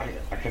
I, I can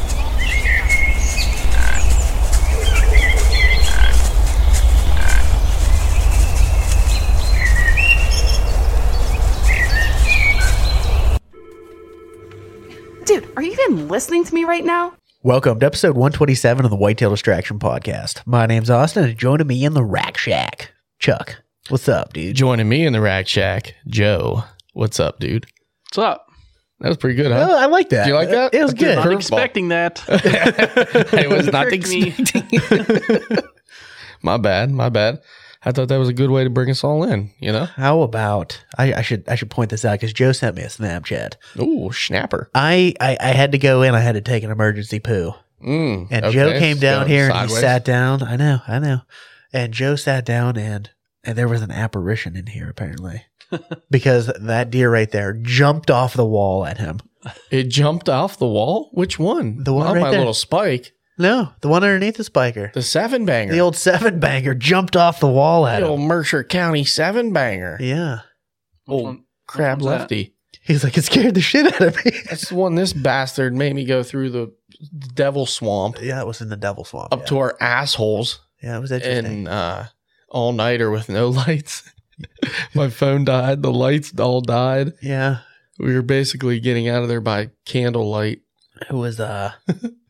FO. Dude, are you even listening to me right now? Welcome to episode 127 of the Whitetail Distraction Podcast. My name's Austin, and joining me in the Rack Shack, Chuck. What's up, dude? Joining me in the Rack Shack, Joe. What's up, dude? What's up? That was pretty good, Oh, huh? I like that. Do you like that? It was I did good. not Not Curveball. expecting that. I was not Tricked me. expecting. my bad, my bad. I thought that was a good way to bring us all in. You know? How about I, I should I should point this out because Joe sent me a Snapchat. Ooh, snapper. I, I I had to go in. I had to take an emergency poo, Mm, and okay, Joe came down so here and sideways. he sat down. I know, I know. And Joe sat down, and and there was an apparition in here apparently, because that deer right there jumped off the wall at him. It jumped off the wall. Which one? The one Not right my there. little spike. No, the one underneath the spiker, The seven banger. the old seven banger jumped off the wall at The old him. Mercer County seven banger. Yeah, Which Old one- crab which one's that? lefty. he's like it scared the shit out of me. That's the one this bastard made me go through the devil swamp yeah, it was in the devil swamp. up yeah. to our assholes yeah, it was interesting. and uh, all nighter with no lights. My phone died. The lights all died. yeah, We were basically getting out of there by candlelight. it was uh,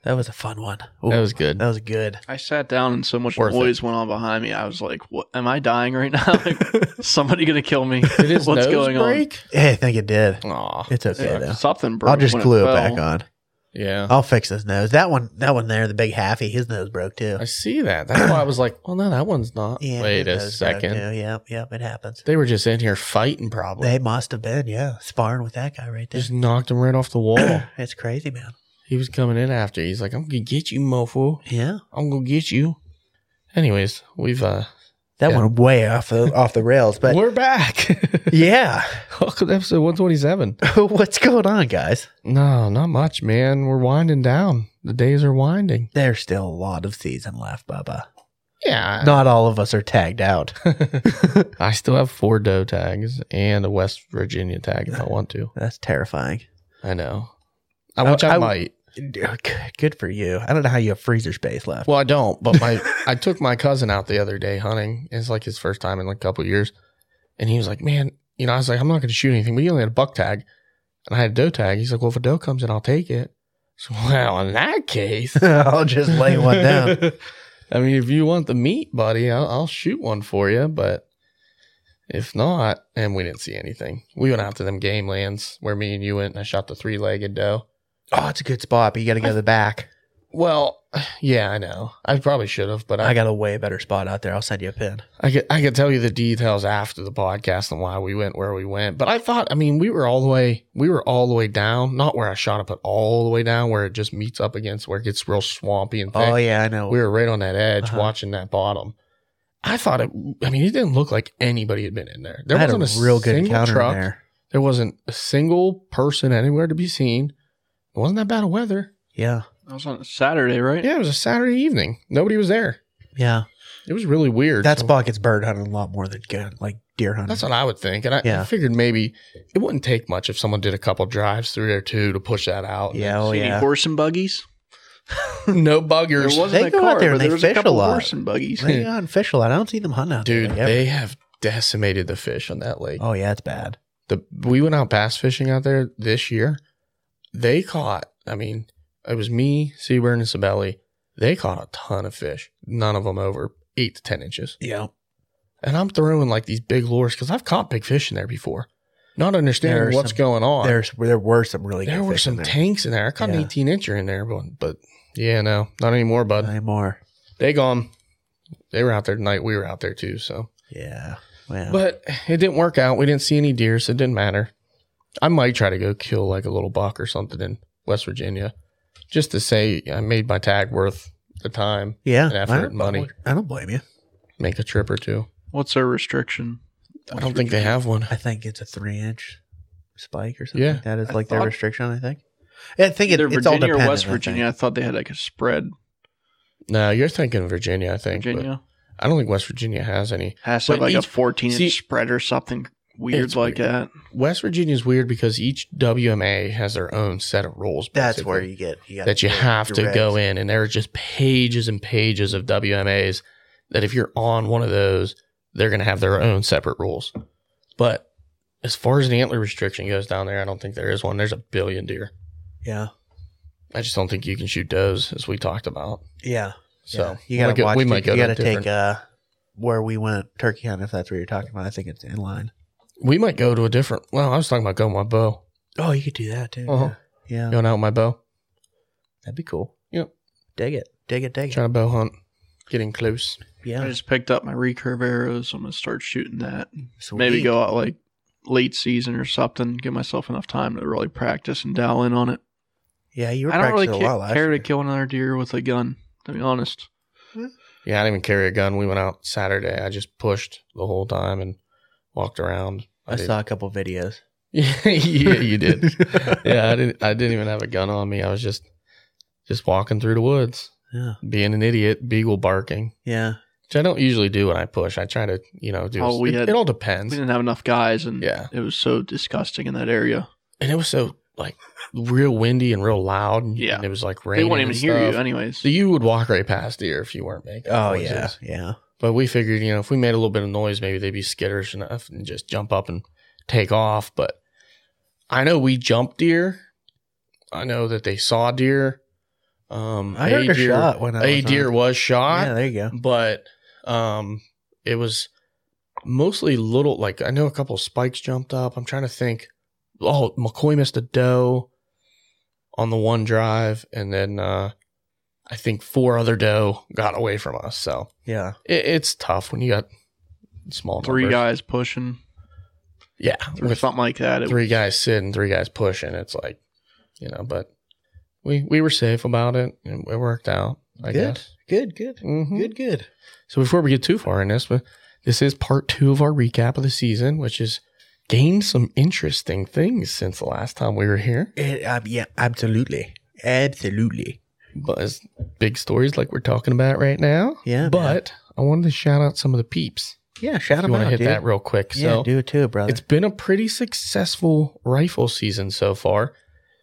that was a fun one. That Ooh, was good. that was good. I sat down and so much Worth it. noise went on behind me. I was like, "What? Am I dying right now? Like, somebody gonna kill me? Did his What's nose going break? Yeah, I think it did. Aw, It's on?" okay Yeah, though. something broke. I'll just when glue it fell. back on. yeah. I'll fix his nose. That one, that one there, the big halfy, his nose broke too. I see that. That's why I was like, well, no, that one's not. Yeah, Wait his a nose broke, second. too. Yep, yep, it happens. They were just in here fighting, probably. They must have been, yeah, sparring with that guy right there. just knocked him right off the wall. it's crazy, man. he was coming in after. He's like, I'm going to get you, mofo. Yeah, I'm gonna get you. Anyways, we've uh that Yeah. went way off the off the rails. But we're back. yeah, Welcome to episode one twenty seven. what's going on, guys? No, not much, man. We're winding down. The days are winding. There's still a lot of season left, Bubba. Yeah. Not all of us are tagged out. I still have four doe tags and a West Virginia tag if I want to. That's terrifying. I know. I which I, I- might. Good good for you. I don't know how you have freezer space left. Well, I don't, but my I took my cousin out the other day hunting. It's like his first time in like a couple years. And he was like, Man, you know, I was like, I'm not gonna shoot anything, but he only had a buck tag. And I had a doe tag. He's like, Well, if a doe comes in, I'll take it. So well, in that case I'll just lay one down. I mean, if you want the meat, buddy, I'll, I'll shoot one for you. But if not, and we didn't see anything, we went out to them game lands where me and you went, and I shot the three legged doe. Oh, it's a good spot, but you got to go to the back. Well, yeah, I know. I probably should have, but I, I got a way better spot out there. I'll send you a pin. I could I could tell you the details after the podcast and why we went where we went. But I thought, I mean, we were all the way we were all the way down, not where I shot it, but all the way down where it just meets up against where it gets real swampy and thick. Oh yeah, I know. We were right on that edge Uh-huh. watching that bottom. I thought it I mean, it didn't look like anybody had been in there. There I had a, wasn't a, real good single encounter truck. in there. There wasn't a single person anywhere to be seen. It wasn't that bad of weather. Yeah, That was on Saturday, right? Yeah, it was a Saturday evening. Nobody was there. yeah. It was really weird. That So- spot gets bird hunting a lot more than good, like deer hunting. That's what I would think. And I, I Yeah. figured maybe it wouldn't take much if someone did a couple drives through there too to push that out. yeah, See oh any yeah. horse and buggies? no buggers. They go out there and but they was fish a lot. horse and buggies. They go out and fish a lot. I don't see them hunting out there. Dude, like, ever. they have decimated the fish on that lake. oh yeah, it's bad. The we went out bass fishing out there this year. They caught, I mean, it was me, Seaburn, and Sabelli. They caught a ton of fish. None of them over eight to ten inches. Yeah, And I'm throwing like these big lures because I've caught big fish in there before. Not There are understanding what's some- going on. there's there were some really. there good were fish some in there. tanks in there. I caught Yeah. an 18 incher in there, but, but yeah, no, not anymore, bud. Nine more. They gone. They were out there tonight. We were out there too. So, Yeah. Well, but it didn't work out. We didn't see any deer, so it didn't matter. I might try to go kill like a little buck or something in West Virginia, just to say I made my tag worth the time. yeah, and effort I don't- and money. I don't blame you. Make a trip or two. What's their restriction? I don't think they have one. I think it's a three inch spike or something Yeah. like that. Is I like their thought- restriction. I think. I think it, Either it's all dependent. Virginia or West I think. Virginia. I thought they had like a spread. No, you're thinking Virginia. I think. but Virginia I don't think West Virginia has any. has to But have like a each- 14 see- inch spread or something weird It's like weird. that. West Virginia is weird because each WMA has their own set of rules. That's basically. where you get you gotta that you get have to direct. go in, and there are just pages and pages of WMAs that if you're on one of those, they're going to have their own separate rules. But as far as the antler restriction goes down there, I don't think there is one. There's a billion deer. Yeah. I just don't think you can shoot does, as we talked about. Yeah. So yeah. you gotta we, could- watch. we the- might go you to a gotta take different- uh, where we went turkey hunting if that's what you're talking about. I think it's in line. we might go to a different. Well, I was talking about going with my bow, Oh, you could do that too. Uh-huh. Yeah. Yeah. going out with my bow, That'd be cool. Yep. Dig it. Dig it. Dig it. trying to bow hunt, getting close. I Yeah. just picked up my recurve arrows. I'm gonna start shooting that. Sweet. Maybe go out like late season or something. Give myself enough time to really practice and dial in on it. Yeah, you were I don't really practicing a ca- lot last care year. to kill another deer with a gun. To be honest, Yeah, I didn't even carry a gun. We went out Saturday. I just pushed the whole time and walked around. I did- saw a couple videos. Yeah, yeah, you did. yeah, I didn't. I didn't even have a gun on me. I was just, just walking through the woods, Yeah. being an idiot, beagle barking, Yeah. which I don't usually do when I push. I try to, you know, do. Oh, we it, had- it all we depends. didn't have enough guys, and Yeah. it was so disgusting in that area. And it was so like real windy and real loud. And, Yeah. and it was like They raining. won't even and hear you, stuff. anyways. So you would walk right past deer if you weren't making. Oh noises. yeah. Yeah. But we figured, you know, if we made a little bit of noise, maybe they'd be skittish enough and just jump up and take off. But I know we jumped deer. I know that they saw deer. Um, I heard a deer, shot when I a was on. deer was shot, Yeah. There you go. but um, it was mostly little. Like I know a couple spikes jumped up. I'm trying to think. Oh, McCoy missed a doe on the one drive, and then uh, I think four other doe got away from us. So Yeah. it, it's tough when you got small three numbers. guys pushing yeah, or with something like that. It- three guys sitting, three guys pushing. It's like, you know, but we we were safe about it and it worked out. I Good. guess. Good. Good. Mhm. Good. Good. So before we get too far in this, but this is part two of our recap of the season, which is gained some interesting things since the last time we were here. It, um, yeah. Absolutely. Absolutely. But it's big stories like we're talking about right now. Yeah, man. But I wanted to shout out some of the peeps. Yeah. Shout If you them want out, to hit dude. that real quick. yeah. so do it too, brother. It's been a pretty successful rifle season so far.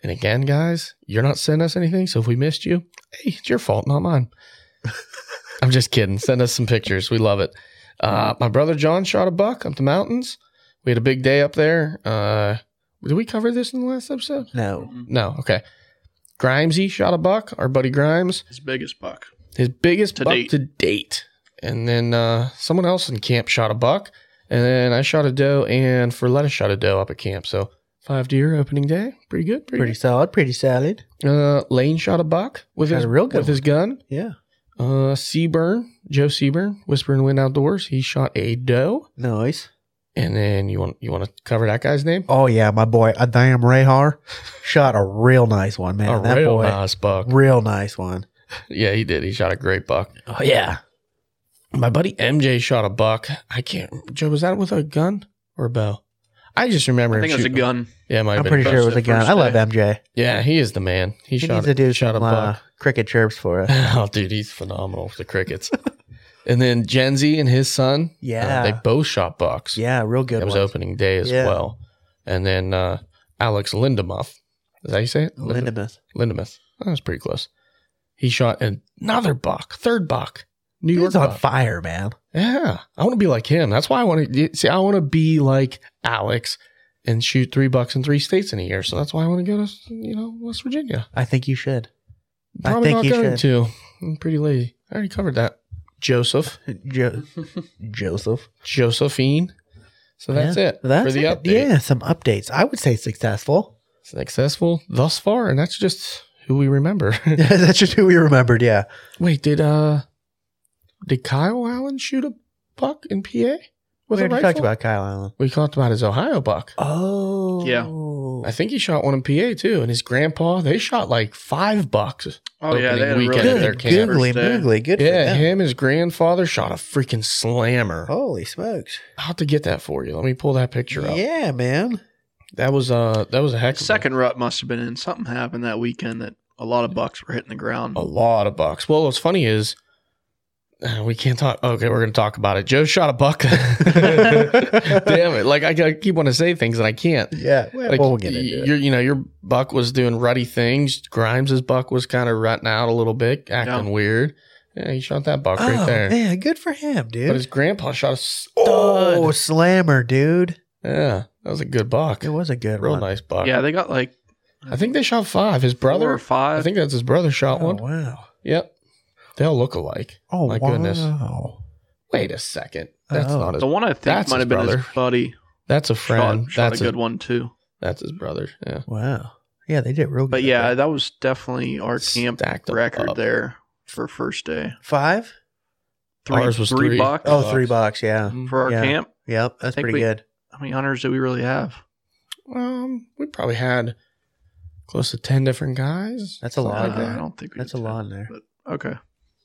And again, guys, you're not sending us anything. So if we missed you, hey, it's your fault, not mine. I'm just kidding. Send us some pictures. We love it. Uh, my brother John shot a buck up the mountains. We had a big day up there. Uh, did we cover this in the last episode? no. Mm-hmm. No. Okay. Grimesy shot a buck. Our buddy Grimes, His biggest buck. his biggest To buck date. to date. And then uh, someone else in camp shot a buck. And then I shot a doe, and Ferletta shot a doe up at camp. So Five deer opening day. Pretty good. Pretty solid. Pretty solid. good. Uh, Lane shot a buck with Shot his a real good with his gun. Yeah. Uh, Seaburn, Joe Seaburn, Whispering Wind Outdoors. He shot a doe. Nice. And then you want you want to cover that guy's name? Oh yeah, my boy, a damn Rahar shot a real nice one, man. a that real boy, nice buck. real nice one. Yeah, he did. He shot a great buck. Oh yeah, My buddy MJ shot a buck. I can't. Joe, was that with a gun or a bow? I just remember. I him think it was a shooting- gun. Yeah, it might have I'm been pretty a sure it was a busted gun. first I love day. MJ. Yeah, he is the man. He, He, shot needs to a, do shot a some uh, buck. cricket chirps for us. oh, dude, he's phenomenal with the crickets. and then Genzi and his son. uh, Yeah. they both shot bucks. yeah, real good. That was one. opening day as Yeah. well. And then uh, Alex Lindemuth. Is that how you say it? Linde- Lindemuth. Lindemuth. That was pretty close. He shot another buck, third buck. New York Dude's on buck. fire, man. Yeah, I want to be like him. That's why I want to see. I want to be like Alex and shoot three bucks in three states in a year. So that's why I want to go to you know West Virginia. I think you should. I Probably think not you going should. to. I'm pretty lazy. I already covered that. Joseph, Jo- Joseph. Josephine. So that's Yeah, it That's for the it. update. Yeah, some updates. I would say successful. Successful thus far, and that's just who we remember. That's just who we remembered. Yeah. Wait, did uh, did Kyle Allen shoot a buck in PA with we a already rifle? talked about Kyle Allen. we talked about his Ohio buck. Oh. I think he shot one in PA too, and his grandpa. They shot like five bucks. Oh yeah, Opening they had a really weekend at good their Good camp. camp. googly First day. moogly. Good for Yeah, them. him. His grandfather shot a freaking slammer. Holy smokes. I'll have to get that for you. Let me pull that picture up. Yeah, man. That was uh that was a heck of a- Second rut must have been in. Something happened that weekend that a lot of bucks were hitting the ground. a lot of bucks. Well, what's funny is uh, we can't talk. Okay, we're gonna talk about it. Joe shot a buck. Damn it! Like I gotta keep wanting to say things and I can't. Yeah. Well, Like, we'll get into it. your, you know, your buck was doing ruddy things. Grimes' buck was kind of rutting out a little bit, acting Yeah. weird. Yeah, he shot that buck oh, right there. man. Good for him, But dude. his grandpa shot a stud. Oh, slammer, dude. Yeah, that was a good buck. It was a good real one. nice buck. yeah, they got like I think they shot five. His four brother, or five. I think that's his brother shot Oh, one. wow. Yep, they all look alike. Oh, My wow. goodness. Wait a second, that's Oh. not his. the one I think That's might his have been his brother. buddy. That's a friend. Shot, shot that's a his- good one too. That's his brother. Yeah, Wow. Yeah, they did real good. But yeah, that was definitely our camp Stacked 'em record up. there for first day. Five? Three, Ours was three. bucks Oh, Bucks. three bucks. Yeah. Mm-hmm. for our Yeah. camp. Yep. That's Think pretty we- good. How many hunters did we really have? Um, we probably had close to ten different guys. That's a lot. Something like I that. don't think we That's a did lot in there. that, but okay.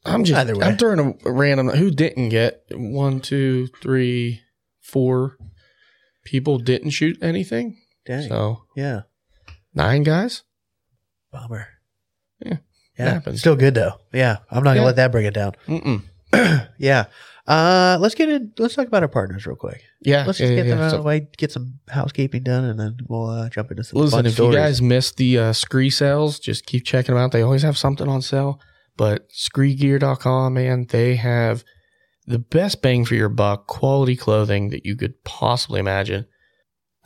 I'm just. Either way. I'm throwing a random. Who didn't get one, two, three, four people didn't shoot anything. Dang. So yeah. nine guys. Bummer. Yeah. Yeah. Happens. Still good though. Yeah. I'm not Yeah. gonna let that bring it down. Mm-mm. yeah. Uh let's get in let's talk about our partners real quick. Yeah. Let's yeah, just get yeah, them out so- of the way, get some housekeeping done, and then we'll uh, jump into some Listen, fun if stories. you guys missed the uh, Scree sales, just keep checking them out. They always have something on sale. But ScreeGear.com, man, they have the best bang for your buck, quality clothing that you could possibly imagine.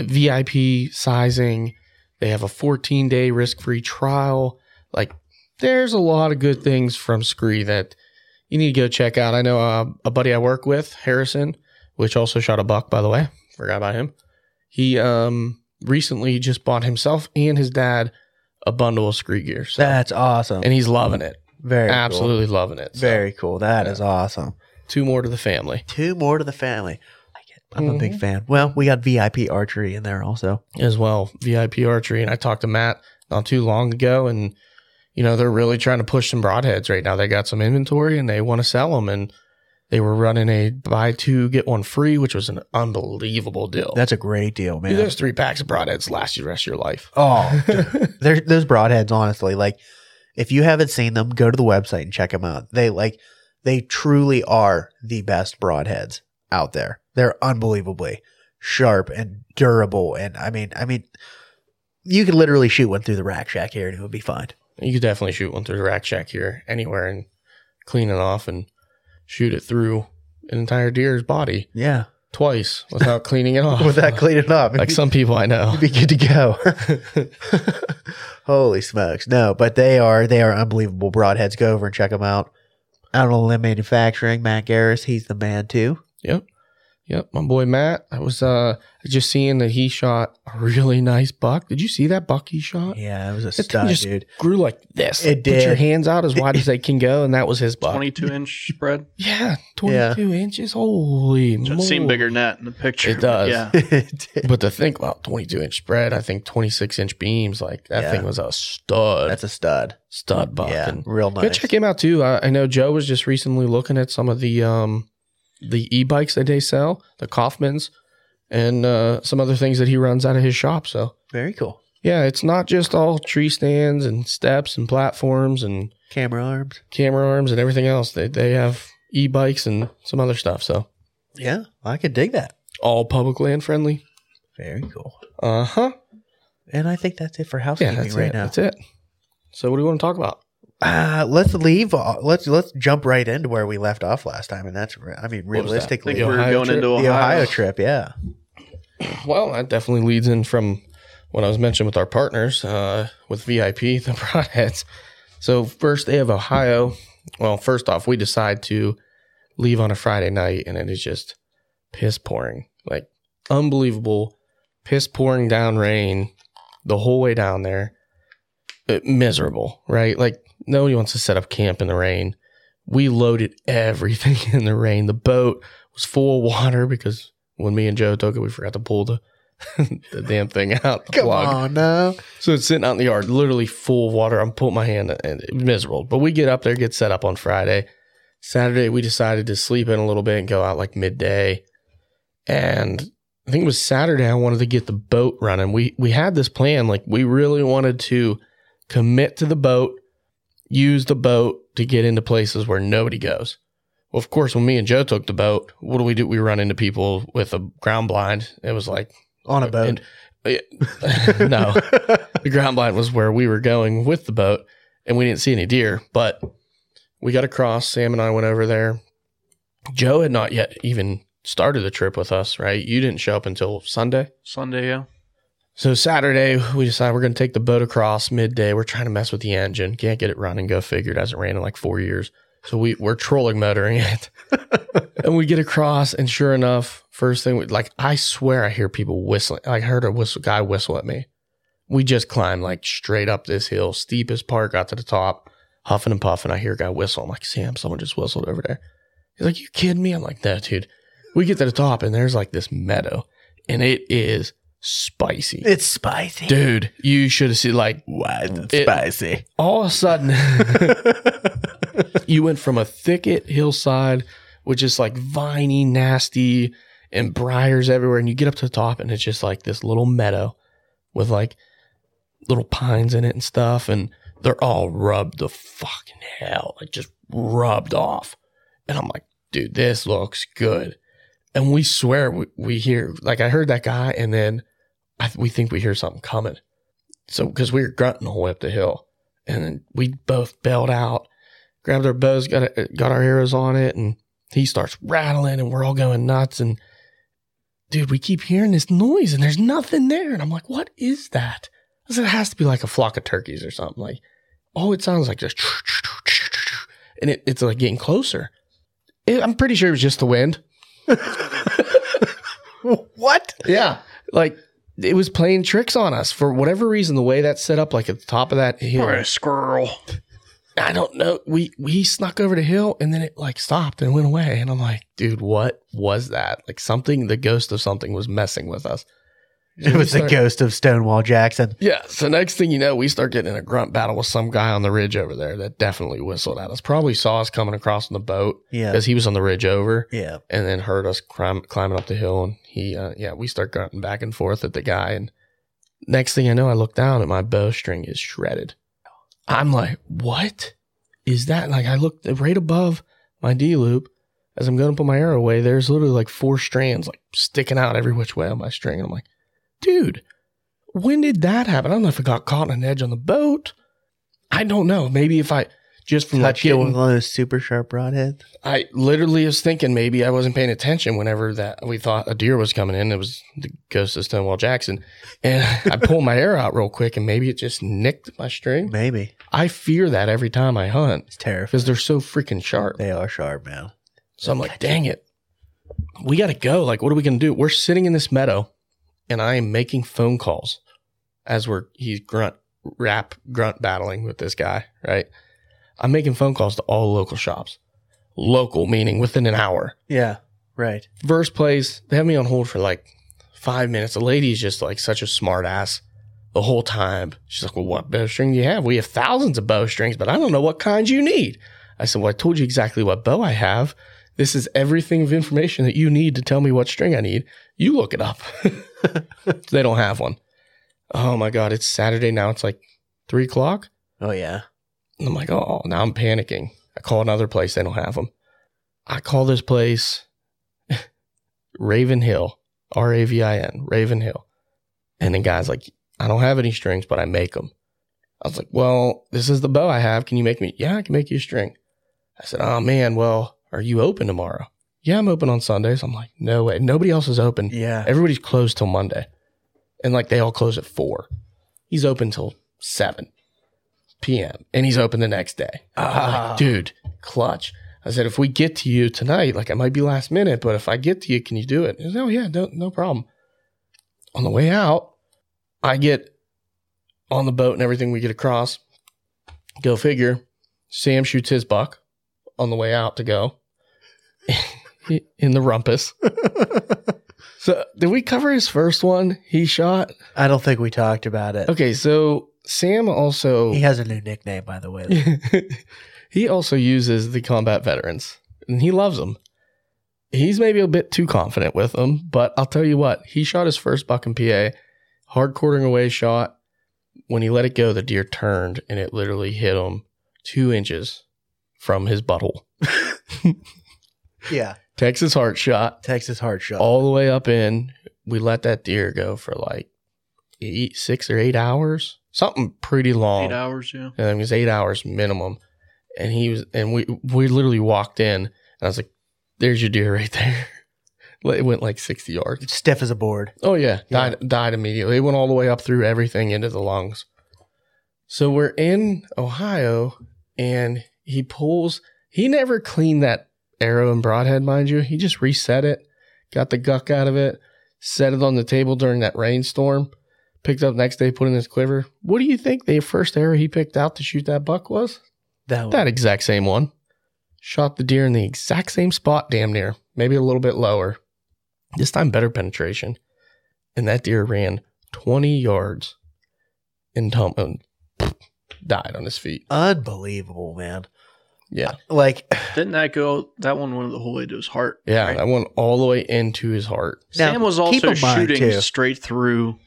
VIP sizing. They have a 14 day risk free trial. Like, there's a lot of good things from Scree that you need to go check out. I know uh, a buddy I work with, Harrison, which also shot a buck, by the way. Forgot about him. He um recently just bought himself and his dad a bundle of scree gear. So, That's awesome. and he's loving it. Very Absolutely loving it. cool. So, very cool. That is Yeah. awesome. two more to the family. Two more to the family. I like it. I'm a big Mhm. fan. Well, we got VIP archery in there also. as well, VIP archery. And I talked to Matt not too long ago, and you know they're really trying to push some broadheads right now. They got some inventory and they want to sell them, and they were running a buy two get one free, which was an unbelievable deal. That's a great deal, Dude, man. those three packs of broadheads last you the rest of your life. Oh, they're, those broadheads, honestly, like if you haven't seen them, go to the website and check them out. They like they truly are the best broadheads out there. They're unbelievably sharp and durable, and I mean, I mean, you could literally shoot one through the rack shack here and it would be fine. You could definitely shoot one through the rack shack here, anywhere, and clean it off and shoot it through an entire deer's body Yeah, twice without cleaning it off. with that clean it up, like some people I know. you'd be good to go. Holy smokes! No, but they are they are unbelievable broadheads. Go over and check them out. Out on Limb Manufacturing, Matt Garris, he's the man too. Yep. Yep, my boy Matt. I was uh just seeing that he shot a really nice buck. Did you see that buck he shot? Yeah, it was a That thing stud, just dude. grew like this. It Like, Put your did. hands out as wide as they can go, and that was his buck. 22 inch spread. Yeah, twenty-two inches. Holy It moly! seemed bigger than that in the picture. It but does. Yeah. It did. But to think about twenty-two inch spread, I think twenty-six inch beams. Like that Yeah. thing was a stud, That's a stud. stud buck. yeah, And real Go nice. check him out too. I, I know Joe was just recently looking at some of the um, the e bikes that they sell, the Kaufmans, and uh, some other things that he runs out of his shop. So Very cool. yeah, it's not just all tree stands and steps and platforms and Camera arms. camera arms and everything else. They they have e bikes and some other stuff. So Yeah, I could dig that. all public land friendly. Very cool. Uh huh. And I think that's it for Yeah, housekeeping that's right it. now. That's it. So what do you want to talk about? Uh, let's leave. uh, Let's let's jump right into where we left off last time, and that's re- I mean What was that? I realistically think The we were Ohio going trip- into the Ohio. Ohio trip. Yeah, Well, that definitely leads in from what I was mentioning with our partners, uh, with VIP, the Broadheads. So, first day of Ohio. Well, first off, we decide to leave on a Friday night, and it is just piss pouring like unbelievable, piss pouring down rain the whole way down there. Uh, miserable, right? Like, nobody wants to set up camp in the rain. We loaded everything in the rain. The boat was full of water because when me and Joe took it, we forgot to pull the, the damn thing out. The come plug. on now. So it's sitting out in the yard, literally full of water. I'm putting my hand and it was miserable. But we get up there, get set up on Friday. Saturday, we decided to sleep in a little bit and go out like midday. And I think it was Saturday I wanted to get the boat running. We we had this plan, like we really wanted to commit to the boat, use the boat to get into places where nobody goes. Well, of course, when me and Joe took the boat, what do we do? We run into people with a ground blind. It was like On a boat. And- uh, no. The ground blind was where we were going with the boat, and we didn't see any deer, but we got across. Sam and I went over there. Joe had not yet even started the trip with us, right? You didn't show up until Sunday. Sunday, yeah. So Saturday, we decided we're going to take the boat across midday. We're trying to mess with the engine. Can't get it running. Go figure. It hasn't ran in like four years. So we, we're trolling motoring it. and we get across, and sure enough, first thing, we- like I swear I hear people whistling. I heard a whistle guy whistle at me. We just climbed like straight up this hill, steep as part, got to the top, huffing and puffing. I hear a guy whistle. I'm like, Sam, someone just whistled over there. He's like, You kidding me? I'm like, No, dude. We get to the top, and there's like this meadow, and it is spicy it's spicy. dude you should have seen like Wild It- spicy. all of a sudden you went from a thicket hillside which is like viney nasty and briars everywhere and you get up to the top and it's just like this little meadow with like little pines in it and stuff and they're all rubbed the fucking hell like just rubbed off and i'm like dude this looks good and we swear we, we hear like i heard that guy and then I, we think we hear something coming so because we were grunting the whole way up the hill, and then we both bailed out, grabbed our bows, got a, got our arrows on it, and he starts rattling, and we're all going nuts. And dude, we keep hearing this noise, and there's nothing there. And I'm like, what is that? I said, it has to be like a flock of turkeys or something. Like, oh, it sounds like just, and it, it's like getting closer. It- I'm pretty sure it was just the wind. What? Yeah. Like it was playing tricks on us for whatever reason. The way that's set up, like at the top of that hill, Probably a squirrel. I don't know. We we snuck over the hill and then it like stopped and went away. And I'm like, dude, what was that? Like something, the ghost of something was messing with us. It was the ghost of Stonewall Jackson. Yeah. So next thing you know, we start getting in a grunt battle with some guy on the ridge over there that definitely whistled at us. Probably saw us coming across in the boat Yeah. because he was on the ridge over Yeah. and then heard us climb, climbing up the hill. And he, uh, yeah, we start grunting back and forth at the guy. And next thing I know, I look down and my bowstring is shredded. I'm like, what is that? Like, I looked right above my D loop as I'm going to put my arrow away. There's literally like four strands like sticking out every which way on my string. And I'm like, dude, when did that happen? I don't know if it got caught in an edge on the boat. I don't know. Maybe if I just from like Touched it getting with one of those super sharp broadheads. I literally was thinking maybe I wasn't paying attention whenever that we thought a deer was coming in. It was the ghost of Stonewall Jackson. And I pulled my arrow out real quick and maybe it just nicked my string. Maybe. I fear that every time I hunt It's terrifying. because they're so freaking sharp. They are sharp, man. So I'm like, dang it. we got to go. Like, what are we going to do? We're sitting in this meadow and I am making phone calls as we're, he's grunt, rap, grunt battling with this guy, right? I'm making phone calls to all local shops. Local meaning within an hour. Yeah. Right. First place, they have me on hold for like five minutes. The lady's just like such a smartass the whole time. She's like, Well, what bow string do you have? We have thousands of bow strings, but I don't know what kind you need. I said, Well, I told you exactly what bow I have. This is everything of information that you need to tell me what string I need. You look it up. they don't have one. Oh my God, it's Saturday now. It's like three o'clock. Oh yeah. And I'm like, oh, now I'm panicking. I call another place, they don't have them. I call this place Raven Hill, R A V I N, Raven Hill. And the guy's like, I don't have any strings, but I make them. I was like, well, this is the bow I have. Can you make me? Yeah, I can make you a string. I said, oh man, well, are you open tomorrow? Yeah, I'm open on Sundays. I'm like, no way. Nobody else is open. Yeah. Everybody's closed till Monday. And like they all close at four. He's open till seven PM and he's open the next day. I'm like, dude, clutch. I said, if we get to you tonight, like it might be last minute, but if I get to you, can you do it? He goes, oh yeah, no, no problem. On the way out, I get on the boat and everything. We get across. Go figure. Sam shoots his buck on the way out to go in the rumpus. so did we cover his first one? He shot. I don't think we talked about it. Okay, so Sam also He has a new nickname, by the way. he also uses the combat veterans and he loves them. He's maybe a bit too confident with them, but I'll tell you what, he shot his first buck in PA, hard quartering away shot. When he let it go, the deer turned and it literally hit him two inches from his butthole. yeah. Texas heart shot Texas hard shot. all the way up in. We let that deer go for like eight, six or eight hours, something pretty Oh. long. Eight hours, yeah. and it was eight hours minimum. And he was, and we we literally walked in, and I was like, "There's your deer right there." Like, it went like sixty yards. Stiff as a board. Oh yeah, died died immediately. It went all the way up through everything into the lungs. So we're in Ohio, and he pulls. He never cleaned that arrow and broadhead, mind you. He just reset it, got the guck out of it, set it on the table during that rainstorm. Picked up next day, put in his quiver. What do you think the first arrow he picked out to shoot that buck was? That, That exact same one. Shot the deer in the exact same spot, damn near. Maybe a little bit lower. This time, better penetration. And that deer ran 20 yards and tum- and died on his feet. unbelievable, man. Yeah. Like Didn't that go? That one went the whole way to his heart. Yeah. right? That went all the way into his heart. Now, Sam was keep also in mind, shooting too. straight through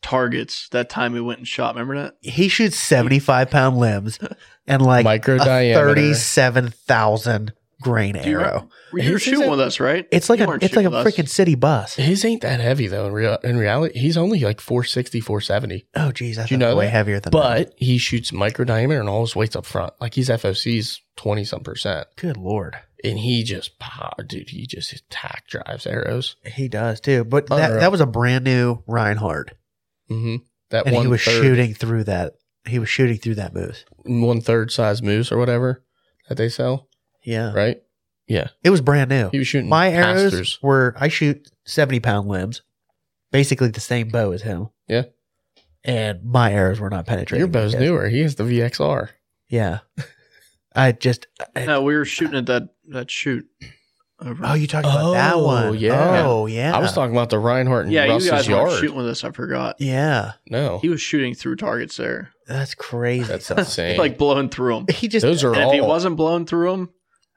targets that time we went and shot. Remember that? he shoots 75 pound limbs and like Micro a diameter. 37,000 grain Do you arrow. re- you were His shooting isn't- with us, right? It's like You a weren't it's like a shooting with us. freaking city bus. His ain't that heavy, though. In, real- in reality, he's only like 460, 470. Oh geez, I Do you thought it know was way that? heavier than that. But he shoots micro diameter and all his weight's up front. Like he's FOC's 20 some percent. Good lord, and he just pow, dude, he just attack drives arrows. he does too. But that, Unreal. that was a brand new Reinhardt, Mm-hmm. That and one he was third- shooting through that. He was shooting through that moose. one third size moose or whatever that they sell, Yeah, right? Yeah, it was brand new. he was shooting My arrows pastors. were I shoot 70 pound limbs, basically the same bow as him. Yeah. and my arrows were not penetrating. Your bow's his. newer. He has the VXR. Yeah, I just. I- No, we were shooting at that that shoot. Over. Oh, you talked about that Oh, one. yeah. Oh, yeah. I was talking about the Reinhardt and yeah, you Russ's guys were yard. shooting with us. I forgot. Yeah, No, He was shooting through targets there, that's crazy. that's insane. like blowing through them. he just those are And all. if he wasn't blown through them,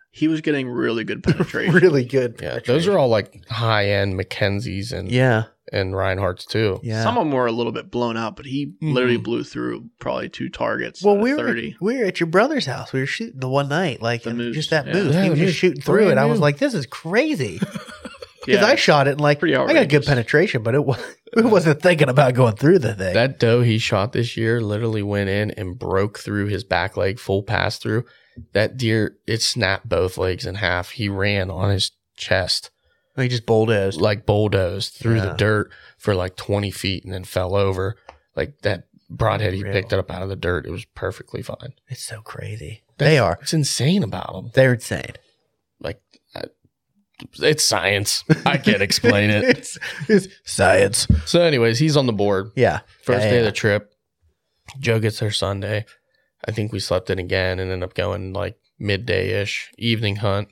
he was getting really good penetration. really good. yeah, those are all like high end Mackenzies and Yeah, and Reinhardts too. yeah. Mm-hmm. Some of them were a little bit blown out, but he literally Mhm. blew through probably two targets. well, out of we were 30. we were at your brother's house. We were shooting the one night, like The and moose, just that yeah. moose. Yeah, he the was just moose. shooting through it. Brand I was new. like, "This is crazy." Because Yeah. I shot it and like Pretty I got good outrageous. penetration, but it was it wasn't thinking about going through the thing. That doe he shot this year literally went in and broke through his back leg, full pass through. That deer, it snapped both legs in half. He ran on his chest, he just bulldozed. like bulldozed through Yeah. the dirt for like 20 feet and then fell over. Like that broadhead he Unreal. picked it up out of the dirt, it was perfectly fine. It's so crazy. They are. It's insane about him. They're insane. Like, I, It's science. I can't explain it. it's, it's science. So, anyways, he's on the board. Yeah. First Yeah, day of yeah. the trip, Joe gets there Sunday. I think we slept in again and ended up going like midday ish, evening hunt.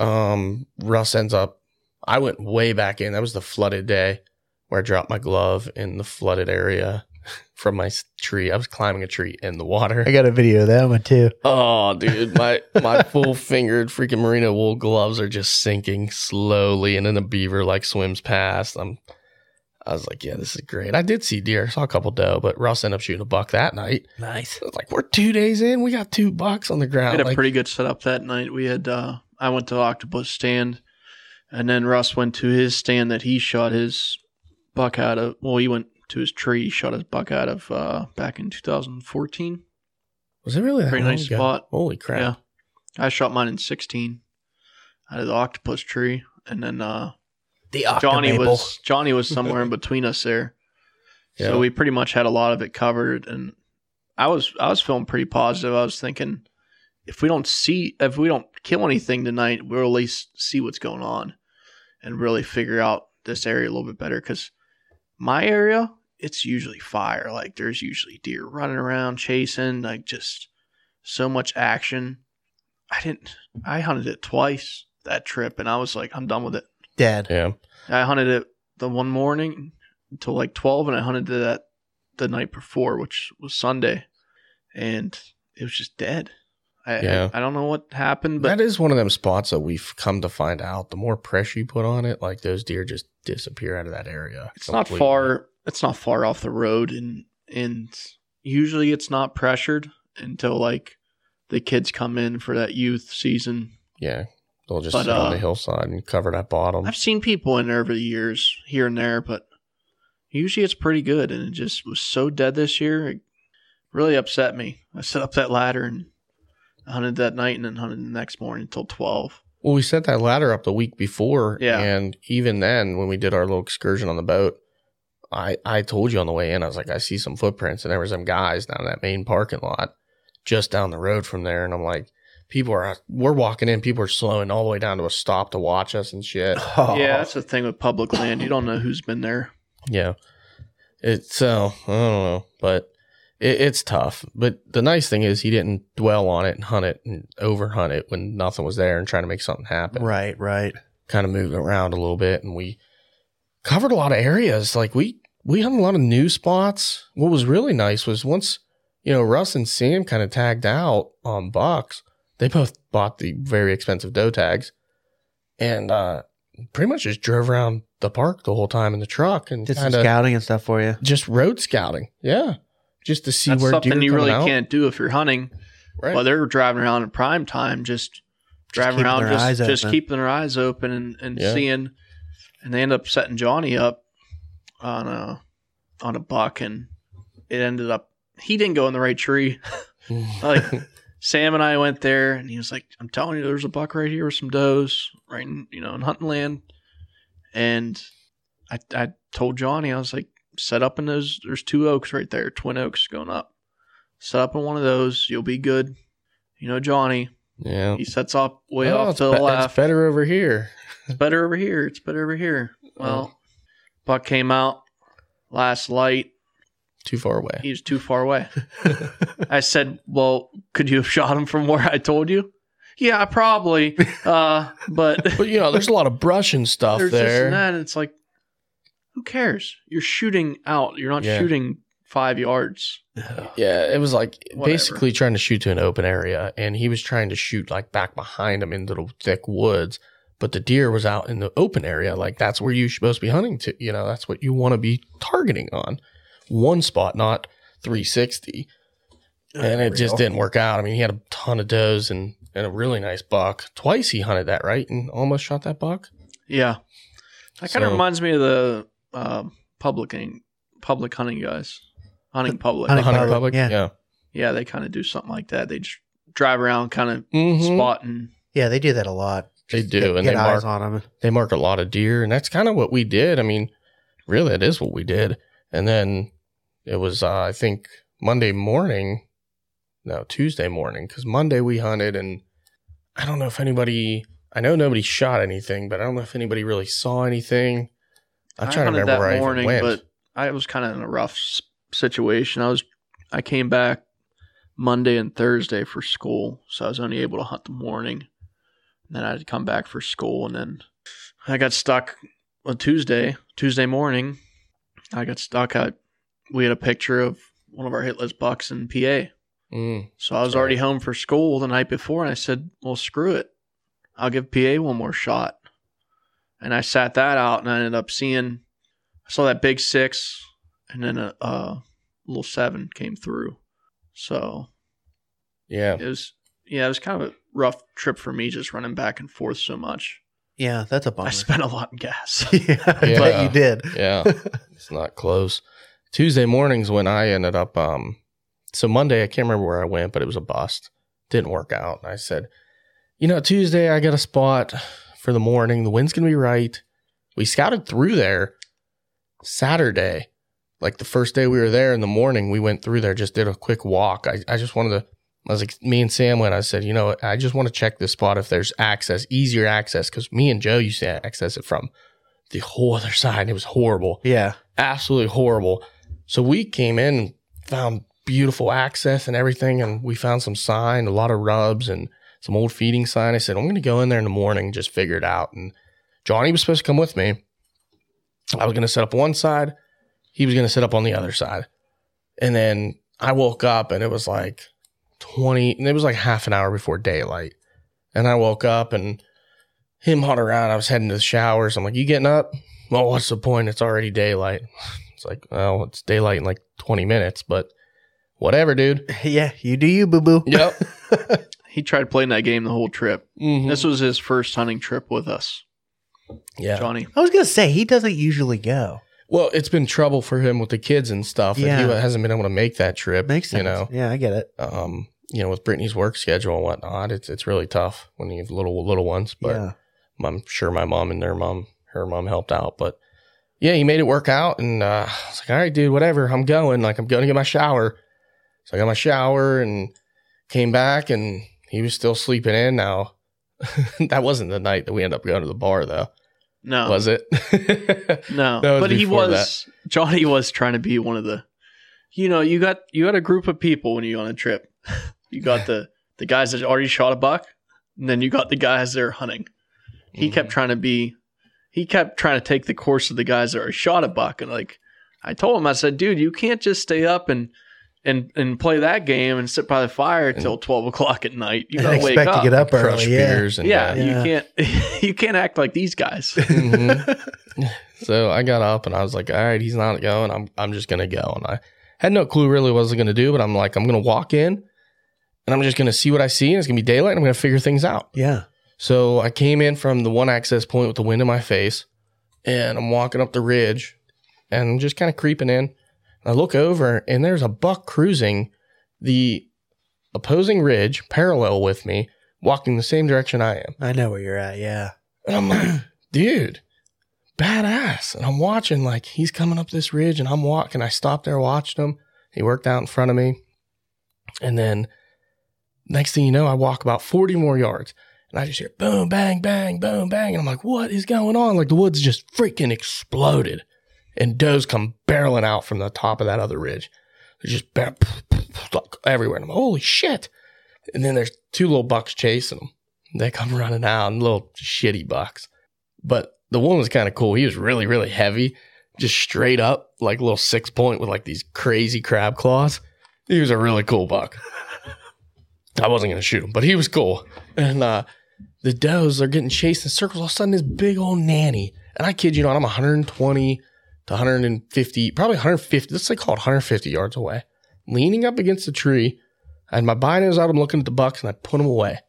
Um, Russ ends up, I went way back in. That was the flooded day where I dropped my glove in the flooded area from my s- tree. I was climbing a tree in the water. I got a video of that one too. Oh, dude, my my full fingered freaking merino wool gloves are just sinking slowly, and then a beaver like swims past. I'm, I was like, yeah, this is great. I did see deer, saw a couple doe, but Ross ended up shooting a buck that night. Nice. I was like, we're two days in, we got two bucks on the We ground. had a Like, pretty good setup that night. We had uh, I went to Octopus Stand, and then Russ went to his stand that he shot his buck out of. Well, he went to his tree, shot his buck out of uh, back in 2014. was it really that pretty long nice ago? spot. Holy crap! Yeah, I shot mine in 16 out of the Octopus tree, and then uh, The Johnny was Johnny was somewhere in between us there. Yeah. So we pretty much had a lot of it covered, and I was I was feeling pretty positive. I was thinking, if we don't see if we don't kill anything tonight, we'll at least see what's going on, and really figure out this area a little bit better. Because my area, it's usually fire. Like there's usually deer running around, chasing, like just so much action. I didn't. I hunted it twice that trip, and I was like, I'm done with it. dead. Yeah, I hunted it the one morning until like twelve, and I hunted it that the night before, which was Sunday, and it was just dead. I Yeah. I, I don't know what happened, but that is one of them spots that we've come to find out. The more pressure you put on it, like those deer just disappear out of that area. it's not completely. far. It's not far off the road, and and usually it's not pressured until like the kids come in for that youth season. Yeah, they'll just But, sit on uh, the hillside and cover that bottom. I've seen people in there over the years, here and there, but usually it's pretty good. And it just was so dead this year. It really upset me. I set up that ladder and hunted that night and then hunted the next morning until 12. Well, we set that ladder up the week before, Yeah. and even then, when we did our little excursion on the boat, I I told you on the way in, I was like, I see some footprints, and there were some guys down in that main parking lot, just down the road from there, and I'm like, people are we're walking in, people are slowing all the way down to a stop to watch us and shit. Oh. Yeah, that's the thing with public land. You don't know who's been there. Yeah. It's so I don't know, but it, it's tough. But the nice thing is he didn't dwell on it and hunt it and over hunt it when nothing was there and trying to make something happen. Right, right. Kind of moved around a little bit and we covered a lot of areas. Like we we hunted a lot of new spots. What was really nice was once you know Russ and Sam kind of tagged out on bucks. They both bought the very expensive doe tags, and uh, pretty much just drove around the park the whole time in the truck and Did some kinda- scouting and stuff for you. just road scouting. Yeah, just to see That's where something deer you come really out. can't do if you're hunting. Right. Well, they're driving around in prime time, just driving keeping around, their just, eyes just open. keeping their eyes open and, and Yeah. seeing. And they end up setting Johnny up on a on a buck, and it ended up he didn't go in the right tree. Mm. like Sam and I went there, and he was like, "I'm telling you, there's a buck right here with some does, right? In, you know, in hunting land." And I I told Johnny, I was like, "Set up in those. There's two oaks right there, twin oaks going up. Set up in one of those. You'll be good." You know, Johnny. yeah. He sets up way Oh, off it's to the be- it's left. better over here. It's better over here. It's better over here. Well, buck came out last light. Too far away. He was too far away. I said, "Well, could you have shot him from where I told you?" Yeah, probably. Uh, but But you know, there's a lot of brush and stuff there's this there. and that. And it's like, who cares? You're shooting out. You're not Yeah. shooting five yards. Yeah, it was like Whatever. basically trying to shoot to an open area, and he was trying to shoot like back behind him into the thick woods. But the deer was out in the open area, like that's where you're supposed to be hunting to. You know, that's what you want to be targeting on, one spot, not 360. And it just didn't work out. I mean, he had a ton of does and, and a really nice buck. Twice he hunted that right and almost shot that buck. Yeah, that kind So- of reminds me of the uh, public hunting, public hunting guys, hunting public. The Hunting hunting public, public, yeah. yeah. Yeah, they kind of do something like that. They just drive around, kind of Mhm. spotting. Yeah, they do that a lot. They do, Get, and get they eyes mark- on them. they mark a lot of deer, and that's kind of what we did. I mean, really, that is what we did. And then it was, uh, I think, Monday morning, no, Tuesday morning, because Monday we hunted, and I don't know if anybody, I know nobody shot anything, but I don't know if anybody really saw anything. I'm trying to hunted remember where I even went. but I was kind of in a rough s- situation. I was I came back Monday and Thursday for school, so I was only able to hunt the morning. And then I had to come back for school, and then I got stuck on Tuesday. Tuesday morning, I got stuck. I we had a picture of one of our hitless bucks in PA. Mm. So I was Sorry. already home for school the night before, and I said, "Well, screw it, I'll give PA one more shot." And I sat that out, and I ended up seeing, I saw that big six, and then a, a little seven came through. So Yeah. it was, yeah, it was kind of a rough trip for me, just running back and forth so much. Yeah, that's a bummer. I spent a lot in gas. yeah, I Yeah. bet you did. Yeah. it's not close. Tuesday mornings when I ended up um so Monday I can't remember where I went, but it was a bust. Didn't work out. And I said, you know, Tuesday I got a spot for the morning. The wind's gonna be right. We scouted through there Saturday. Like the first day we were there in the morning, we went through there, just did a quick walk. I, I just wanted to I was like me and Sam went, I said, you know, I just want to check this spot if there's access, easier access, because me and Joe used to access it from the whole other side. It was horrible Yeah. absolutely horrible. So we came in and found beautiful access and everything, and we found some sign, a lot of rubs and some old feeding sign. I said, I'm gonna go in there in the morning and just figure it out. And Johnny was supposed to come with me. I was gonna set up one side, he was gonna set up on the other side. And then I woke up and it was like 20 and it was like half an hour before daylight. And I woke up and him hung around. I was heading to the showers. I'm like, You getting up? well, what's the point? It's already daylight. It's like, well, it's daylight in like 20 minutes, but whatever, dude. Yeah, you do you, boo boo. Yep. he tried playing that game the whole trip. Mm-hmm. This was his first hunting trip with us, yeah. Johnny. I was gonna say he doesn't usually go. Well, it's been trouble for him with the kids and stuff. Yeah. He Yeah. hasn't been able to make that trip. Makes sense. You know, Yeah, I get it. um, you know, with Brittany's work schedule and whatnot, it's it's really tough when you have little little ones. But yeah. I'm sure my mom and their mom, her mom helped out, but yeah, he made it work out. And uh, I was like, all right, dude, whatever. I'm going. Like, I'm going to get my shower. So I got my shower and came back, and he was still sleeping in now. that wasn't the night that we ended up going to the bar, though, No, was it? No, That was but he before was Johnny was trying to be one of the, you know, you got you got a group of people when you go on a trip. You got the the guys that already shot a buck, and then you got the guys that are hunting. He Mm-hmm. kept trying to be, he kept trying to take the course of the guys that are shot a buck, and like I told him, I said, dude, you can't just stay up and. And, and play that game and sit by the fire till twelve o'clock at night. You And gotta wake expect up. to get up Crush early. Yeah. beers and Yeah, yeah. you Yeah. can't you can't act like these guys. Mhm. so I got up and I was like, all right, he's not going. I'm I'm just gonna go. And I had no clue really what I was gonna do, but I'm like, I'm gonna walk in and I'm just gonna see what I see, and it's gonna be daylight, and I'm gonna figure things out. Yeah. So I came in from the one access point with the wind in my face, and I'm walking up the ridge, and I'm just kind of creeping in. I look over, and there's a buck cruising the opposing ridge parallel with me, walking the same direction I am. I know where you're at. Yeah. And I'm like, dude, badass. And I'm watching, like, he's coming up this ridge and I'm walking. I stopped there watching him. He worked out in front of me. And then next thing you know, I walk about 40 more yards and I just hear boom, bang, bang, boom, bang. And I'm like, what is going on? Like, the woods just freaking exploded. And does come barreling out from the top of that other ridge. There's just ba- like everywhere. And I'm like, holy shit. And then there's two little bucks chasing them. They come running out in little shitty bucks. But the one was kind of cool. He was really, really heavy, just straight up, like little six point with like these crazy crab claws. He was a really cool buck. I wasn't going to shoot him, but he was cool. And uh, the does are getting chased in circles. All of a sudden, this big old nanny, and I kid you not, I'm 120 to 150, probably 150, let's say call it 150 yards away, leaning up against a tree. I had my binos out. I'm looking at the bucks, and I put them away.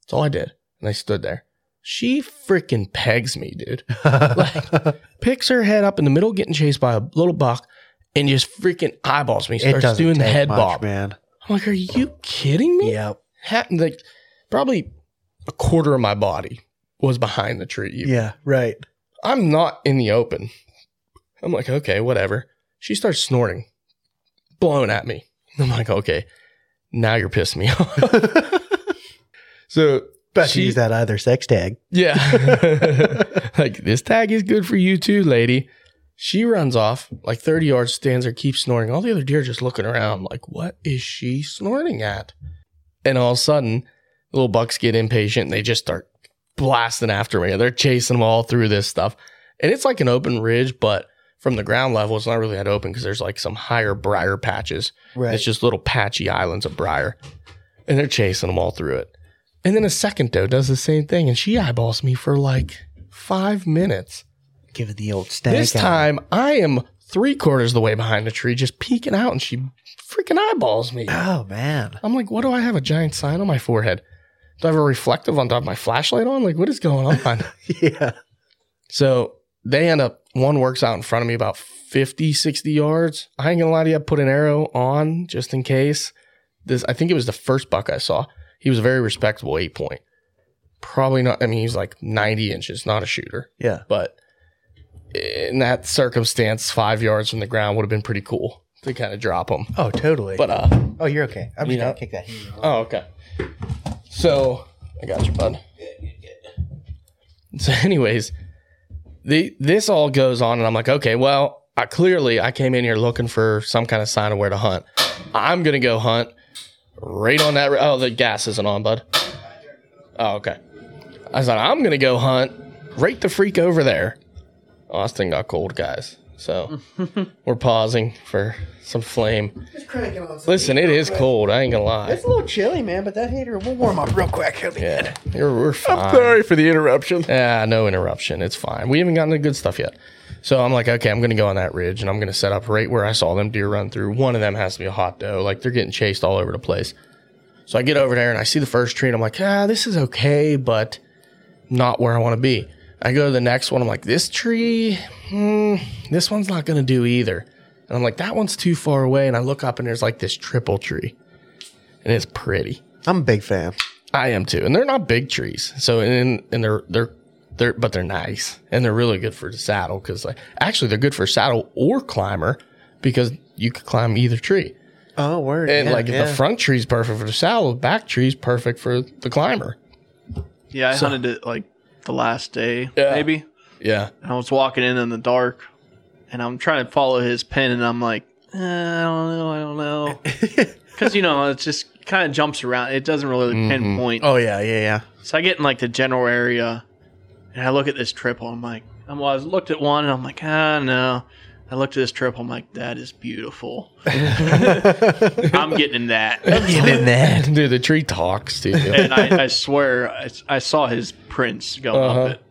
That's all I did. And I stood there. She freaking pegs me, dude. like, picks her head up in the middle, getting chased by a little buck, and just freaking eyeballs me. It Starts doesn't doing the take head much, bob. man. I'm like, are you kidding me? Yep. Ha- like, probably a quarter of my body was behind the tree. even. Yeah. Right. I'm not in the open. I'm like, okay, whatever. She starts snorting, blowing at me. I'm like, okay, now you're pissing me off. so About She- to use that either sex tag. Yeah. like this tag is good for you too, lady. She runs off like 30 yards, stands there, keeps snorting. All the other deer just looking around like, what is she snorting at? And all of a sudden, the little bucks get impatient and they just start blasting after me. They're chasing them all through this stuff. And it's like an open ridge, but from the ground level, it's not really that open because there's like some higher briar patches. Right. It's just little patchy islands of briar. And they're chasing them all through it. And then a second doe does the same thing and she eyeballs me for like five minutes. Give it the old stag. this eye. time I am three quarters of the way behind the tree, just peeking out, and she freaking eyeballs me. Oh man. I'm like, what do I have a giant sign on my forehead? Do I have a reflective on top of my flashlight on? Like, what is going on? Yeah. So they end up, one works out in front of me about 50, 60 yards. I ain't gonna lie to you, I put an arrow on just in case. This, I think it was the first buck I saw. He was a very respectable eight point. Probably not, I mean, he's like 90 inches, not a shooter, Yeah. but in that circumstance, five yards from the ground would have been pretty cool to kind of drop him. Oh totally. But, uh, oh, you're okay. I'm You just gonna know- kick that. Oh, okay. So I got you, bud. So, anyways, the this all goes on, and I'm like, okay, well, I clearly I came in here looking for some kind of sign of where to hunt. I'm gonna go hunt right on that. Oh, the gas isn't on, bud. Oh, okay. I was like, I'm gonna go hunt right the freak over there. Austin got cold, guys. So we're pausing for some flame. Listen, it is cold. I ain't gonna lie. It's a little chilly, man, but that heater will warm up real quick. He'll be Yeah, you're, we're fine. for the interruption. Yeah, no interruption. It's fine. We haven't gotten the good stuff yet. So I'm like, okay, I'm going to go on that ridge and I'm going to set up right where I saw them deer run through. One of them has to be a hot doe. Like they're getting chased all over the place. So I get over there and I see the first tree and I'm like, ah, this is okay, but not where I want to be. I go to the next one. I'm like, this tree, hmm, this one's not going to do either. And I'm like, that one's too far away. And I look up and there's like this triple tree and it's pretty. I'm a big fan. I am too, and they're not big trees. So and and they're they're they're but they're nice and they're really good for the saddle because like actually they're good for saddle or climber because you could climb either tree. Oh, word. And yeah, like if yeah. the front tree's perfect for the saddle, the back tree's perfect for the climber. Yeah, I So- hunted it like the last day, Yeah. maybe. Yeah, And I was walking in in the dark, and I'm trying to follow his pin, and I'm like, eh, I don't know, I don't know, because you know it just kind of jumps around. It doesn't really Mm-hmm. pinpoint. Oh yeah, yeah, yeah. So I get in like the general area, and I look at this triple. I'm like, I'm, well, I looked at one, and I'm like, ah, no. I looked at this triple. I'm like, that is beautiful. I'm getting in that, Get in that. dude, the tree talks to you, and I, I swear, I, I saw his prints go Uh-huh. up it.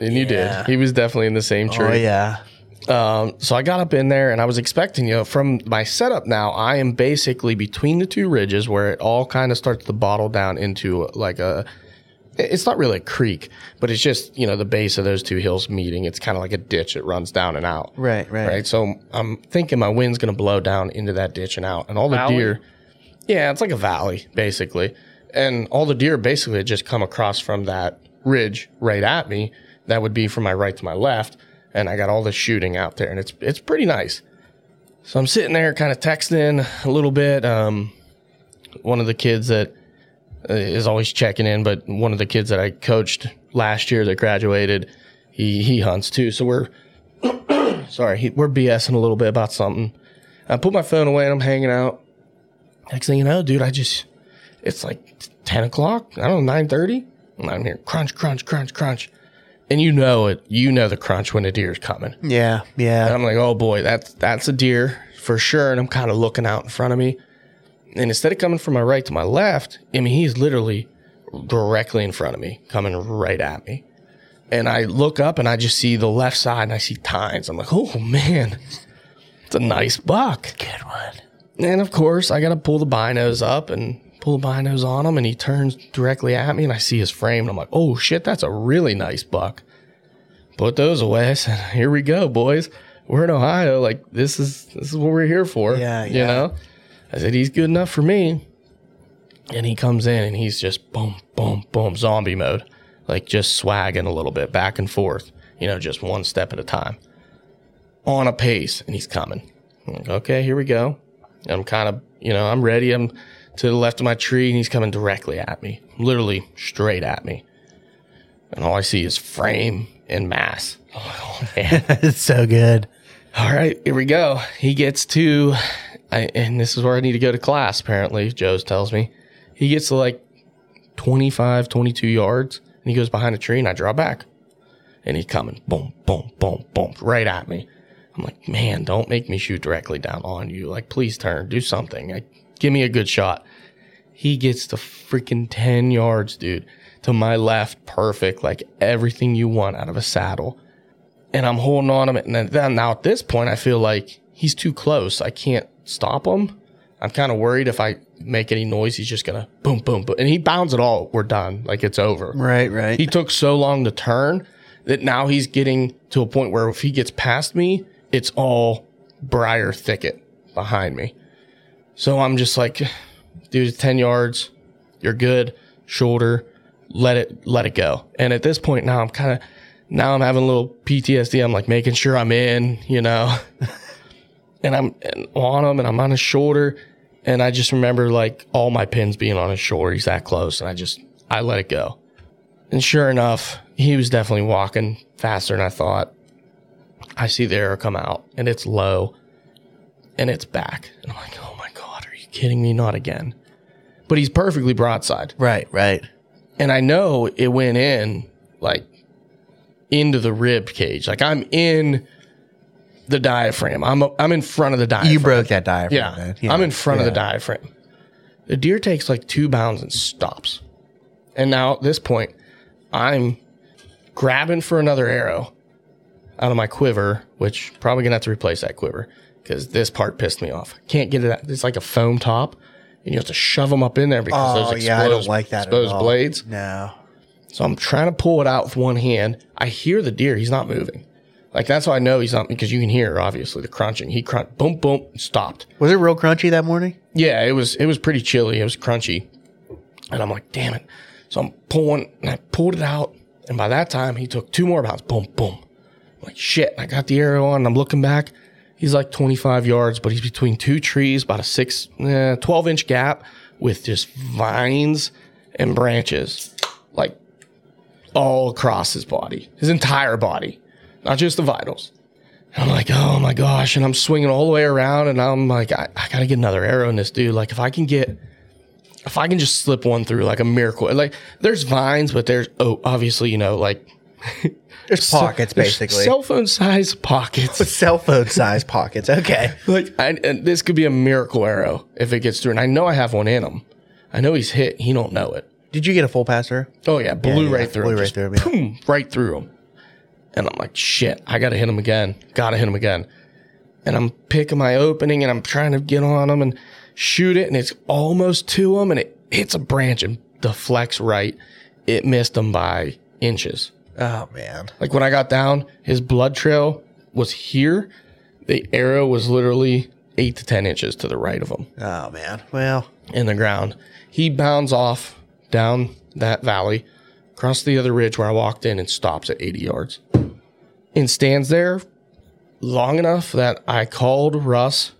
and you Yeah. did. He was definitely in the same tree. Oh yeah. Um, so I got up in there and I was expecting, you know, from my setup now, I am basically between the two ridges where it all kind of starts to bottle down into like a, it's not really a creek, but it's just, you know, the base of those two hills meeting. It's kind of like a ditch. It runs down and out. Right, right. Right. So I'm thinking my wind's going to blow down into that ditch and out. And all the Valley? deer, yeah, it's like a valley basically. And all the deer basically just come across from that ridge right at me. That would be from my right to my left. And I got all the shooting out there and it's, it's pretty nice. So I'm sitting there kind of texting a little bit. Um, one of the kids that uh, is always checking in, but one of the kids that I coached last year that graduated, he, he hunts too. So we're, sorry, he, we're BSing a little bit about something. I put my phone away and I'm hanging out. Next thing you know, dude, I just it's like t- ten o'clock. I don't know, nine thirty. And I'm here, crunch, crunch, crunch, crunch, and you know it. You know the crunch when a deer's coming. Yeah, And yeah. I'm like, oh boy, that's that's a deer for sure. And I'm kind of looking out in front of me. And instead of coming from my right to my left, I mean, he's literally directly in front of me, coming right at me. And I look up and I just see the left side and I see tines. I'm like, oh man, it's a nice buck. Good one. And of course, I got to pull the binos up and pull the binos on him. And he turns directly at me and I see his frame. And I'm like, oh shit, that's a really nice buck put those away. I said, here we go, boys. We're in Ohio. Like this is this is what we're here for. Yeah, You yeah. know? I said, he's good enough for me. And he comes in and he's just boom, boom, boom, zombie mode. Like just swagging a little bit back and forth, you know, just one step at a time. On a pace, and he's coming. I'm like, okay, here we go. I'm kind of, you know, I'm ready. I'm to the left of my tree, and he's coming directly at me, literally straight at me. And all I see is frame and mass. Oh, man. it's so good. All right, here we go. He gets to, I, and this is where I need to go to class, apparently, Joe's tells me. He gets to like 25, 22 yards, and he goes behind a tree, and I draw back. And he's coming, boom, boom, boom, boom, right at me. I'm like, man, don't make me shoot directly down on you. Like, please turn, do something. Like, give me a good shot. He gets to freaking 10 yards, dude, to my left, perfect, like everything you want out of a saddle and I'm holding on him. And then, then now at this point, I feel like he's too close. I can't stop him. I'm kind of worried if I make any noise, he's just gonna boom, boom, boom, and he bounds it all. We're done. Like it's over. Right, right. He took so long to turn that now he's getting to a point where if he gets past me, it's all briar thicket behind me. So I'm just like, dude, it's ten yards. You're good. Shoulder. Let it let it go. And at this point now, I'm kind of now I'm having a little PTSD. I'm like making sure I'm in, you know, and I'm and on him and I'm on his shoulder. And I just remember like all my pins being on his shoulder. He's that close. And I just, I let it go. And sure enough, he was definitely walking faster than I thought. I see the arrow come out and it's low and it's back. And I'm like, oh my God, are you kidding me? Not again. But he's perfectly broadside right, right. and I know it went in like into the rib cage. Like I'm in the diaphragm. I'm I'm in front of the diaphragm. You broke that diaphragm. Yeah, man. I'm in front of Yeah. the diaphragm. The deer takes like two bounds and stops. And now at this point, I'm grabbing for another arrow out of my quiver, which probably gonna have to replace that quiver because this part pissed me off. Can't get it. Out. It's like a foam top, and you have to shove them up in there because Oh those yeah, I don't exposed- like that. at exposed all. blades. No. So I'm trying to pull it out with one hand. I hear the deer. He's not moving. Like that's how I know he's not because you can hear obviously the crunching. He crunch, boom, boom, stopped. Was it real crunchy that morning? Yeah, it was it was pretty chilly. It was crunchy, and I'm like, damn it. So I'm pulling, and I pulled it out, and by that time he took two more bounds. Boom, boom. I'm like shit, I got the arrow on. And I'm looking back. He's like 25 yards, but he's between two trees, about a six, eh, 12 inch gap with just vines and branches, like all across his body, his entire body, not just the vitals. I'm like, oh my gosh. And I'm swinging all the way around and I'm like, I, I gotta get another arrow in this dude. Like, if I can get, if I can just slip one through like a miracle, like there's vines, but there's, oh, obviously, you know, like There's pockets, there's basically. cell phone size pockets. Cell phone size pockets. Okay. like, I, and this could be a miracle arrow if it gets through. And I know I have one in him. I know he's hit. He don't know it. Did you get a full passer? Oh yeah, blew yeah, right through. blew him, right just through him, yeah. boom, right through him. And I'm like, shit, I gotta hit him again. Gotta hit him again. And I'm picking my opening and I'm trying to get on him and shoot it, and it's almost to him, and it hits a branch and deflects right. It missed him by inches. Oh man. Like when I got down, his blood trail was here. The arrow was literally eight to ten inches to the right of him Oh man. Well, in the ground. He bounds off down that valley, across the other ridge where I walked in, and stops at 80 yards. And stands there long enough that I called Russ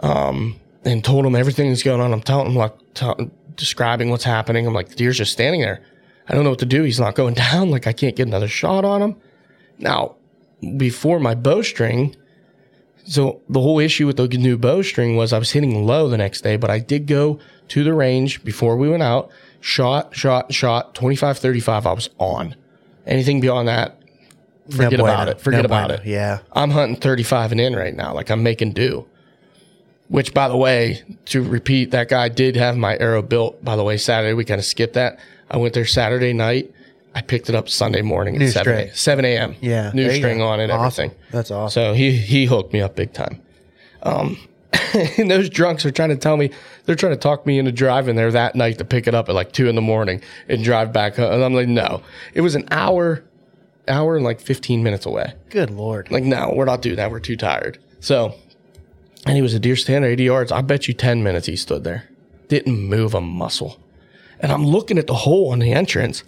um, and told him everything that's going on. I'm telling him, like, tell- describing what's happening. I'm like, the deer's just standing there. I don't know what to do. He's not going down. Like, I can't get another shot on him. Now, before my bowstring, so the whole issue with the new bowstring was I was hitting low the next day, but I did go to the range before we went out, shot, shot, shot, 25, 35. I was on. Anything beyond that, forget no about bueno. it. Forget No about bueno. it. Yeah. I'm hunting 35 and in right now. Like I'm making do. Which, by the way, to repeat, that guy did have my arrow built. By the way, Saturday we kind of skipped that. I went there Saturday night. I picked it up Sunday morning at New 7 string. a- 7 a.m. Yeah. new There you string go. on it, Awesome. everything. That's awesome. So he he hooked me up big time. Um, and those drunks are trying to tell me they're trying to talk me into driving there that night to pick it up at like two in the morning and drive back home. And I'm like, no, it was an hour, hour and like 15 minutes away. Good lord. Like, no, we're not doing that. We're too tired. So, and he was a deer standing at 80 yards. I bet you 10 minutes he stood there. Didn't move a muscle. And I'm looking at the hole on the entrance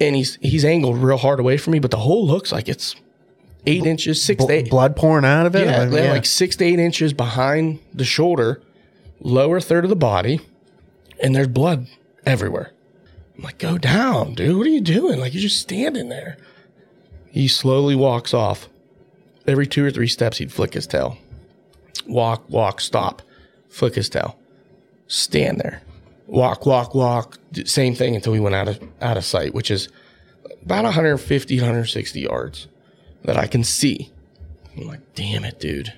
and he's, he's angled real hard away from me, but the hole looks like it's eight inches, six to Bl- eight. blood pouring out of it. Yeah, I mean, like six to eight inches behind the shoulder, lower third of the body. and there's blood everywhere. I'm like, go down, dude. What are you doing? Like, you're just standing there. He slowly walks off. Every two or three steps, he'd flick his tail. Walk, walk, stop, flick his tail. Stand there. Walk, walk, walk. D- Same thing until we went out of out of sight, which is about 150, 160 yards that I can see. I'm like, damn it, dude.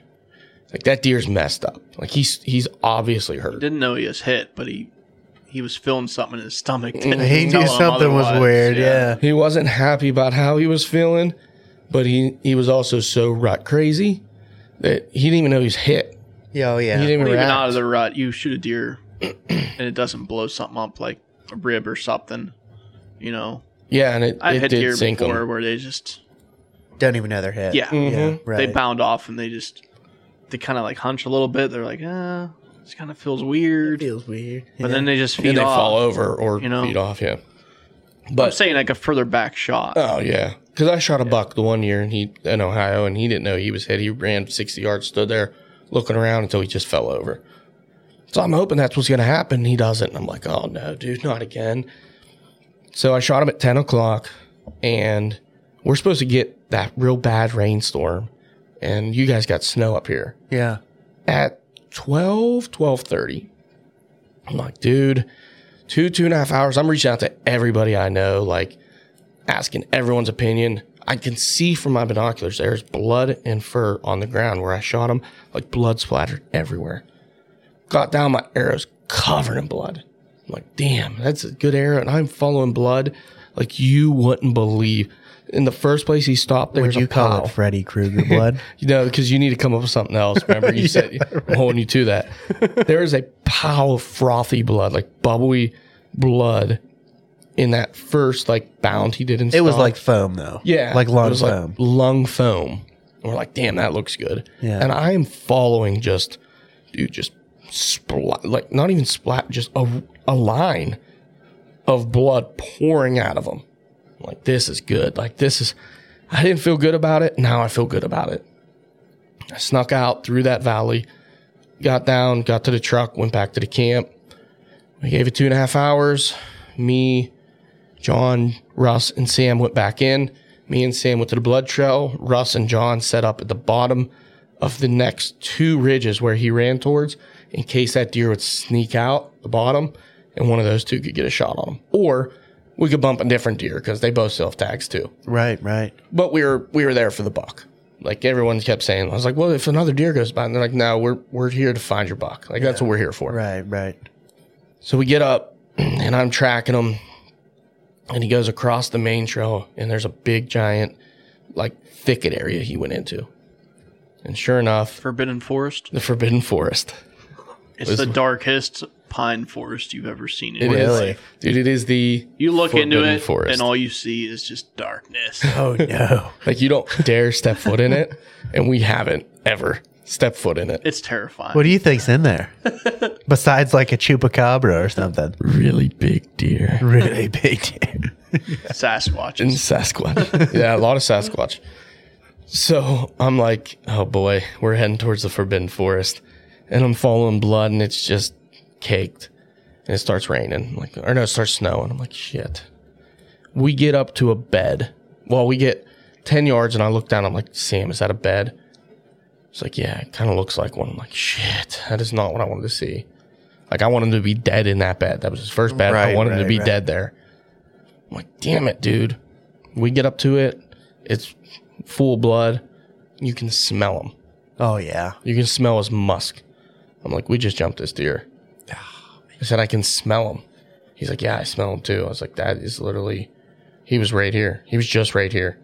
Like that deer's messed up. Like he's he's obviously hurt. Didn't know he was hit, but he he was feeling something in his stomach. Didn't He tell knew him something was otherwise. weird. Yeah. He wasn't happy about how he was feeling, but he, he was also so rut crazy that he didn't even know he was hit. Yeah. Oh, He yeah. didn't Or even, even react. out of the rut, you shoot a deer and it doesn't blow something up like a rib or something. You know, yeah, and it, I've it had deer did sink before him. where they just Don't even know they're hit. yeah, Mm-hmm. Yeah. they Right. bound off and they just they kind of like hunch a little bit. They're like, uh, this kind of feels weird, feels weird. but then they just feed And they off. fall over or you know? feed off, yeah. I'm But saying like a further back shot. Oh yeah, because I shot a buck the one year and he in Ohio, and he didn't know he was hit. He ran sixty yards, stood there looking around until he just fell over. So I'm hoping that's what's going to happen. He doesn't. I'm like, oh no, dude, not again. So I shot him at ten o'clock, and we're supposed to get that real bad rainstorm, and you guys got snow up here Yeah. at 12 12.30 i'm like dude two two and a half hours i'm reaching out to everybody i know like asking everyone's opinion i can see from my binoculars there's blood and fur on the ground where i shot him like blood splattered everywhere got down my arrows covered in blood i'm like damn that's a good arrow and i'm following blood like you wouldn't believe in the first place he stopped there Would was you a call pile. it Freddy Krueger blood? You know, because you need to come up with something else. Remember, you said I'm holding you to that. there is a pile of frothy blood, like bubbly blood, in that first like bound he did. And it was like foam, though. yeah, Like it lung was like foam. lung foam. And we're like, damn, that looks good. Yeah. and I am following just, dude, just splat, like not even splat, just a, a line of blood pouring out of him. Like this is good. Like this is. I didn't feel good about it. Now I feel good about it. I snuck out through that valley, got down, got to the truck, went back to the camp. We gave it two and a half hours. Me, John, Russ, and Sam went back in. Me and Sam went to the blood trail. Russ and John set up at the bottom of the next two ridges where he ran towards in case that deer would sneak out the bottom and one of those two could get a shot on him. Or we could bump a different deer because they both self tags too Right, right. but we were we were there for the buck. Like everyone kept saying, I was like, well, if another deer goes by, and they're like, no, we're we're here to find your buck. Like that's what we're here for. Right, right. So we get up, and I'm tracking him, and he goes across the main trail, and there's a big giant, like thicket area he went into, and sure enough, Forbidden Forest. the forbidden forest. It's the darkest pine forest you've ever seen. It In is, your life. dude. It is the You look into forbidden it, and all you see is just darkness. Oh, no. like you don't dare step foot in it, and we haven't ever stepped foot in it. it's terrifying. what do you think's in there? Besides like a chupacabra or something. Really big deer. Really big deer. Sasquatch. and Sasquatch. yeah, a lot of Sasquatch. So I'm like, oh boy, we're heading towards the Forbidden Forest, and I'm following blood, and it's just caked, and it starts raining, like or no, it starts snowing. I'm like, shit. We get up to a bed. Well, we get ten yards, and I look down. I'm like, Sam, is that a bed? It's like, yeah, it kind of looks like one. I'm like, shit, that is not what I wanted to see. Like, I want him to be dead in that bed. That was his first bed. I Right, wanted him to right, be right. dead there. I'm like, damn it, dude. We get up to it. It's full blood. You can smell him. Oh, yeah. You can smell his musk. I'm like, we just jumped this deer. I said, I can smell him. He's like, yeah, I smell him too. I was like, that is literally, he was right here. He was just right here.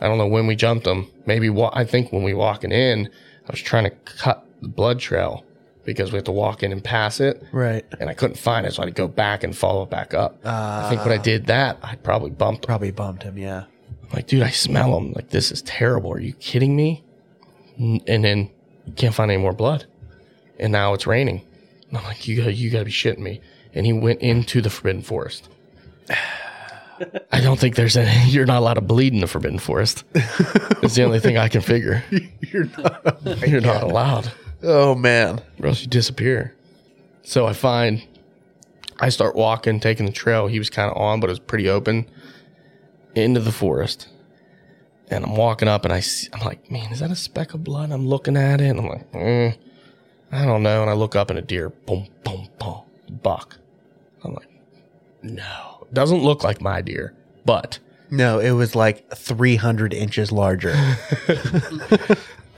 I don't know when we jumped him. Maybe wa- I think when we walking in, I was trying to cut the blood trail because we have to walk in and pass it Right. and I couldn't find it, so I had to go back and follow it back up. I think when I did that, I probably bumped. Probably bumped him, yeah. Like, dude, I smell them. Like, this is terrible. Are you kidding me? N- And then you can't find any more blood, and now it's raining. And I'm like, you got, you got to be shitting me. And he went into the Forbidden Forest. I don't think there's any. You're not allowed to bleed in the Forbidden Forest. It's the only thing I can figure. You're not. You're not allowed oh, man. or else you disappear. So I find I start walking, taking the trail. He was kind of on, but it was pretty open into the forest. And I'm walking up and I see, I'm like, man, is that a speck of blood? I'm looking at it and I'm like, mm, I don't know. And I look up and a deer, boom, boom, boom, buck. I'm like, no, doesn't look like my deer, but No, it was like 300 inches larger.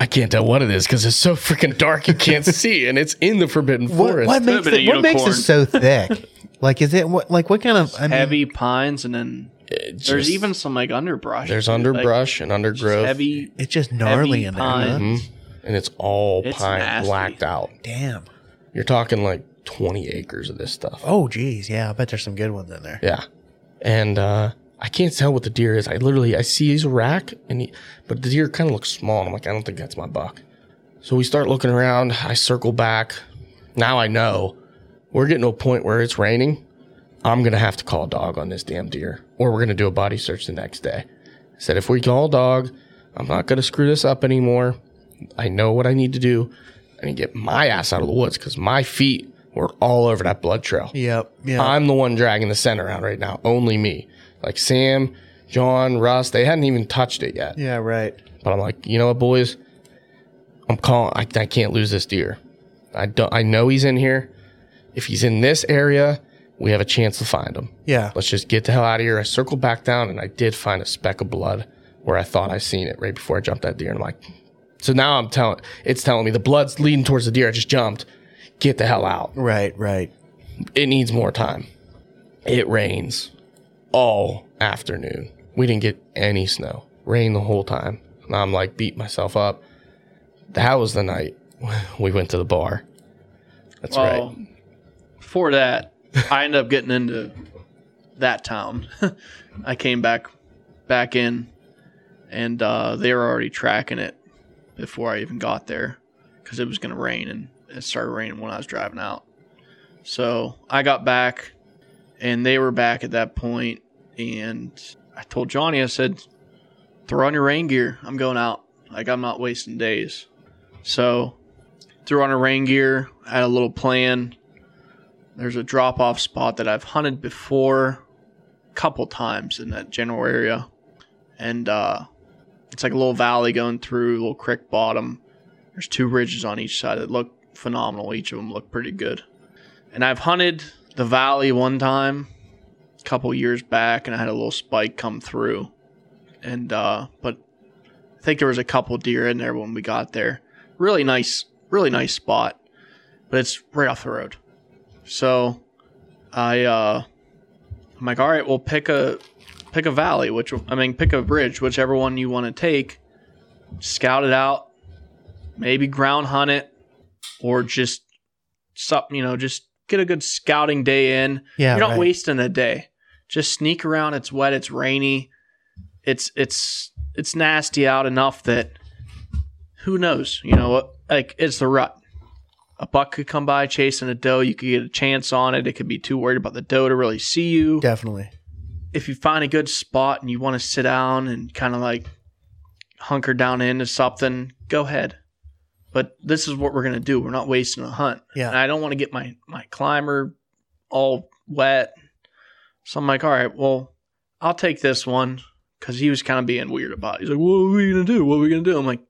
I can't tell what it is because it's so freaking dark you can't see and it's in the forbidden what, forest. what makes been a it, what makes it unicorn. so thick? like, is it what? Like, what kind of I mean, heavy pines, and then It there's just- even some like underbrush. there's too, like, underbrush and just undergrowth. heavy. It's just gnarly heavy in there. pine. Huh? Mhm. and it's all It's pine nasty. blacked out. Damn. You're talking like 20 acres of this stuff. Oh, geez. Yeah, I bet there's some good ones in there. Yeah. And uh, I can't tell what the deer is. I literally I see he's a rack and he, but the deer kind of looks small. And I'm like, I don't think that's my buck. So we start looking around. I circle back. Now I know we're getting to a point where it's raining. I'm gonna have to call a dog on this damn deer, or we're gonna do a body search the next day. I said if we call a dog, I'm not gonna screw this up anymore. I know what I need to do. I need to get my ass out of the woods because my feet were all over that blood trail. Yep. Yeah. I'm the one dragging the scent around right now. Only me. Like Sam, John, Russ, they hadn't even touched it yet. yeah. Right. But I'm like, you know what, boys? I'm calling. I, I can't lose this deer. I don't. I know he's in here. If he's in this area, we have a chance to find him. Yeah. Let's just get the hell out of here. I circled back down and I did find a speck of blood where I thought I seen it right before I jumped that deer. And I'm like, so now I'm telling. It's telling me the blood's leading towards the deer. I just jumped. Get the hell out Right. Right. it needs more time. It rains all afternoon. We didn't get any snow. Rain the whole time. And I'm like beat myself up. That was the night we went to the bar. That's Well, right. before that, I ended up getting into that town. I came back back in, and uh, they were already tracking it before I even got there because it was going to rain, and it started raining when I was driving out. So I got back, and they were back at that point, and I told Johnny, I said, "Throw on your rain gear. I'm going out. Like I'm not wasting days." So threw on a rain gear, had a little plan. There's a drop off spot that I've hunted before a couple times in that general area. And uh, it's like a little valley going through, a little creek bottom. There's two ridges on each side that look phenomenal. Each of them look pretty good. And I've hunted the valley one time a couple years back, and I had a little spike come through. And, uh, but I think there was a couple deer in there when we got there. Really nice, really nice spot, but it's right off the road. So I, uh, I'm like, all right, we'll pick a pick a valley, which I mean, pick a bridge, whichever one you want to take. Scout it out, maybe ground hunt it, or just sup, you know, just get a good scouting day in. Yeah. You're not right. wasting a day. Just sneak around. It's wet. It's rainy. It's it's it's nasty out enough that who knows? You know what? Like it's the rut. A buck could come by chasing a doe. You could get a chance on it. It could be too worried about the doe to really see you. Definitely. If you find a good spot and you want to sit down and kind of like hunker down into something, go ahead. But this is what we're gonna do. We're not wasting a hunt and Yeah. I don't want to get my my climber all wet. So I'm like, all right, well, I'll take this one because he was kind of being weird about. It. He's like, what are we gonna do? What are we gonna do? I'm like,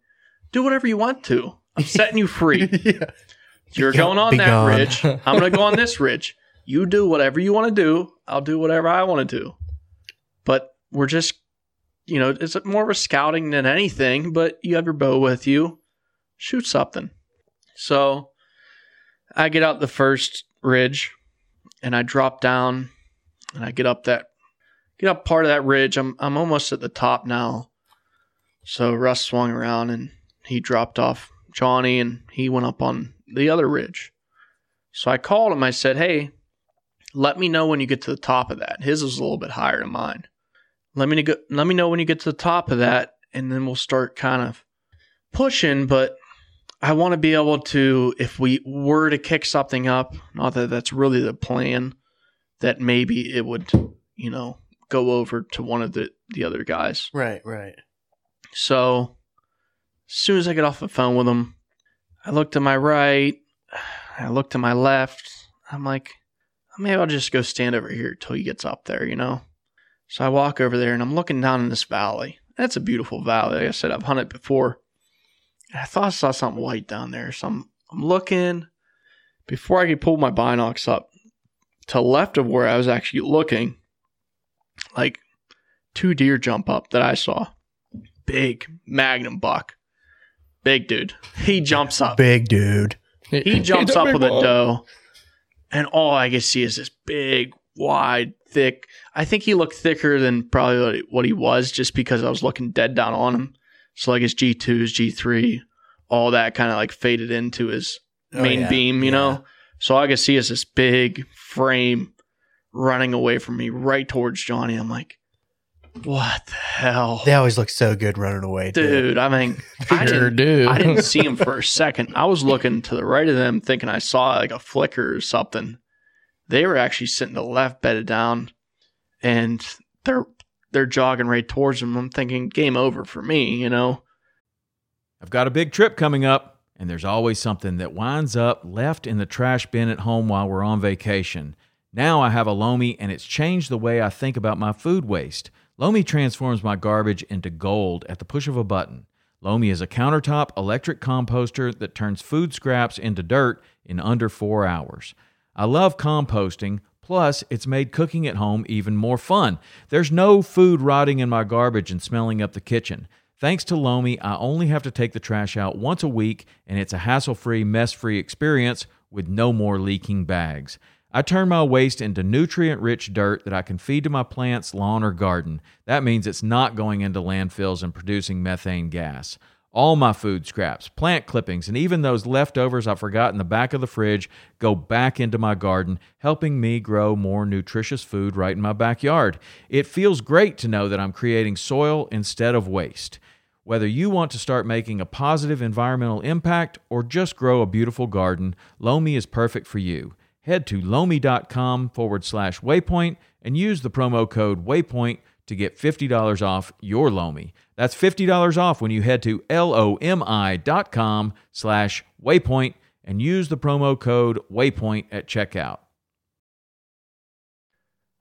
do whatever you want to. I'm setting you free. yeah. You're Yeah, going on be that gone. ridge. I'm gonna go on this ridge. You do whatever you want to do. I'll do whatever I want to do. But we're just, you know, it's more of a scouting than anything. But you have your bow with you. Shoot something. So I get out the first ridge, and I drop down, and I get up that, get up part of that ridge. I'm I'm almost at the top now. So Russ swung around and he dropped off Johnny and he went up on the other ridge. So I called him. I said, Hey, let me know when you get to the top of that. His was a little bit higher than mine. Let me, go, let me know when you get to the top of that, and then we'll start kind of pushing. But I want to be able to, if we were to kick something up, not that that's really the plan, that maybe it would, you know, go over to one of the, the other guys. Right. Right. So, as soon as I get off the phone with him, I look to my right, I look to my left. I'm like, maybe I'll just go stand over here till he gets up there, you know? So I walk over there and I'm looking down in this valley. That's a beautiful valley. Like I said, I've hunted before. And I thought I saw something white down there. So I'm, I'm looking. Before I could pull my binocs up, to the left of where I was actually looking, like two deer jump up that I saw. Big magnum buck. Big dude. He jumps up. Big dude. He jumps up with a dog. doe, and all I can see is this big, wide, thick. I think he looked thicker than probably what he- what he was, just because I was looking dead down on him. So like his G two, his G three, all that kind of like faded into his Oh, main yeah. beam, you Yeah. know. So all I could see is this big frame running away from me, right towards Johnny. I'm like, what the hell, They always look so good running away, dude. dude? I mean, I Sure didn't, do. I didn't see him for a second. I was looking to the right of them, thinking I saw like a flicker or something. They were actually sitting to the left, bedded down, and they're they're jogging right towards them. I'm thinking, game over for me, you know. I've got a big trip coming up, and there's always something that winds up left in the trash bin at home while we're on vacation. Now I have a Lomi, and it's changed the way I think about my food waste. Lomi transforms my garbage into gold at the push of a button. Lomi is a countertop electric composter that turns food scraps into dirt in under four hours. I love composting. Plus, it's made cooking at home even more fun. There's no food rotting in my garbage and smelling up the kitchen. Thanks to Lomi, I only have to take the trash out once a week, and it's a hassle free, mess free experience with no more leaking bags. I turn my waste into nutrient rich dirt that I can feed to my plants, lawn, or garden. That means it's not going into landfills and producing methane gas. All my food scraps, plant clippings, and even those leftovers I forgot in the back of the fridge go back into my garden, helping me grow more nutritious food right in my backyard. It feels great to know that I'm creating soil instead of waste. Whether you want to start making a positive environmental impact or just grow a beautiful garden, Lomi is perfect for you. Head to lomi.com forward slash waypoint and use the promo code waypoint to get $50 off your Lomi. That's $50 off when you head to lomi.com slash waypoint and use the promo code waypoint at checkout.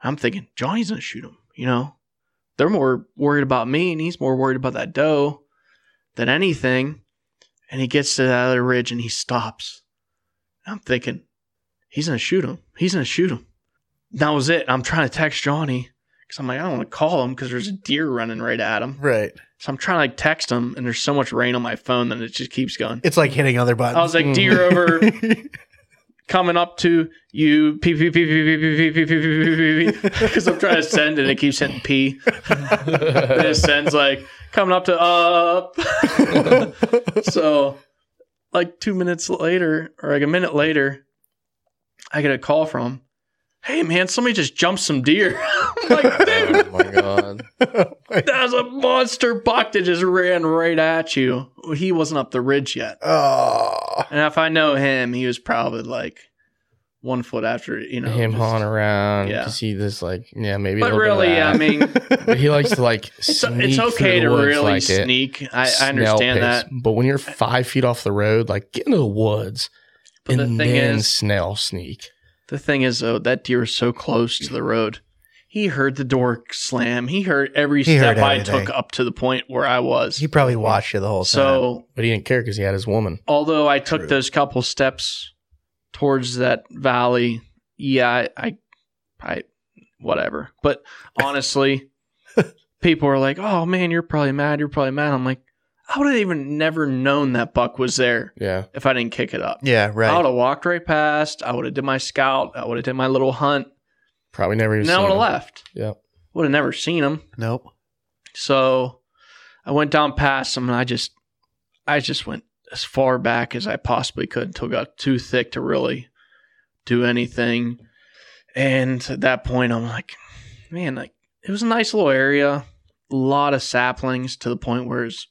I'm thinking Johnny's gonna shoot him. You know, they're more worried about me, and he's more worried about that doe than anything. And he gets to that other ridge, and he stops. I'm thinking he's gonna shoot him. He's gonna shoot him. That was it. I'm trying to text Johnny because I'm like I don't want to call him because there's a deer running right at him. Right. So I'm trying to like text him, and there's so much rain on my phone that it just keeps going. It's like hitting other I was buttons. Mm. like, deer over, coming up to you, p p p p p p p p p p p p because I'm trying to send and it keeps hitting p. Then it sends like coming up to up. so, like two minutes later, or like a minute later, I get a call from, him, "Hey man, somebody just jumped some deer." I'm like, dude, Oh my god. that was a monster buck that just ran right at you. He wasn't up the ridge yet. oh. And if I know him, he was probably like one foot after, you know. Him just- hawing around. Yeah. You see this like yeah, maybe. a But little bit really, of I that. mean, But he likes to like it's, sneak it's okay to through the woods really like it. sneak. I, I Smell understand piss. that. But when you're five feet off the road, like get into the woods But the and thing then is- snail sneak. The thing is, though, that deer was so close to the road. He heard the door slam. He heard every He step heard I everything. took up to the point where I was. He probably watched you the whole time. so But he didn't care because he had his woman. although I took True. those couple steps towards that valley, yeah, I, I, I whatever. But honestly, people are like, "Oh man, you're probably mad. You're probably mad." I'm like, I would have even never known that buck was there Yeah. if I didn't kick it up. yeah, I would right. have walked right past. I would have did my scout. I would have did my little hunt. Probably never even And then I seen would have him. left. Yep. Would have never seen him. Nope. So I went down past them and I just I just went as far back as I possibly could until it got too thick to really do anything. And at that point I'm like, man, like it was a nice little area. A lot of saplings to the point where it's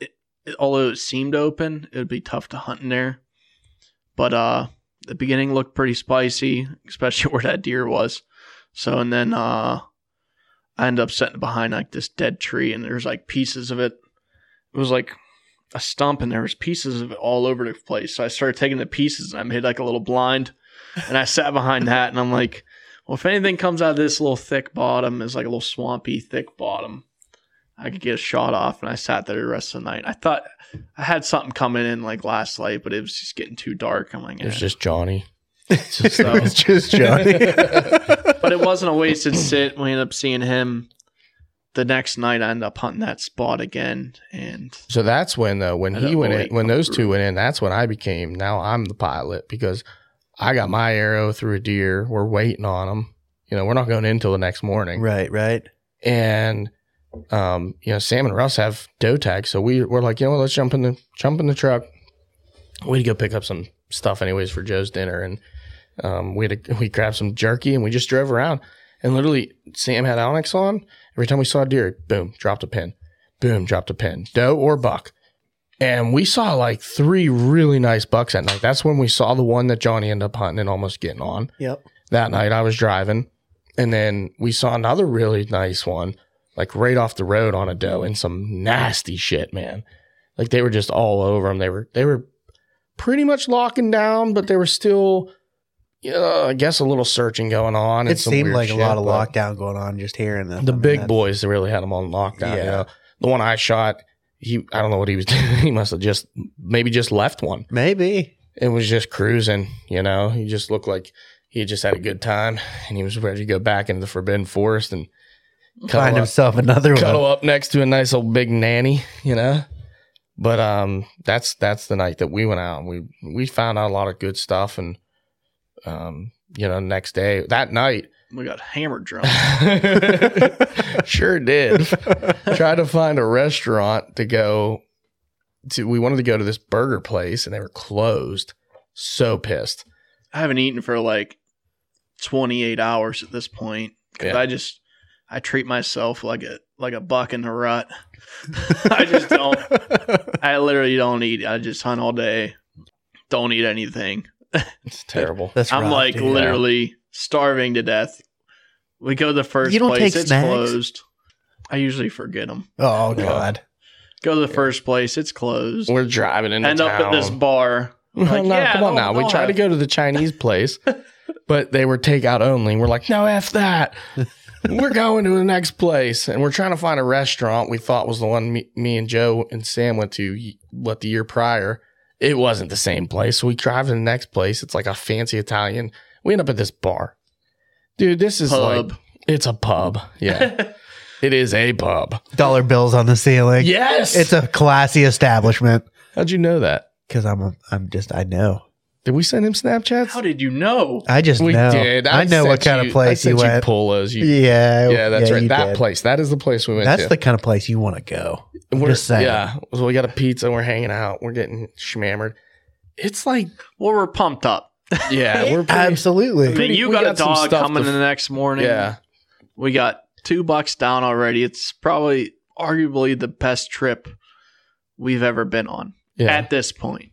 it, it- although it seemed open, it would be tough to hunt in there. But uh the beginning looked pretty spicy, especially where that deer was. So and then uh I ended up sitting behind like this dead tree, and there's like pieces of it. It was like a stump, and there was pieces of it all over the place. So I started taking the pieces, and I made like a little blind, and I sat behind that, and I'm like, well, if anything comes out of this little thick bottom, it's like a little swampy thick bottom. I could get a shot off, and I sat there the rest of the night. I thought I had something coming in like last night, but it was just getting too dark. I'm like, It was eh. just Johnny. So- it's just Johnny. but it wasn't a wasted sit. We ended up seeing him the next night. I ended up hunting that spot again, and So that's when though when I he don't went know in, where when he those come two through. went in, that's when I became now I'm the pilot because I got my arrow through a deer. We're waiting on them. You know, we're not going in until the next morning. right, right. And um, you know, Sam and Russ have doe tags, so we we're like, you know what, let's jump in the jump in the truck. We had to go pick up some stuff anyways for Joe's dinner, and um, we had to, we grabbed some jerky and we just drove around. And literally, Sam had Onyx on. Every time we saw a deer, boom, dropped a pin, boom, dropped a pin, doe or buck. And we saw like three really nice bucks that night. That's when we saw the one that Johnny ended up hunting and almost getting on Yep. that night I was driving and then we saw another really nice one like right off the road on a doe and some nasty shit man like they were just all over them they were they were pretty much locking down but they were still you know, I guess a little searching going on and It some seemed weird like shit, a lot of but- lockdown going on just here and the big boys that really had him on Yeah. lockdown. You know? The one I shot, he I don't know what he was doing. he must have just maybe just left one. Maybe. It was just cruising, you know. He just looked like he had just had a good time and he was ready to go back into the forbidden forest and cuddle Find up- himself another cuddle one. up next to a nice old big nanny, you know. But um, that's that's the night that we went out and we we found out a lot of good stuff and um, you know, next day that night we got hammered drunk. sure did. Tried to find a restaurant to go to. We wanted to go to this burger place and they were closed. So pissed. I haven't eaten for like 28 hours at this point 'cause Yeah. I just I treat myself like a like a buck in the rut. I just don't. I literally don't eat. I just hunt all day. Don't eat anything. It's terrible. That's I'm rough, like dude. literally starving to death. We go to the first You don't place. take it's snacks? closed. I usually forget them. Oh Yeah. God. Go to the first place. It's closed. We're driving into End town. up at this bar. Well, Like, no, yeah, come on they'll- now. We they'll tried to have- go to the Chinese place, but they were takeout only. We're like, no, F that. we're going to the next place. And we're trying to find a restaurant we thought was the one me, me and Joe and Sam went to y- what the year prior. It wasn't the same place. So we drive to the next place. It's like a fancy Italian. We end up at this bar. Dude, this is Pub. like, it's a pub. Yeah. it is a pub. Dollar bills on the ceiling. Yes. It's a classy establishment. How'd you know that? Because I'm a, I'm just I know. Did we send him Snapchats? How did you know? I just we know. did. I, know what sent kind of you- place I you sent went. Polos. You, yeah. yeah, that's right. you That did. place. That is the place we went That's to. the kind of place you want to go. I'm We're- just saying. Yeah. So we got a pizza. We're hanging out. We're getting shmammered. It's like, Well, we're pumped up. yeah, we're pretty, Absolutely. Then Pretty- you we got, got a some dog stuff coming to- in the next morning. yeah. We got two bucks down already. It's probably arguably the best trip we've ever been on Yeah. at this point.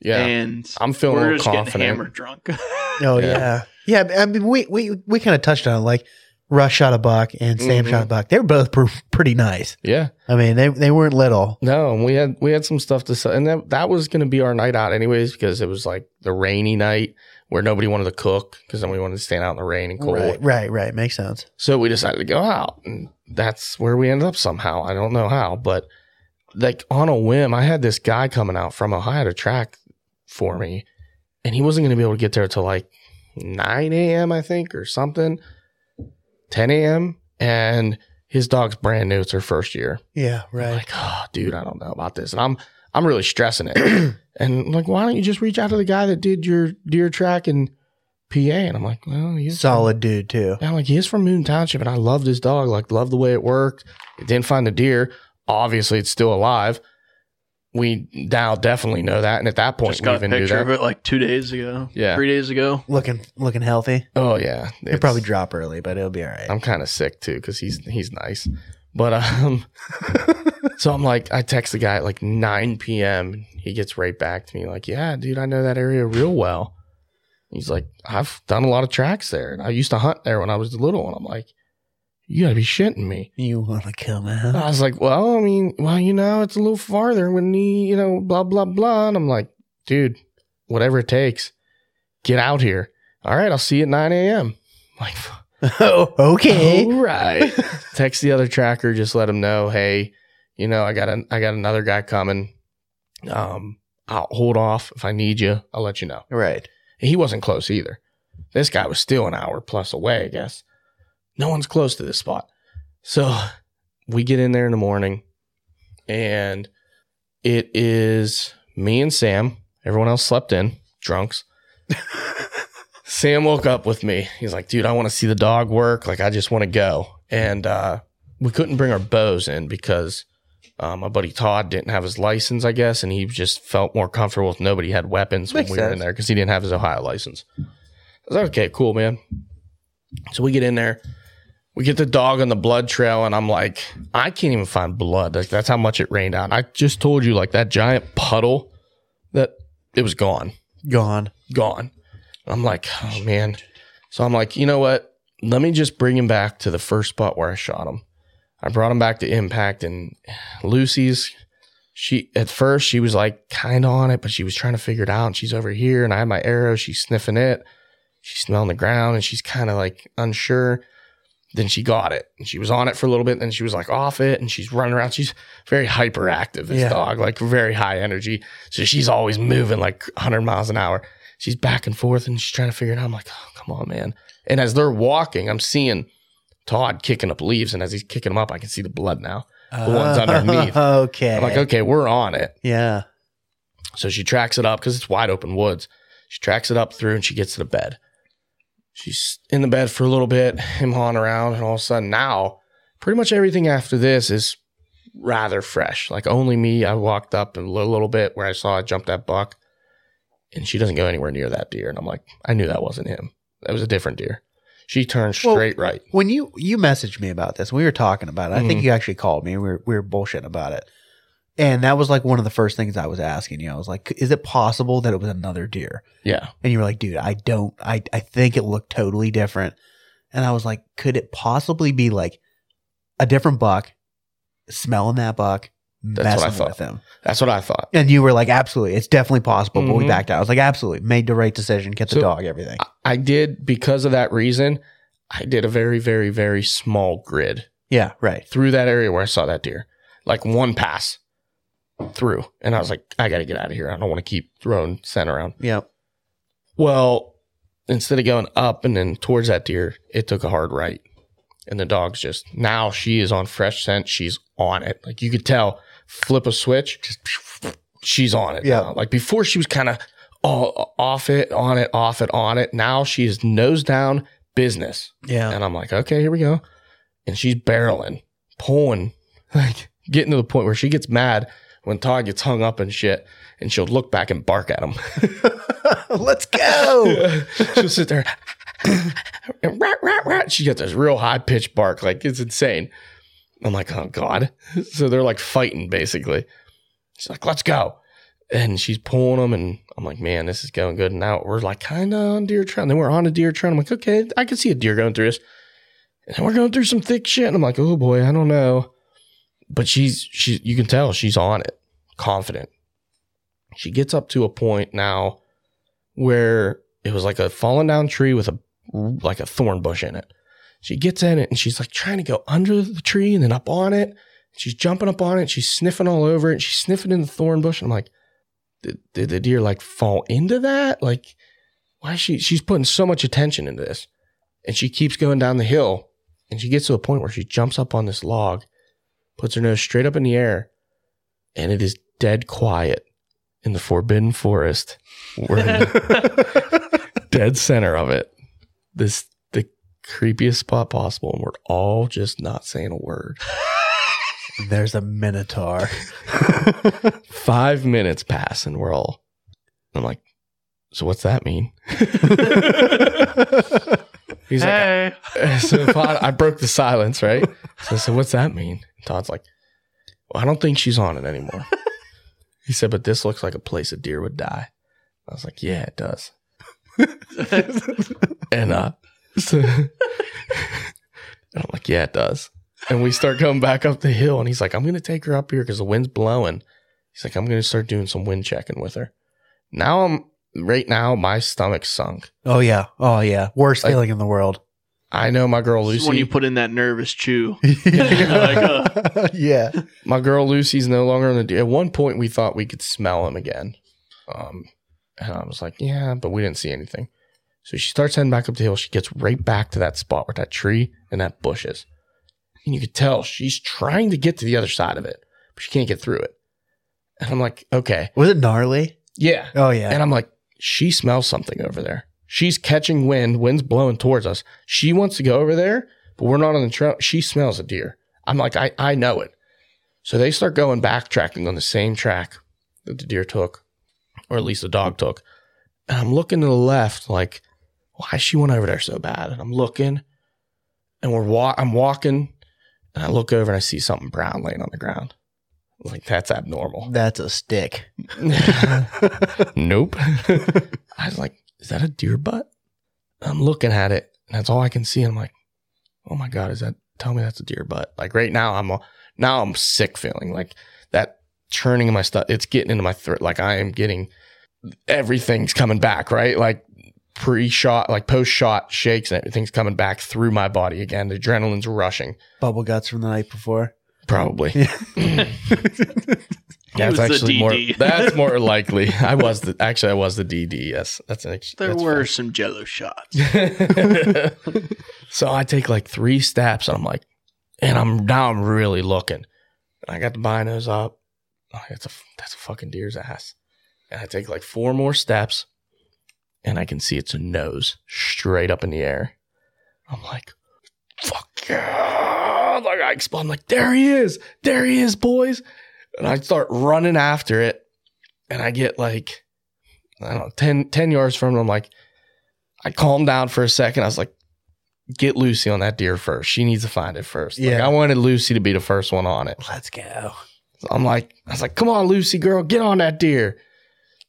yeah. And I'm feeling a we're little just getting confident. hammered drunk. Oh Yeah. yeah. yeah, I mean, we we we kind of touched on it. Like Rush shot a buck and Sam Mhm. shot a buck. They were both pr- pretty nice. yeah. I mean, they they weren't little. No, and we had we had some stuff to sell, and that that was going to be our night out anyways because it was like the rainy night where nobody wanted to cook because then we wanted to stand out in the rain and cold. Right, right, right. Makes sense. So we decided to go out, and that's where we ended up somehow. I don't know how, but like on a whim, I had this guy coming out from Ohio to track for me, and he wasn't going to be able to get there till like 9 a.m., I think, or something, 10 a.m. And his dog's brand new; it's her first year. Yeah, I'm right. like, oh, dude, I don't know about this, and I'm I'm really stressing it. and I'm like, why don't you just reach out to the guy that did your deer track in PA? And I'm like, well, he's Solid dude too. and I'm like, he's from Moon Township, and I loved his dog. Like, loved the way it worked. It didn't find the deer. Obviously, it's still alive. We now definitely know that. And at that point, Just we got a even knew picture that. of it like two days ago. Yeah. Three days ago. Looking looking healthy. Oh yeah, He'll It's- probably drop early, but it'll be all right. I'm kind of sick too because he's he's nice, but um, so I'm like, I text the guy at like 9 p.m. He gets right back to me like, yeah, dude, I know that area real well. He's like, I've done a lot of tracks there, and I used to hunt there when I was little, and I'm like, you gotta be shitting me. You want to come I out? was like, well, I mean, well, you know, it's a little farther when he, you know, blah, blah, blah. And I'm like, dude, whatever it takes, get out here. all right, I'll see you at 9 a.m. Like, oh, okay. Uh, all right. Text the other tracker, just let him know, hey, you know, I got an, I got another guy coming. Um, I'll hold off if I need you. I'll let you know. Right. And he wasn't close either. This guy was still an hour plus away, I guess. No one's close to this spot. So we get in there in the morning and it is me and Sam. Everyone else slept in, drunks. Sam woke up with me. He's like, dude, I want to see the dog work. Like, I just want to go. And uh, we couldn't bring our bows in because uh, my buddy Todd didn't have his license, I guess. And he just felt more comfortable if nobody had weapons Makes when we were in sense. there because he didn't have his Ohio license. I was like, okay, cool, man. So we get in there. We get the dog on the blood trail, and I'm like, I can't even find blood. Like, that's how much it rained out. I just told you, like, that giant puddle that it was gone Gone. gone. And I'm like, oh man. So I'm like, you know what? Let me just bring him back to the first spot where I shot him. I brought him back to impact and Lucy's she at first she was like kind of on it, but she was trying to figure it out. And she's over here and I had my arrow, she's sniffing it. She's smelling the ground and she's kind of like unsure. Then she got it and she was on it for a little bit. Then she was like off it and she's running around. She's very hyperactive, this Yeah. dog, like very high energy. So she's always moving like 100 miles an hour she's back and forth and she's trying to figure it out. I'm like, oh, come on, man. And as they're walking, I'm seeing Todd kicking up leaves. And as he's kicking them up, I can see the blood now. The ones underneath. Okay. I'm like, okay, we're on it. Yeah. So she tracks it up because it's wide open woods. She tracks it up through and she gets to the bed. She's in the bed for a little bit, him hawing around, and all of a sudden now, pretty much everything after this is rather fresh. Like only me, I walked up a little, little bit where I saw I jumped that buck, and she doesn't go anywhere near that deer. And I'm like, I knew that wasn't him. That was a different deer. She turned Well- straight right. Mm-hmm. When you you messaged me about this, we were talking about it. I think you actually called me. We were we were bullshitting about it, and that was like one of the first things I was asking you. I was like, "Is it possible that it was another deer?" Yeah. And you were like, "Dude, I don't. I I think it looked totally different." And I was like, "Could it possibly be like a different buck, smelling that buck, what I messing thought. with him?" That's what I thought. And you were like, "Absolutely, it's definitely possible." But we Mhm. backed out. I was like, "Absolutely, made the right decision. Get the So- dog, everything." I did because of that reason, I did a very, very, very small grid. yeah, right. through that area where I saw that deer, like one pass through. And I was like, I got to get out of here. I don't want to keep throwing scent around. Yeah. Well, instead of going up and then towards that deer, it took a hard right. And the dog's just now she is on fresh scent. She's on it. Like you could tell, flip a switch, just she's on it. Yeah. now. Like before she was kind of all off it, on it, off it, on it. Now she is nose down business. Yeah. And I'm like, okay, here we go. And she's barreling, pulling, like getting to the point where she gets mad when Todd gets hung up and shit, and she'll look back and bark at him. Let's go. she'll sit there. and rat, rat, rat. She got this real high pitched bark. Like it's insane. I'm like, oh God. So they're like fighting basically. She's like, let's go. And she's pulling them, and I'm like, man, this is going good. And now we're like kind of on deer trail. And then we're on a deer trail. I'm like, okay, I can see a deer going through this. And then we're going through some thick shit. And I'm like, oh boy, I don't know. But she's she's you can tell she's on it, confident. She gets up to a point now where it was like a fallen down tree with a like a thorn bush in it. She gets in it and she's like trying to go under the tree and then up on it. She's jumping up on it. She's sniffing all over it. She's sniffing in the thorn bush. I'm like, did, did the deer like fall into that? Like, why is she? She's putting so much attention into this, and she keeps going down the hill, and she gets to a point where she jumps up on this log, puts her nose straight up in the air, and it is dead quiet in the forbidden forest. We're in dead center of it. This the creepiest spot possible, and we're all just not saying a word. There's a minotaur. Five minutes pass, and we're all. I'm like, so what's that mean? He's like, "Uh, Hey. so if I, I broke the silence, right? So I said, What's that mean? Todd's like, Well, I don't think she's on it anymore. He said, But this looks like a place a deer would die. I was like, Yeah, it does. and uh, so, and I'm like, Yeah, it does. And we start going back up the hill, and he's like, I'm going to take her up here because the wind's blowing. He's like, I'm going to start doing some wind checking with her. Now I'm right now my stomach sunk. Oh yeah. Oh yeah. Worst Like- feeling in the world. I know my girl This is Lucy. when you put in that nervous chew. uh, uh, yeah. my girl Lucy's no longer in the. At one point, we thought we could smell him again. Um, and I was like, yeah, but we didn't see anything. So she starts heading back up the hill. She gets right back to that spot where that tree and that bush is. And you could tell she's trying to get to the other side of it, but she can't get through it. And I'm like, okay, Was it gnarly? yeah. Oh yeah. And I'm like, she smells something over there. She's catching wind. Wind's blowing towards us. She wants to go over there, but we're not on the trail. She smells a deer. I'm like, I, I know it. So they start going backtracking on the same track that the deer took, or at least the dog took. And I'm looking to the left, like, why she went over there so bad? And I'm looking, and we're wa- I'm walking, and I look over and I see something brown laying on the ground. I'm like, that's abnormal. That's a stick. nope. I was like, is that a deer butt? I'm looking at it, and that's all I can see. I'm like, oh my god, is that? Tell me that's a deer butt. Like right now, I'm a, now I'm sick feeling like that churning in my stuff. It's getting into my throat. Like I am getting everything's coming back. Right, like pre-shot, like post-shot shakes, and everything's coming back through my body again. The adrenaline's rushing. Bubble guts from the night before. Probably. was that's the actually more. DD. That's more likely. I was the actually I was the DD. Yes, that's an. ex- There that's were some jello shots. fair. so I take like three steps, and I'm like, and I'm now I'm really looking. And I got the binos up. I'm like, that's a that's a fucking deer's ass. And I take like four more steps, and I can see its nose straight up in the air. I'm like, fuck yeah! Like I explode. I'm like, there he is, there he is, boys. And I start running after it, and I get like, I don't know, 10, 10 yards from him. I'm like, I calmed down for a second. I was like, get Lucy on that deer first. She needs to find it first. Like, Yeah. I wanted Lucy to be the first one on it. Let's go. So I'm like, I was like, come on, Lucy girl, get on that deer.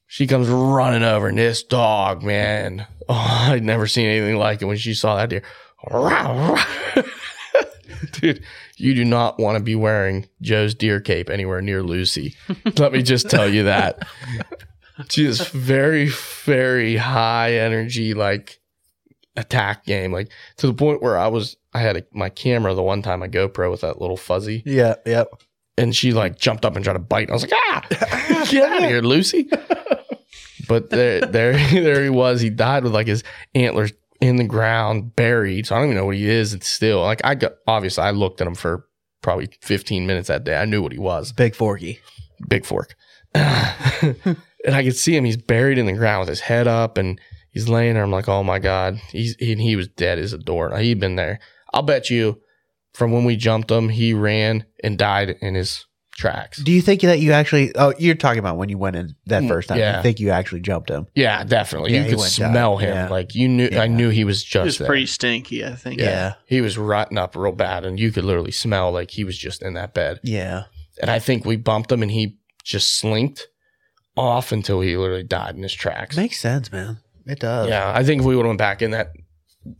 She comes running over, and this dog, man, oh, I'd never seen anything like it when she saw that deer. Rah, rah. Dude, you do not want to be wearing Joe's deer cape anywhere near Lucy. Let me just tell you that. She is very, very high energy, like attack game, like to the point where I was, I had a, my camera the one time, my GoPro with that little fuzzy Yeah. Yep. and she like jumped up and tried to bite. I was like, ah, get out of here, Lucy. but there, there, there he was. He died with like his antlers in the ground, buried. So I don't even know what he is. It's still like I got obviously I looked at him for probably 15 minutes that day. I knew what he was. Big forky. Big fork. and I could see him. He's buried in the ground with his head up and he's laying there. I'm like, oh my God. He's he, he was dead as a door. He'd been there. I'll bet you from when we jumped him, he ran and died in his tracks. Do you think that you actually? Oh, you're talking about when you went in that Mm, first time. yeah. You think you actually jumped him? Yeah, definitely. Yeah, you he could went smell down. him. Yeah. Like you knew, Yeah. I knew he was It just was there. pretty stinky, I think. Yeah. He was rotting up real bad, and you could literally smell like he was just in that bed. Yeah. And I think we bumped him, and he just slinked off until he literally died in his tracks. Makes sense, man. It does. yeah, I think if we would have went back in that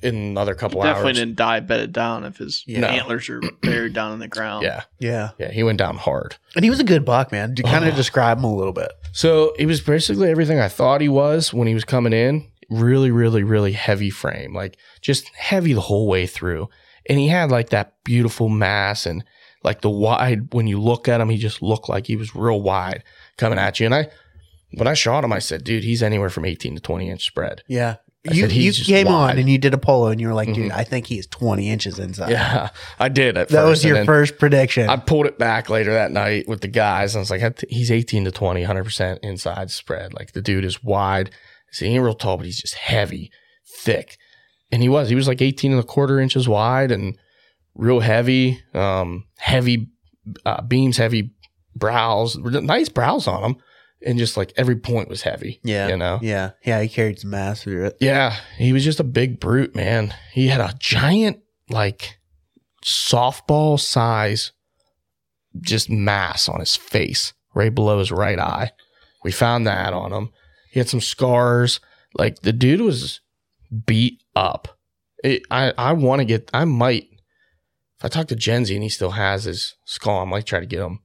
in another He couple definitely hours. didn't die bedded down if his Yeah. antlers are buried down in the ground. Yeah, Yeah. yeah, he went down hard. And he was a good buck, man. To kind Oh. of describe him a little bit. So he was basically everything I thought he was when he was coming in. Really, really, really heavy frame, like just heavy the whole way through. And he had like that beautiful mass and like the wide. When you look at him, he just looked like he was real wide coming at you. And I, when I shot him, I said, "Dude, he's anywhere from eighteen to twenty inch spread." Yeah. I You, said he's you just came wide. on and you did a polo and you were like, dude, Mhm. I think he's 20 inches inside. Yeah, I did. At That first, was and your then first prediction. I pulled it back later that night with the guys. And I was like, I th- he's 18 to 20, 100% inside spread. Like the dude is wide. See, he ain't real tall, but he's just heavy, thick. And he was, he was like 18 and a quarter inches wide and real heavy, um, heavy uh, beams, heavy brows, nice brows on him. And just like every point was heavy. yeah. You know? Yeah. Yeah. He carried some mass through it. Yeah, he was just a big brute, man. He had a giant, like, softball size, just mass on his face, right below his right eye. We found that on him. He had some scars. Like, the dude was beat up. It, I, I want to get, I might, if I talk to Gen Z and he still has his skull, I might try to get him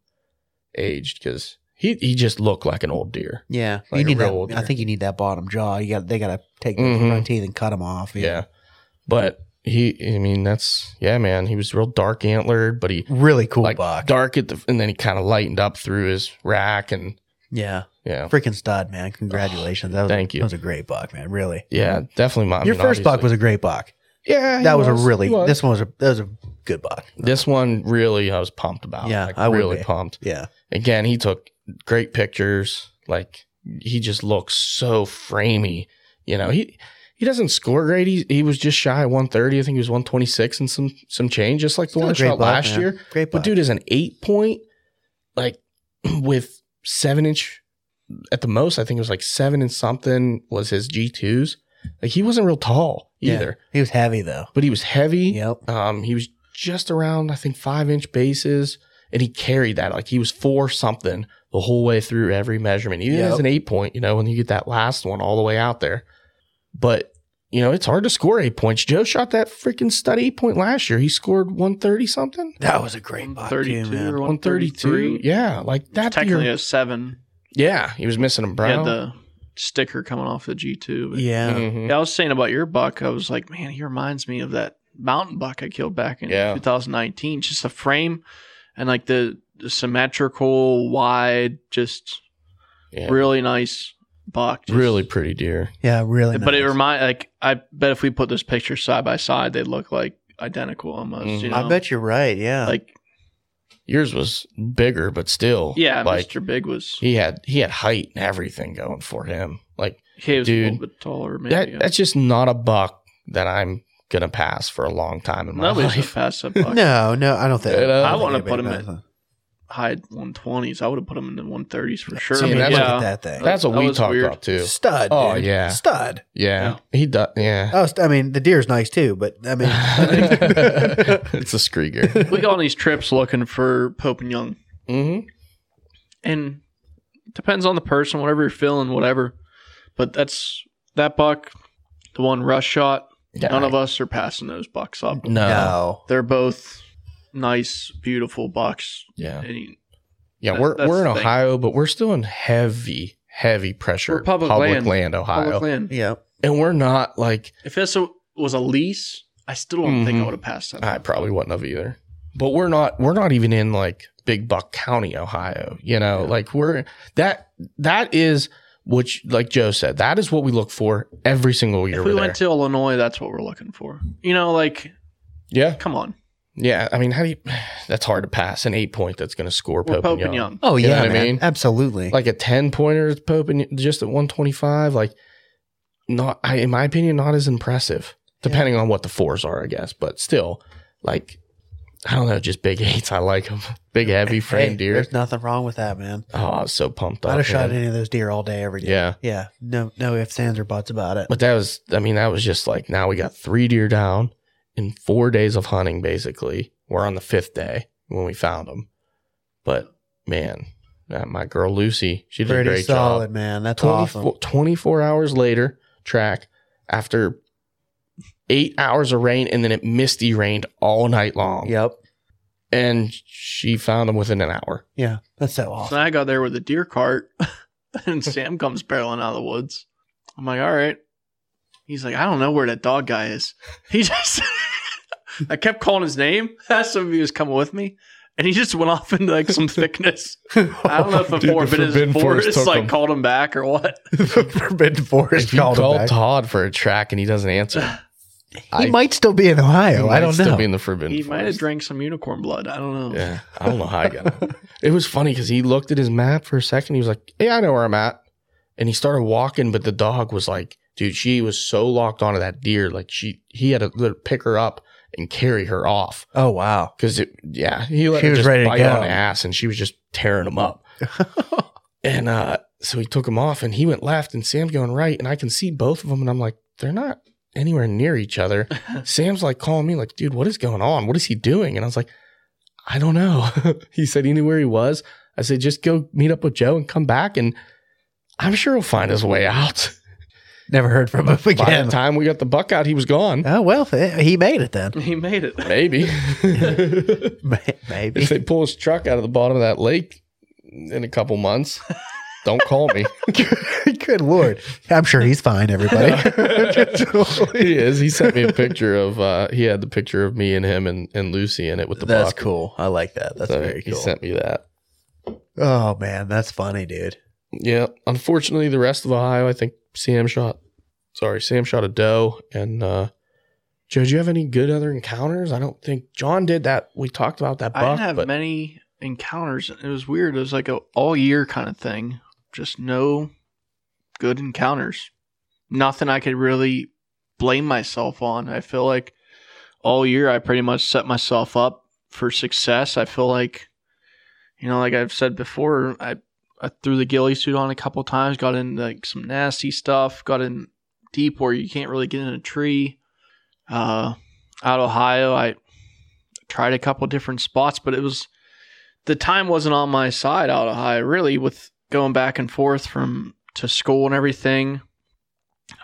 aged because He he just looked like an old deer. Yeah, you Like a need real that, old I deer. think you need that bottom jaw. You got they got to take those Mhm. front teeth and cut them off. Yeah. But he, I mean, that's, yeah, man. He was real dark antlered, but he really cool like buck. dark at the, and then he kind of lightened up through his rack and, yeah, yeah. freaking stud, man! Congratulations. that was thank you. That was a great buck, man. Really. Yeah, definitely. My, I Your mean, first buck obviously- was a great buck. yeah, he That was, a he really was. this one was a that was a good buck. This one really, I was pumped about. Yeah, Like, I would really be. pumped. Yeah, Again, he took great pictures. Like he just looks so framey. You know, he he doesn't score great. He he was just shy of 130. I think he was 126 and some some change, just like the Still one a I great shot buck, last man. year. great buck. But dude is an eight point, like with seven inch at the most. I think it was like seven and something was his G twos. Like he wasn't real tall Yeah. either, he was heavy though. but he was heavy. Yep. Um, he was just around, I think, five inch bases, and he carried that. Like he was four something the whole way through every measurement, even Yep. as an eight point, you know, when you get that last one all the way out there. But, you know, it's hard to score eight points. Joe shot that freaking stud eight point last year. He scored 130 something, That was a great buck. Thirty 32 two. Man. or 132. 133. Yeah. Like that. Technically deer- a seven. yeah. He was missing a He had brown. the uh, sticker coming off the G two. Yeah. Mhm. Yeah, I was saying about your buck. I was like, man, he reminds me of that mountain buck I killed back in Yeah. 2019. Just the frame and like the, the symmetrical, wide, just Yeah. really nice buck. Just- Really pretty deer. Yeah, really. But it nice. remind like I bet if we put those pictures side by side, they look like identical almost. You Mhm. know? I bet you're right. Yeah. Like Yours was bigger, but still. yeah, Like Mr. Big was he had, he had height and everything going for him. Like, he was a dude, little bit taller. Maybe That, that's just not a buck that I'm gonna pass for a long time in my nobody's gonna life. pass that buck. no, no, I don't think. You know? don't I think wanna anybody put him does. in- High 120s. I would have put him in the 130s for sure. See, I mean, that's- look yeah. at that thing. That's a That we was talk weird. about too. Stud. Oh, dude. yeah. Stud. Yeah, he does. Yeah, I, was, I mean, the deer's nice too, but I mean, it's a screeger. we go on these trips looking for Pope and Young, hmm and it depends on the person, whatever you're feeling, whatever. But that's that buck, the one rush shot. None of us are passing those bucks up. No. no. They're both nice, beautiful bucks. Yeah. And you- Yeah. That- we're that's we're in the thing. Ohio, but we're still in heavy, heavy pressure We're public land. Ohio, public land. Yeah. and we're not like If this a- was a lease, I still don't think I Mhm. would have passed that. I probably wouldn't have either. But we're not we're not even in like Big Buck County, Ohio. You know, like we're that that is which like Joe said, that is what we look for every single year. if we we're went there. to Illinois, that's what we're looking for. You know, like, yeah, come on. yeah. I mean, how do you? That's hard to pass an eight point that's going to score We're Pope, Pope and Young. Young. Oh You know yeah, what I man. mean? absolutely. Like a ten pointer is Pope and just at one twenty five. Like not, I, in my opinion, not as impressive. Depending on what the fours are, I guess, but still, like I don't know, just big eights. I like them. Big heavy frame Hey, deer. There's nothing wrong with that, man. Oh, I was so pumped up. I'd have shot man. any of those deer all day, every day. Yeah. Yeah. No, no ifs, ands, or buts about it. But that was, I mean, that was just like now we got three deer down in four days of hunting, basically. We're on the fifth day when we found them. But man, uh, my girl Lucy, she did a Pretty great solid, job. man. That's 24, awesome. 24 hours later, track after eight hours of rain, and then it misty rained all night long. Yep. And she found them within an hour. Yeah. That's so So awesome. then I got there with a deer cart, and Sam comes barreling out of the woods. I'm like, all right. He's like, I don't know where that dog guy is. He just, I kept calling his name. Asked him if he was coming with me, and he just went off into like some thickness. I don't know if a Dude, the forbidden forbidden forest forest took like him. called him back or what. Forbidden Forest If you called him call back. Todd for a track and he doesn't answer, He I- might still be in Ohio. he I might don't still know. Be in the forbidden He might have forest. drank some unicorn blood. I don't know. Yeah, I don't know how I got it. It was funny because he looked at his map for a second. He was like, "Yeah, I know where I'm at," and he started walking. But the dog was like, "Dude, she was so locked onto that deer. Like she, he had to let- pick her up and carry her off oh wow. because it. Yeah, he let She her was just ready to bite go. on the ass, and she was just tearing him up. and uh, so he took him off, and he went left, and Sam's going right, and I can see both of them, and I'm like, they're not anywhere near each other. Sam's like calling me, like, dude, what is going on? What is he doing? And I was like, I don't know. he said he knew where he was. I said, just go meet up with Joe and come back, and I'm sure he'll find his way out. Never heard from him By again. the time we got the buck out, he was gone. Oh well, eh, he made it then. He made it. Maybe. May- if Maybe. they pull his truck out of the bottom of that lake, in a couple months, don't call me. Good lord. I'm sure he's fine, everybody. he is. He sent me a picture of uh he had the picture of me and him and, and Lucy in it with the that's buck. cool. I like that. That's So very He cool. sent me that. oh man, that's funny, dude. Yeah. Unfortunately, the rest of Ohio, I think Sam shot. Sorry, Sam shot a doe. And uh, Joe, do you have any good other encounters? I don't think John did that. We talked about that buck. I didn't have but many encounters. It was weird. It was like a all year kind of thing. Just no good encounters. Nothing I could really blame myself on. I feel like all year I pretty much set myself up for success. I feel like, you know, like I've said before, I, I threw the ghillie suit on a couple times, got in like some nasty stuff, got in deep where you can't really get in a tree. Uh, out of Ohio, I tried a couple different spots, but it was the time wasn't on my side out of high really with going back and forth from to school and everything.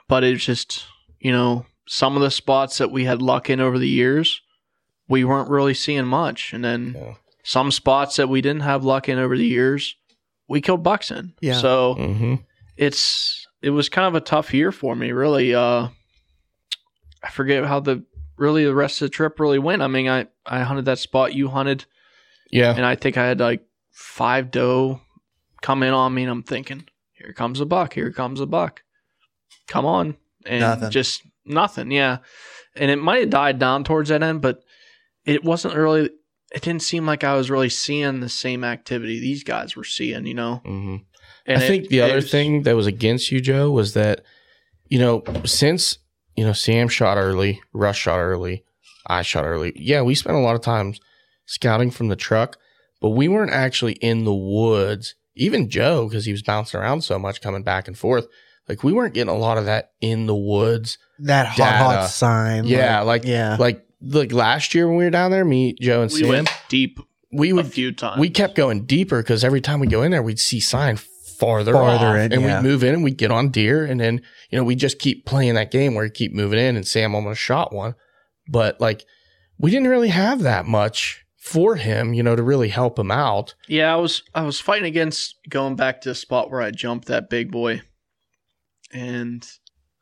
But it's just, you know, some of the spots that we had luck in over the years, we weren't really seeing much. And then Yeah. some spots that we didn't have luck in over the years, we killed bucks in. Yeah. So Mhm. it's it was kind of a tough year for me really uh i forget how the really the rest of the trip really went i mean i i hunted that spot you hunted Yeah. and i think i had like five doe come in on me and i'm thinking here comes a buck here comes a buck come on and Nothing. just nothing yeah and it might have died down towards that end but it wasn't really it didn't seem like i was really seeing the same activity these guys were seeing you know Mhm. and I it- think the other it's- thing that was against you, Joe, was that, you know, since, you know, Sam shot early, Russ shot early, I shot early. Yeah, we spent a lot of time scouting from the truck, but we weren't actually in the woods. Even Joe, because he was bouncing around so much, coming back and forth, like we weren't getting a lot of that in the woods. That hot Data. hot sign. Yeah, like- yeah. Like, like last year when we were down there, me, Joe, and we Sam, went deep we a would few times. we kept going deeper because every time we go in there, we'd see sign farther, Farther off, in, and yeah. we'd move in and we'd get on deer, and then you know we just keep playing that game where you keep moving in, and Sam almost shot one, but like we didn't really have that much for him, you know, to really help him out. Yeah, I was I was fighting against going back to the spot where I jumped that big boy, and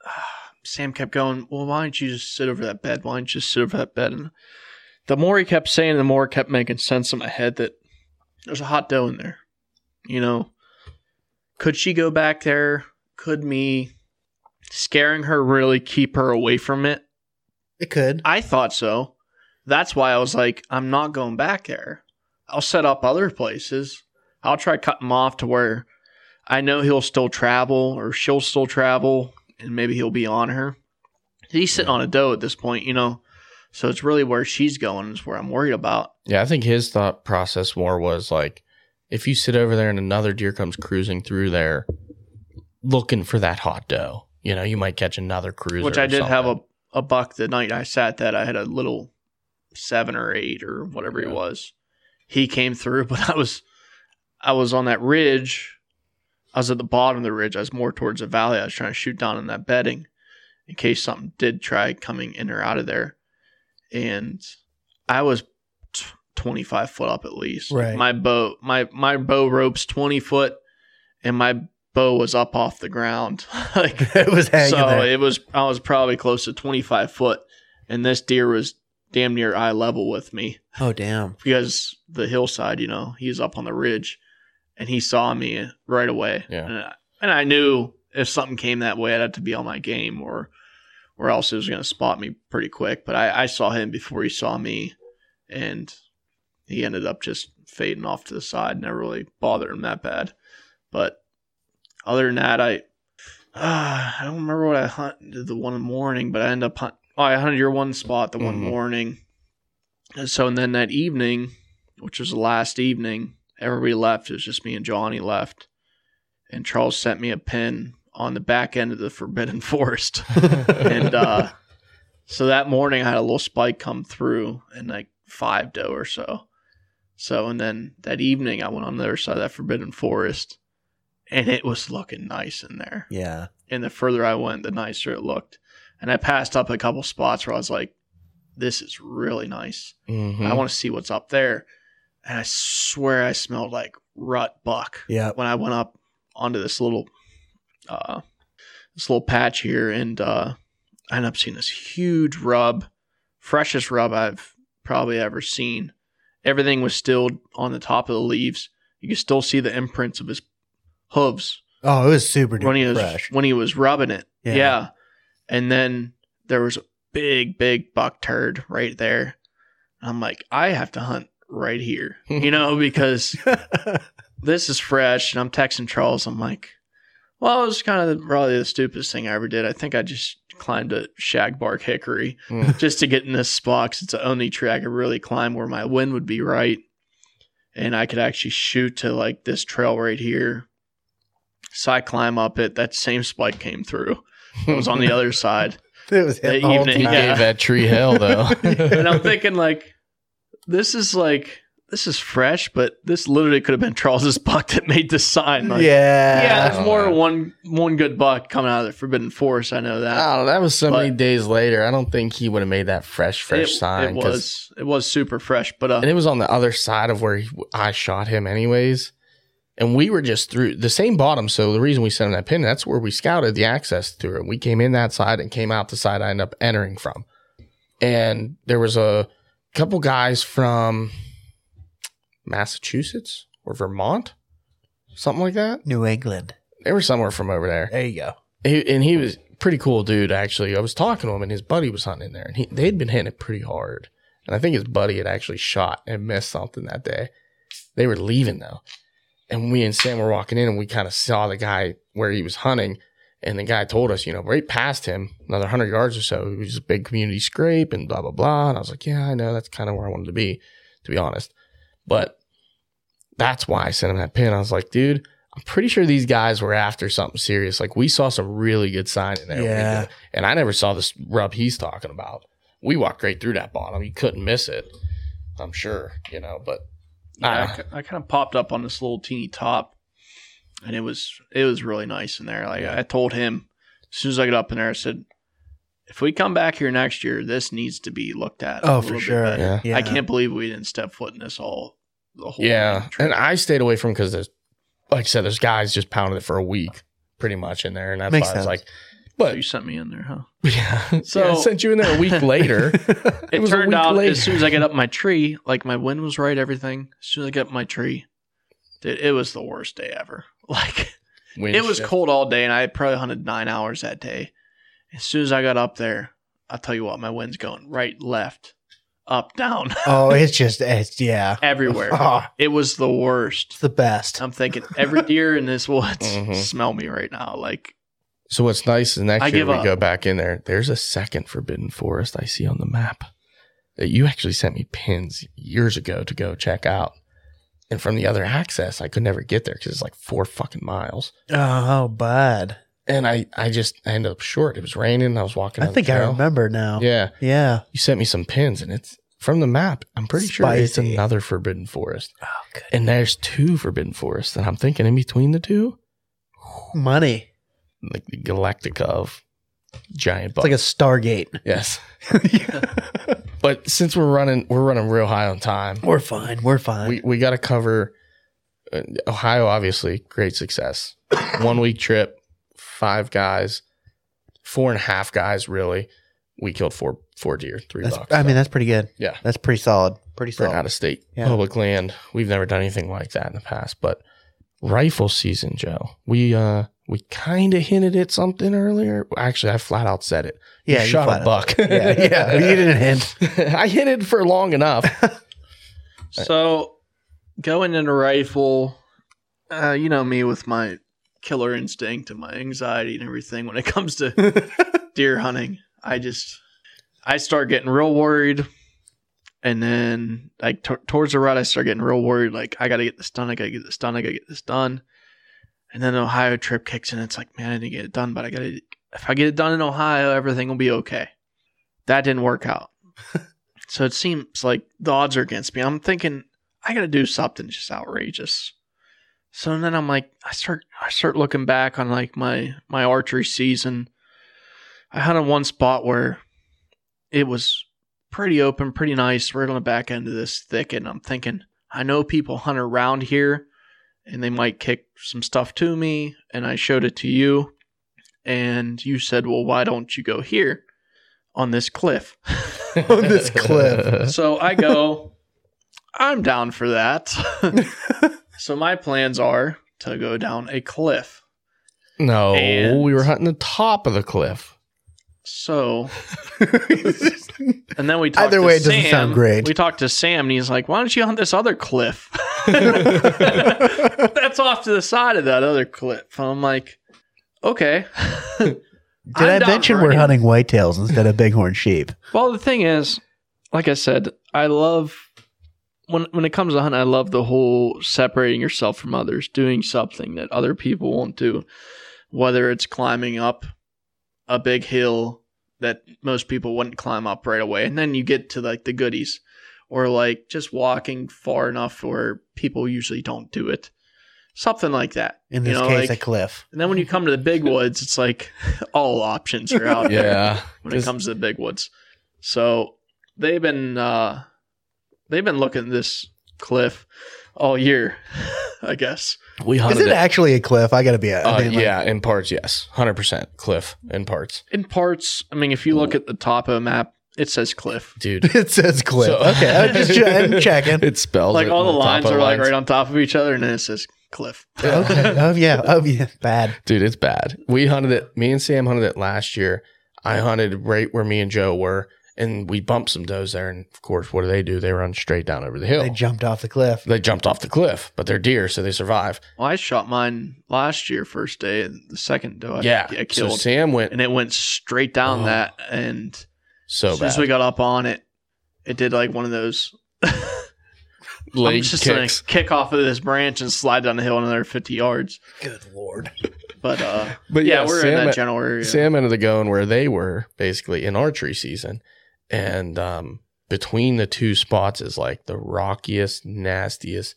ah, Sam kept going. Well, why don't you just sit over that bed? Why don't you just sit over that bed? And the more he kept saying, the more it kept making sense in my head that there's a hot doe in there. You know, could she go back there? Could me scaring her really keep her away from it? it could. I thought so. That's why I was like, I'm not going back there. I'll set up other places. I'll try cutting him off to where I know he'll still travel or she'll still travel and maybe he'll be on her. He's sitting on a doe at this point, you know. So it's really where she's going is where I'm worried about. Yeah, I think his thought process more was like, if you sit over there and another deer comes cruising through there, looking for that hot doe, you know, you might catch another cruiser. which I or did have something. a, a buck the night I sat that. I had a little seven or eight or whatever he was. He came through, but I was I was on that ridge. I was at the bottom of the ridge. I was more towards the valley. I was trying to shoot down in that bedding in case something did try coming in or out of there. And I was t- 25 foot up at least. Right. My bow my my bow rope's 20 foot and my bow was up off the ground. like it was hanging so there. it was I was probably close to 25 foot, and this deer was damn near eye level with me oh damn. because the hillside, you know, he's up on the ridge, and he saw me right away. Yeah. and I, and I knew if something came that way, I'd have to be on my game, or or else it was going to spot me pretty quick. But I, I saw him before he saw me, and he ended up just fading off to the side. Never really bothered him that bad. But other than that, I uh, I don't remember what I hunted the one morning, but I ended up hunt- oh, I hunted your one spot the one Mhm. morning. And so and then that evening, which was the last evening, everybody left. It was just me and Johnny left, and Charles sent me a pin on the back end of the Forbidden Forest, and uh, so that morning I had a little spike come through and like five doe or so. So and then that evening I went on the other side of that Forbidden Forest, and it was looking nice in there Yeah. and the further I went, the nicer it looked. And I passed up a couple spots where I was like, "This is really nice. Mhm. I want to see what's up there." And I swear I smelled like rut buck Yeah. when I went up onto this little uh this little patch here and uh I ended up seeing this huge rub, freshest rub I've probably ever seen. Everything was still on the top of the leaves. You could still see the imprints of his hooves Oh, it was super when he duper was fresh. when he was rubbing it. Yeah. Yeah. And then there was a big, big buck turd right there. I'm like, I have to hunt right here. You know, because this is fresh and I'm texting Charles. I'm like, well, it was kind of probably the stupidest thing I ever did. I think I just climbed a shag bark hickory Hmm. just to get in this spot 'cause it's the only tree I could really climb where my wind would be right. And I could actually shoot to like this trail right here. So I climb up it. That same spike came through. It was on the other side. it was him that the whole evening, time. He Yeah. gave that tree hell though. And I'm thinking like, this is like, this is fresh, but this literally could have been Charles's buck that made this sign. Like, yeah. yeah, I there's don't more know. than one one good buck coming out of the Forbidden Forest. I know that. I don't know, that was so many But- days later. I don't think he would have made that fresh, fresh it, sign. It 'cause- was it was super fresh, but uh, and it was on the other side of where he, I shot him, anyways. And we were just through the same bottom. So the reason we sent him that pin, that's where we scouted the access through it. We came in that side and came out the side I ended up entering from. And there was a couple guys from Massachusetts or Vermont, something like that. New England. They were somewhere from over there. There you go. he, and he was pretty cool dude actually i was talking to him and his buddy was hunting there and he, they'd been hitting it pretty hard and i think his buddy had actually shot and missed something that day they were leaving though and we and sam were walking in and we kind of saw the guy where he was hunting and the guy told us you know right past him another 100 yards or so it was a big community scrape and blah blah blah and i was like yeah i know that's kind of where i wanted to be to be honest but that's why i sent him that pin i was like dude I'm pretty sure these guys were after something serious. Like we saw some really good sign in there. when we Yeah. did it. And I never saw this rub he's talking about. We walked right through that bottom. You couldn't miss it. I'm sure, you know, but yeah, ah. I, kind of popped up on this little teeny top, and it was it was really nice in there. Like I told him as soon as I got up in there, I said, if we come back here next year, this needs to be looked at. a Oh, little for bit sure. better. Yeah. I can't believe we didn't step foot in this all the whole yeah. damn trip. And I stayed away from because there's, like I said, there's guys just pounded it for a week pretty much in there. And that's Makes why I was sense. like, So but you sent me in there, huh? yeah. So So- I sent you in there a week later. It, was a turned week out later. as soon as I got up my tree, like my wind was right, everything. As soon as I got up my tree, dude, it was the worst day ever. Like Wind it was shift. cold all day, and I probably hunted nine hours that day. As soon as I got up there, I'll tell you what, my wind's going right, left, up, down, Oh, it's just it's yeah. everywhere. Oh, It was the it's worst. the best. I'm thinking every deer in this woods Mhm. smell me right now. Like So what's nice is next I year give we up. go back in there. There's a second Forbidden Forest I see on the map that you actually sent me pins years ago to go check out. And from the other access, I could never get there because it's like four fucking miles. Oh, bud. And I, I just I ended up short. It was raining. I was walking. I down the think I trail. remember now. Yeah, Yeah. you sent me some pins, and it's from the map. I'm pretty sure it's Spicy. another Forbidden Forest. Oh, good. And there's two Forbidden Forests, and I'm thinking in between the two, Money. like the Galactica of giant. It's like a Stargate. Yes. but since we're running, we're running real high on time. We're fine. We're fine. We we got to cover uh, Ohio. Obviously, great success. One week trip, five guys, four and a half guys. Really, we killed four four deer, three that's, bucks. I mean, that's pretty good. yeah, That's pretty solid. Pretty for solid. an out of state Yeah. public land. We've never done anything like that in the past. But rifle season, Joe. We uh we kind of hinted at something earlier. Actually, I flat out said it. You yeah, you shot flat a out- buck. Yeah, yeah. you didn't hint. I hit it for long enough. So going into rifle, uh, you know me with my killer instinct and my anxiety and everything when it comes to deer hunting. I just I start getting real worried, and then like t- towards the rut, I start getting real worried. Like I gotta get this done. I gotta get this done. I gotta get this done. And then the Ohio trip kicks in. It's like man, I didn't get it done, but I gotta. If I get it done in Ohio, everything will be okay. That didn't work out. So it seems like the odds are against me. I'm thinking I gotta do something just outrageous. So then I'm like, I start I start looking back on like my my archery season. I hunted one spot where it was pretty open, pretty nice, right on the back end of this thicket. And I'm thinking, I know people hunt around here and they might kick some stuff to me. And I showed it to you, and you said, Well, why don't you go here on this cliff? on this cliff. so I go, I'm down for that. so my plans are to go down a cliff. No, And- we were hunting the top of the cliff. So, and then we talked Either to way, it doesn't Sam. sound great. We talked to Sam, and he's like, "Why don't you hunt this other cliff? That's off to the side of that other cliff." And I'm like, "Okay." Did Did i mention we're hunting whitetails instead of bighorn sheep? Well, the thing is, like I said, I love when when it comes to hunting. I love the whole separating yourself from others, doing something that other people won't do, whether it's climbing up a big hill that most people wouldn't climb up right away, and then you get to like the goodies, or like just walking far enough where people usually don't do it, something like that. In You this know, case, like- a cliff. and then when you come to the big woods, it's like all options are out there Yeah. when it Just- comes to the big woods. So they've been uh, they've been looking at this cliff all year, I guess. we Is hunted it actually a cliff? I gotta be. a- I Uh, mean, like, yeah, in parts, yes. 100% cliff in parts. In parts, I mean, if you look at the top of a map, it says cliff. Dude. It says cliff. So- okay, I'm just che- I'm checking. It spells Like it all on the lines top of are like right on top of each other, and then it says cliff. okay. Oh yeah. Oh yeah. Bad. Dude, it's bad. We hunted it. Me and Sam hunted it last year. I hunted right where me and Joe were, and we bumped some does there. And of course, what do they do? They run straight down over the hill. They jumped off the cliff. they jumped off the cliff, but they're deer, so they survive. Well, I shot mine last year, first day, and the second doe I, yeah. I so killed, Sam went and it went straight down Oh. that. And so as soon bad. as we got up on it, it did like one of those. Leg I'm just kicks. gonna kick off of this branch and slide down the hill another 50 yards. Good lord. But uh, But yeah, yeah, we're Sam- in that general area. Sam ended up going where they were basically in archery season. And um, between the two spots is like the rockiest, nastiest.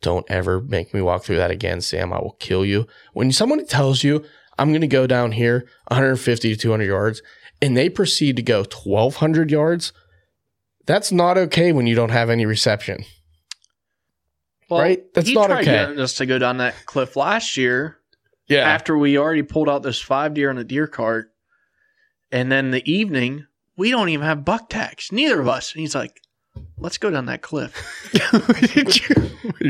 Don't ever make me walk through that again, Sam. I will kill you. When someone tells you, I'm going to go down here 150 to 200 yards, and they proceed to go 1,200 yards, that's not okay when you don't have any reception. right? That's he not tried okay. getting us to go down that cliff last year Yeah. after we already pulled out those five deer on the deer cart, and then the evening we don't even have buck tags, neither of us. And he's like, "Let's go down that cliff." You're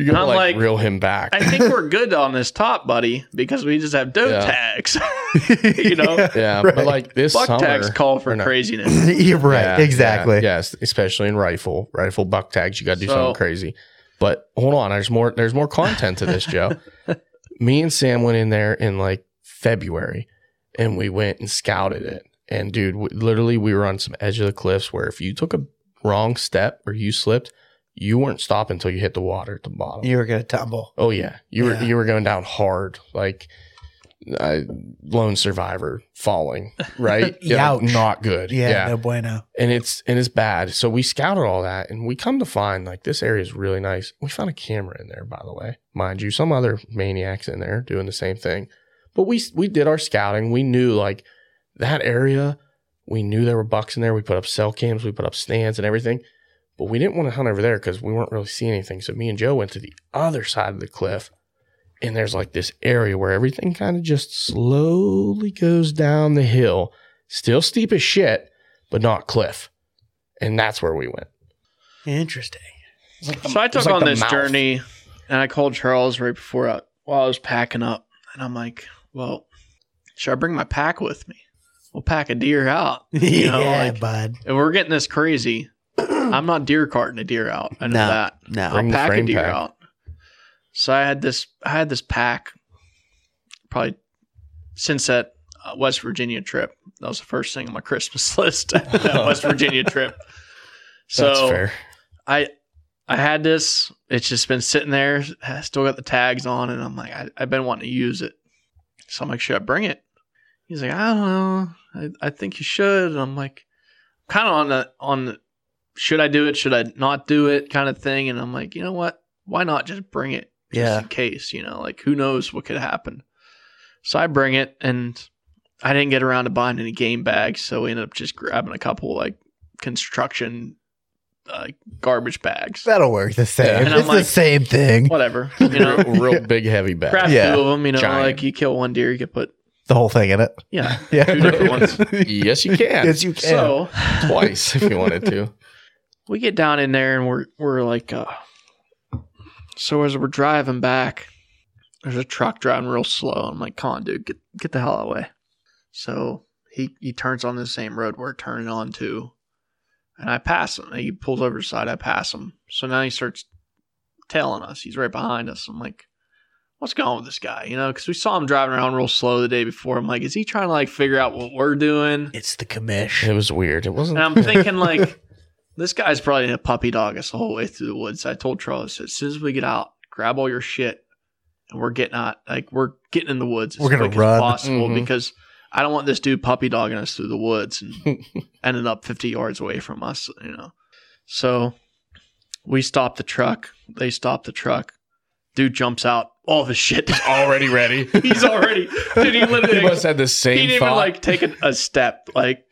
going to I'm like, like- reel him back. I think we're good on this top, buddy, because we just have doe Yeah. tags. you know, yeah. But Right. like this buck summer, tags call or for no. craziness. You're right. Yeah, exactly. yeah, yes, especially in rifle, rifle buck tags. You got to do So- something crazy. But hold on, there's more. There's more content to this, Joe. Me and Sam went in there in like February, and we went and scouted it. And dude, w- literally, we were on some edge of the cliffs where if you took a wrong step or you slipped, you weren't stopping until you hit the water at the bottom. You were gonna tumble. Oh yeah, you were Yeah. you were going down hard, like uh, lone survivor falling, right? Yeah, Youch. not good. Yeah, No bueno. and it's and it's bad. So we scouted all that, and we come to find like this area is really nice. We found a camera in there, by the way, mind you. Some other maniacs in there doing the same thing, but we we did our scouting. We knew like that area. We knew there were bucks in there. We put up cell cams, we put up stands, and everything. But we didn't want to hunt over there because we weren't really seeing anything. So me and Joe went to the other side of the cliff, and there's like this area where everything kind of just slowly goes down the hill, still steep as shit but not cliff. And that's where we went. Interesting. So I It's took like on the this mouth. journey, and I called Charles right before I, while I was packing up, and I'm like, "Well, should I bring my pack with me? We'll pack a deer out. You know, yeah, like, bud. if we're getting this crazy, I'm not deer carting a deer out. I know No, that. no. I'll Bring the pack a frame deer pack. out. So I had this, I had this pack, probably since that uh, West Virginia trip. That was the first thing on my Christmas list. that West Virginia trip. So That's fair. I I had this. It's just been sitting there. I still got the tags on, and I'm like, I, I've been wanting to use it. So I'm like, should I bring it? He's like, I don't know. I, I think you should. And I'm like, kind of on the on the should I do it? Should I not do it? Kind of thing. And I'm like, you know what? Why not just bring it? Just Yeah. in case, you know, like who knows what could happen. So I bring it, and I didn't get around to buying any game bags, so we ended up just grabbing a couple like construction uh, garbage bags. That'll work the same. Yeah. And I'm It's the like- same thing. Whatever. You know, Real big, heavy bag. crap Yeah. two of them. You know, Giant. like you kill one deer, you can put The whole thing in it. yeah, Yeah. two different ones. Yes, you can. Yes, you can. So Twice if you wanted to. we get down in there and we're we're like, uh, so as we're driving back, there's a truck driving real slow. I'm like, come on, dude, get get the hell away. So he he turns on the same road we're turning on to, and I pass him. He pulls over to the side. I pass him. So now he starts tailing us. He's right behind us. I'm like, what's going on with this guy? You know, because we saw him driving around real slow the day before. I'm like, is he trying to like figure out what we're doing? It's the commish. It was weird. It wasn't. And I'm thinking like, this guy's probably in a puppy dog us the whole way through the woods. I told Charles as soon as we get out, grab all your shit, and we're getting out. Like we're getting in the woods. As We're gonna quick run. as possible Mhm. because I don't want this dude puppy dogging us through the woods and ended up 50 yards away from us. You know, so we stop the truck. They stop the truck. Dude jumps out. All of his shit. already ready. He's already. Dude, he literally he must have had the same he didn't thought. even like take a, a step like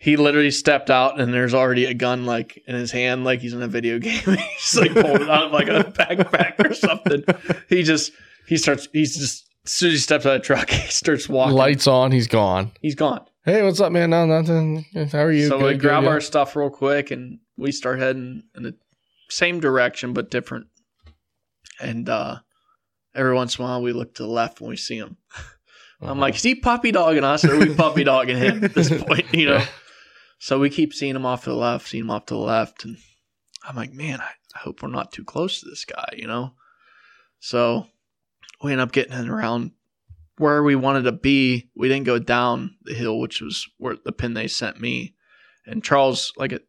he literally stepped out and there's already a gun like in his hand like he's in a video game he's like pulled it out of like a backpack or something he just he starts he's just as soon as he steps out of the truck he starts walking Lights on. He's gone. he's gone Hey, what's up, man? No, nothing. How are you? so we Good, grab good, our stuff real quick and we start heading in the same direction but different and uh every once in a while we look to the left when we see him yeah. I'm like, is he puppy dogging us or are we puppy dogging him at this point? You know? Yeah. So we keep seeing him off to the left, seeing him off to the left. And I'm like, man, I, I hope we're not too close to this guy, you know? So we end up getting in around where we wanted to be. We didn't go down the hill, which was where the pin they sent me. And Charles, like, it,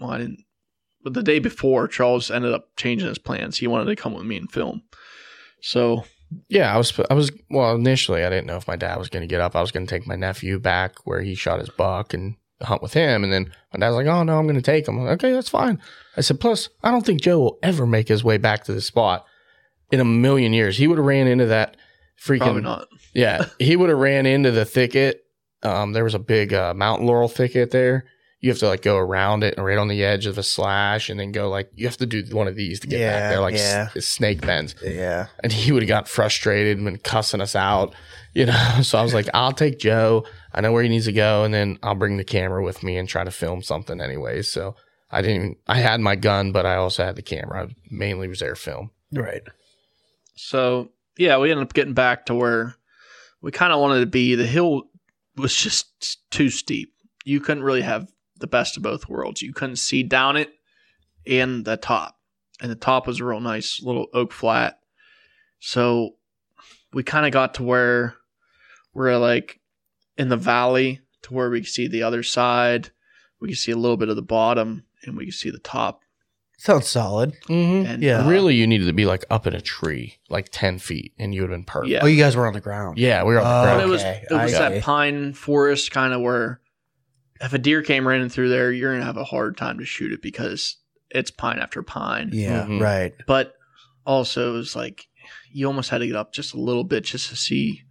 well, I didn't, but the day before, Charles ended up changing his plans. He wanted to come with me and film. So Yeah, I was. I was. Well, initially, I didn't know if my dad was going to get up. I was going to take my nephew back where he shot his buck and hunt with him. And then my dad's like, "Oh no, I'm going to take him." I'm like, okay, that's fine. I said, "Plus, I don't think Joe will ever make his way back to this spot in a million years. He would have ran into that freaking. probably not. Yeah, he would have ran into the thicket. Um, there was a big uh, mountain laurel thicket there. You have to like go around it and right on the edge of a slash, and then go like you have to do one of these to get Yeah, back there, like yeah. s- snake bends Yeah. and he would have got frustrated and been cussing us out, you know. So I was like, I'll take Joe. I know where he needs to go, and then I'll bring the camera with me and try to film something anyway. So I didn't. Even, I had my gun, but I also had the camera. I mainly was there to film. Right. So yeah, we ended up getting back to where we kind of wanted to be. The hill was just too steep. You couldn't really have the best of both worlds. You couldn't see down it and the top. And the top was a real nice little oak flat. So we kind of got to where we're like in the valley to where we could see the other side. We could see a little bit of the bottom and we could see the top. Sounds solid. Mm-hmm. And Yeah. uh, really, you needed to be like up in a tree, like ten feet, and you would have been perfect. Yeah. Uh, Oh, you guys were on the ground. Yeah, we were on the Oh, But ground. it was Okay, it was I that see. pine forest kind of where if a deer came running through there, you're gonna have a hard time to shoot it because it's pine after pine. Yeah. Mhm. Right. But also it was like you almost had to get up just a little bit just to see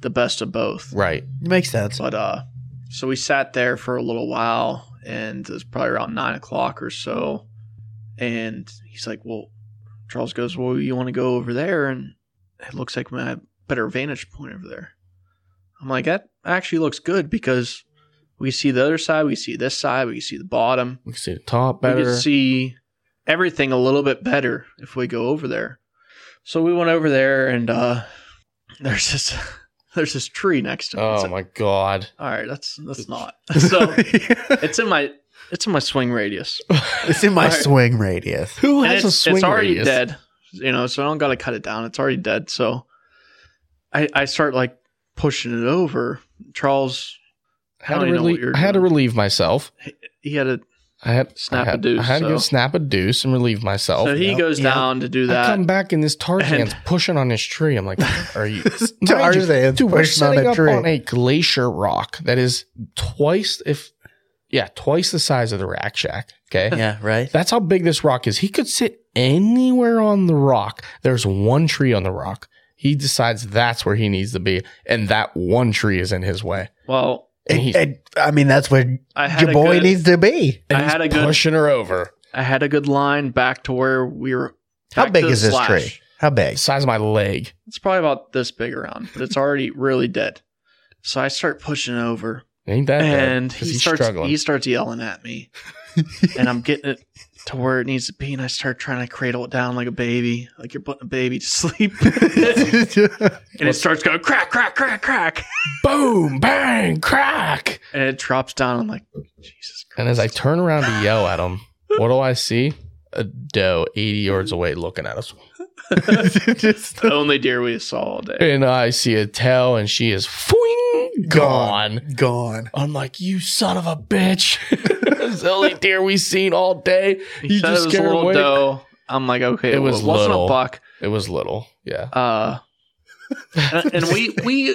the best of both. Right. Makes sense. But uh so we sat there for a little while and it was probably around nine o'clock or so. And he's like, Well, Charles goes, Well, you want to go over there? And it looks like my better vantage point over there. I'm like, That actually looks good because we see the other side, we see this side, we see the bottom. We could see the top We better. could see everything a little bit better if we go over there. So we went over there and uh there's this there's this tree next to us. oh my god. All right, that's that's not. So it's in my it's in my swing radius. it's in my Alright. swing radius. Who And has a it's, swing it's already radius? dead, you know. So I don't got to cut it down. It's already dead. So I I start like pushing it over. Charles, Had to I don't even know what relie- you're I had to doing. relieve myself. he had a I had Snap I a had, deuce, I had to go so. snap a deuce and relieve myself. so he yep, goes yep. down to do Oh, I that. come back and this Tarzan's And- pushing on his tree. I'm like, are you? Mind you, Tarzan's dude, we're pushing on sitting a up tree. on a glacier rock that is twice, if yeah, twice the size of the Rack Shack. Okay, yeah. Right. that's how big this rock is. He could sit anywhere on the rock. There's one tree on the rock. He decides that's where he needs to be, and that one tree is in his way. Well, And It- he's it- I mean, that's where I had your a boy good- needs to be. and I he's had a good- pushing her over. I had a good line back to where we were. How back big to the is this slash. tree? How The big? size of my leg. It's probably about this big around, but it's already really dead. So I start pushing over, Ain't that bad, and 'cause he he's starts struggling. he starts yelling at me, and I'm getting it to where it needs to be, and I start trying to cradle it down like a baby, like you're putting a baby to sleep, and it starts going crack, crack, crack, crack, Boom, bang, crack. and it drops down. I'm like, Jesus Christ! And as I turn around to yell at him, what do I see? A doe 80 yards away looking at us. It's the only deer we saw all day. And I see a tail, and she is fwing, gone. Gone. I'm like, you son of a bitch. That's the only deer we seen all day. He You said just it was a scared little away. doe. I'm like, okay, It it, was was wasn't little. a buck. It was little. Yeah. Uh, and, and we we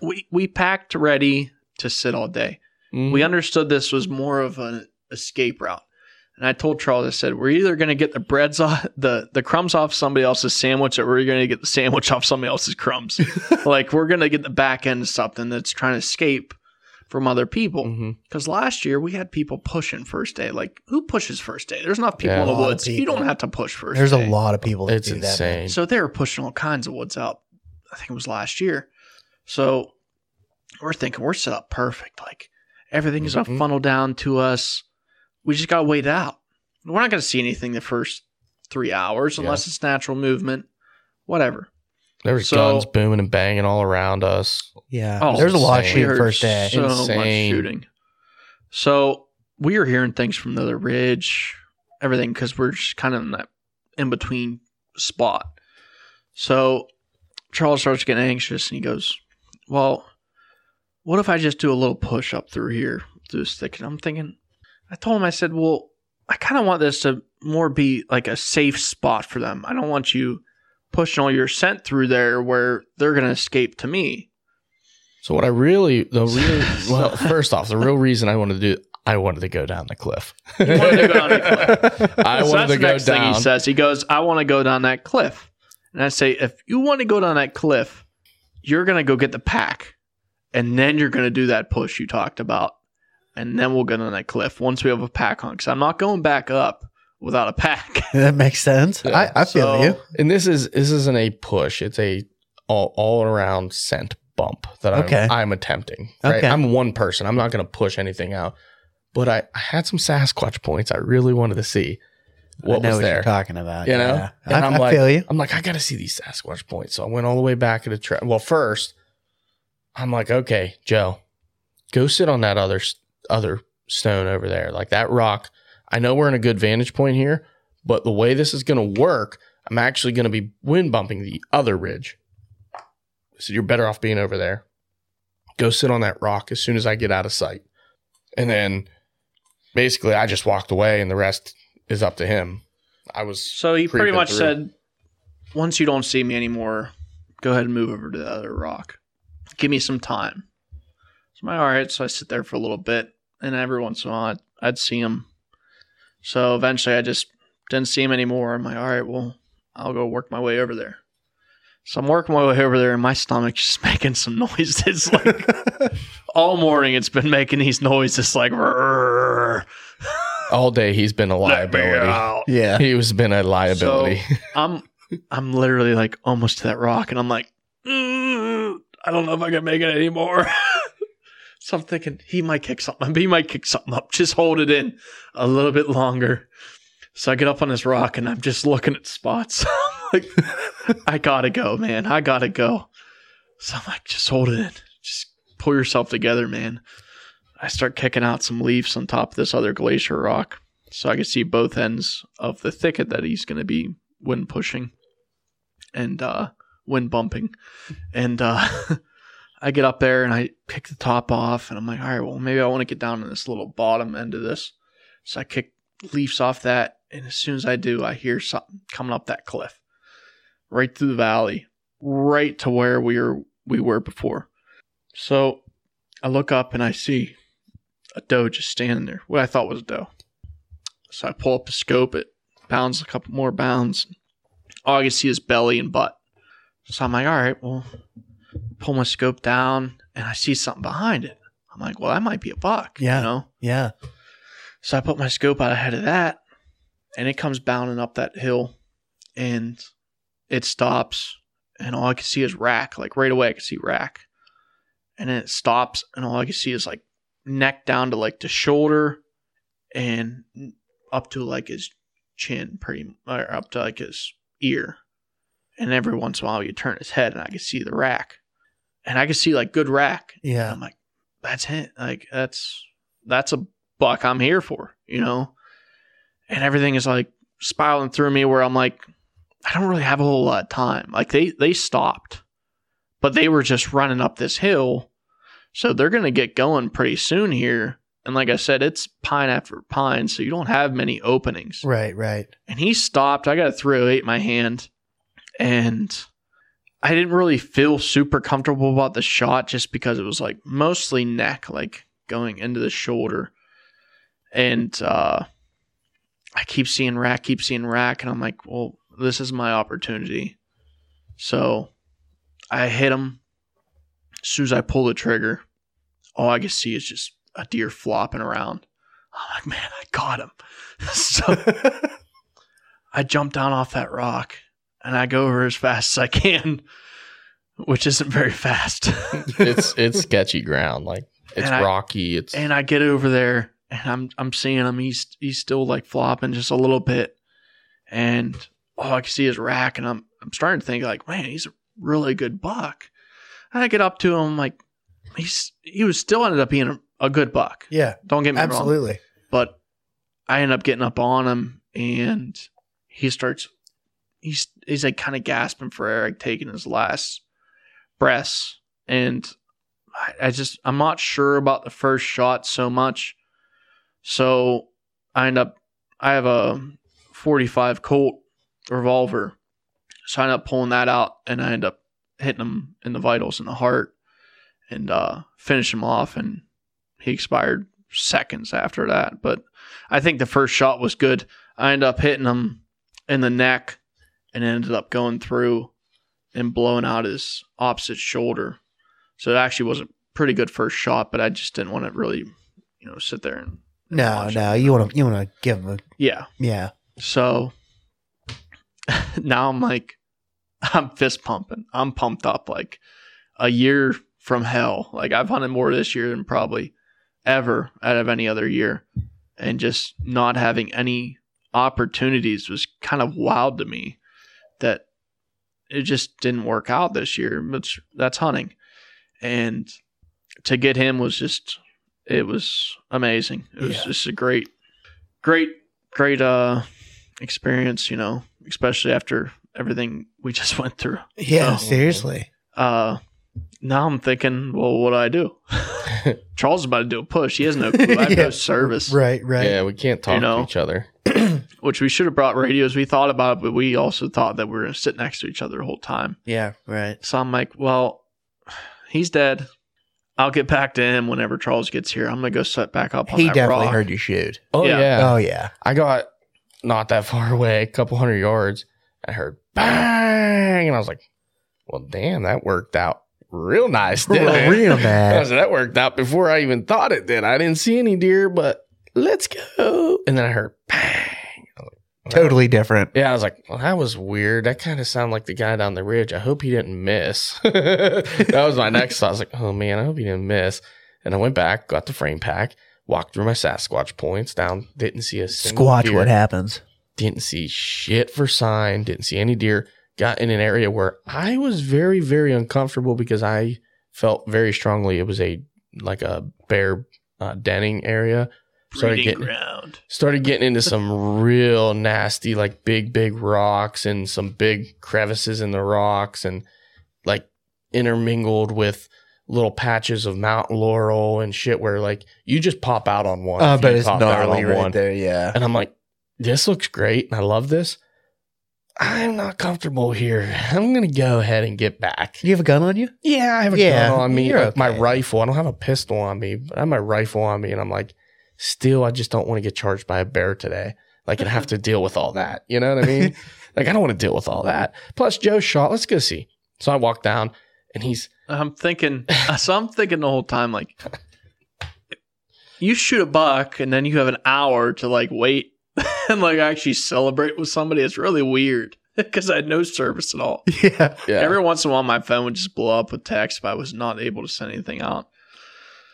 we we packed ready to sit all day. Mm-hmm. Mm-hmm. We understood this was more of an escape route. And I told Charles, I said, we're either going to get the breads off the the crumbs off somebody else's sandwich, or we're going to get the sandwich off somebody else's crumbs. like we're going to get the back end of something that's trying to escape from other Mm-hmm. people. Mhm. Because last year we had people pushing first day. Like who pushes first day? There's enough people Yeah. in A the lot of woods. You people. don't have to push first. There's a day. lot of people that It's do that. man. insane. So they were pushing all kinds of woods out. I think it was last year. So we're thinking we're set up perfect. Like everything is Mhm. gonna funnel down to us. We just gotta wait it out. We're not gonna see anything the first three hours Yeah. unless it's natural movement, whatever. there was so- guns booming and banging all around us. Yeah. Oh, There's a lot of insane. We shooting heard first day. So much Insane. shooting. So we are hearing things from the other ridge, everything, because we're just kind of in that in between spot. So Charles starts getting anxious and he goes, Well, what if I just do a little push up through here, through this thicket? I'm thinking, I told him, I said, Well, I kind of want this to more be like a safe spot for them. I don't want you pushing all your scent through there where they're going to escape to me. So what I really the real well, first off, the real reason I wanted to do I wanted to go down the cliff. wanted to go down the I So wanted that's to the go next thing down. he says. He goes, I want to go down that cliff. And I say, if you want to go down that cliff, you're going to go get the pack. And then you're going to do that push you talked about. And then we'll go down that cliff once we have a pack on. Because I'm not going back up without a pack. That makes sense. Yeah. I, I feel So- you. And this is this isn't a push. It's a all, all around scent bump that I'm, Okay. I'm attempting. Right? Okay. I'm one person. I'm not going to push anything out. But I, I had some Sasquatch points I really wanted to see I what know was what there. you're talking about. You know? Yeah. And I, I'm I like- feel you. I'm like, I got to see these Sasquatch points. So I went all the way back at the trail. Well, first, I'm like, okay, Joe, go sit on that other s- other stone over there, like that rock. I know we're in a good vantage point here, but the way this is going to work, I'm actually going to be wind bumping the other ridge. So you're better off being over there. Go sit on that rock as soon as I get out of sight. And then basically, I just walked away, and the rest is up to him. I was So he pretty Creeping much through. said, once you don't see me anymore, go ahead and move over to the other rock. Give me some time. So I'm like, all right. So I sit there for a little bit, and every once in a while, I'd, I'd see him. So eventually, I just didn't see him anymore. I'm like, all right, well, I'll go work my way over there. So I'm working my way over there, and my stomach's just making some noises. Like all morning, it's been making these noises, like "Rrrr, all day he's been a let me liability. out." Yeah. He was been a liability. I'm I'm literally like almost to that rock, and I'm like, "Mm, I don't know if I can make it anymore. so I'm thinking he might kick something up. He might kick something up. Just hold it in a little bit longer. So I get up on this rock and I'm just looking at spots. I'm like, I gotta go, man. I gotta go. So I'm like, just hold it in. Just pull yourself together, man. I start kicking out some leaves on top of this other glacier rock. So I could see both ends of the thicket that he's gonna be wind pushing and uh wind bumping. And uh I get up there and I pick the top off and I'm like, all right, well maybe I want to get down to this little bottom end of this. So I kick leaves off that and as soon as I do I hear something coming up that cliff. Right through the valley, right to where we were we were before. So I look up and I see a doe just standing there, what I thought was a doe. So I pull up the scope, it pounds a couple more bounds. All I can see is belly and butt. So I'm like, all right, well, pull my scope down and I see something behind it. I'm like, well, that might be a buck. Yeah. You know? Yeah. So I put my scope out ahead of that, and it comes bounding up that hill, and it stops, and all I can see is rack. Like right away, I could see rack, and then it stops, and all I can see is like neck down to like the shoulder, and up to like his chin, pretty or up to like his ear, and every once in a while you turn his head, and I could see the rack, and I could see like good rack. Yeah. I'm like, that's it. Like that's that's a buck I'm here for, you know? And everything is like spiraling through me where I'm like, I don't really have a whole lot of time. Like they they stopped, but they were just running up this hill. So they're gonna get going pretty soon here. And like I said, it's pine after pine, so you don't have many openings. Right. Right. And he stopped. I got a 308 in my hand, and I didn't really feel super comfortable about the shot just because it was like mostly neck, like going into the shoulder. And uh, I keep seeing rack, keep seeing rack, and I'm like, well, this is my opportunity. So I hit him. As soon as I pull the trigger, all I can see is just a deer flopping around. I'm like, man, I got him. so I jump down off that rock and I go over as fast as I can, which isn't very fast. it's it's sketchy ground. Like it's And I- rocky. It's and I get over there and I'm I'm seeing him. He's he's still like flopping just a little bit, and all I can see is rack. And I'm I'm starting to think like, man, he's a really good buck. And I get up to him I'm like, he's he was still ended up being a, a good buck. Yeah. Don't get me wrong Absolutely. but I end up getting up on him and he starts he's he's like kind of gasping for air, like taking his last breaths. And I, I just I'm not sure about the first shot so much. So I end up I have a 45 Colt revolver. So I end up pulling that out and I end up hitting him in the vitals in the heart and uh finish him off and he expired seconds after that. But I think the first shot was good. I ended up hitting him in the neck and ended up going through and blowing out his opposite shoulder. So it actually was a pretty good first shot, but I just didn't want to really, you know, sit there and No. watch it. No. You want to. You want to give him a. yeah. Yeah. So now I'm like, I'm fist pumping. I'm pumped up like a year from hell. Like I've hunted more this year than probably ever out of any other year. And just not having any opportunities was kind of wild to me that it just didn't work out this year. But that's hunting. And to get him was just, it was amazing. It was Yeah. just a great, great, great, uh, experience, you know, especially after everything we just went through. Yeah. So- Seriously. Uh, now I'm thinking, well, what do I do? Charles is about to do a push. He has no clue. I have Yeah. no service, Right. Right. yeah, we can't talk You know? to each other. which we should have brought radios. We thought about it, but we also thought that we were going to sit next to each other the whole time. Yeah. Right. So I'm like, well, he's dead. I'll get back to him whenever Charles gets here. I'm going to go set back up on He that definitely rock. heard you shoot. Oh Yeah. yeah. Oh yeah. I got not that far away, a couple hundred yards. I heard bang, and I was like, "Well, damn, that worked out real nice, didn't it?" Real I bad. was like, that worked out before I even thought it did. I didn't see any deer, but let's go. And then I heard bang. I was like, "Well, Totally different. Yeah, I was like, well, that was weird. That kind of sounded like the guy down the ridge. I hope he didn't miss. that was my next thought. I was like, oh man, I hope he didn't miss. And I went back, got the frame pack, walked through my Sasquatch points down, didn't see a single Squatch. deer, What happens? Didn't see shit for sign, didn't see any deer. Got in an area where I was very, very uncomfortable because I felt very strongly it was a like a bear uh, denning area. Started breeding getting- ground. started getting into some real nasty like big big rocks and some big crevices in the rocks and like intermingled with little patches of mount laurel and shit where like you just pop out on one Uh, if but you it's pop out gnarly on right one. there. Yeah. and i'm like this looks great and i love this i'm not comfortable here i'm gonna go ahead and get back Do you have a gun on you? yeah, I have a Yeah, gun on me, you're like my okay. rifle. I don't have a pistol on me, but I have my rifle on me, and I'm like, still, I just don't want to get charged by a bear today. Like, and have to deal with all that. You know what I mean? like, I don't want to deal with all that. Plus, Joe shot. Let's go see. So I walk down, and he's I'm thinking, so I'm thinking the whole time, like, you shoot a buck and then you have an hour to like wait and like actually celebrate with somebody. It's really weird because I had no service at all. Yeah. Yeah. Every once in a while, my phone would just blow up with text, but I was not able to send anything out.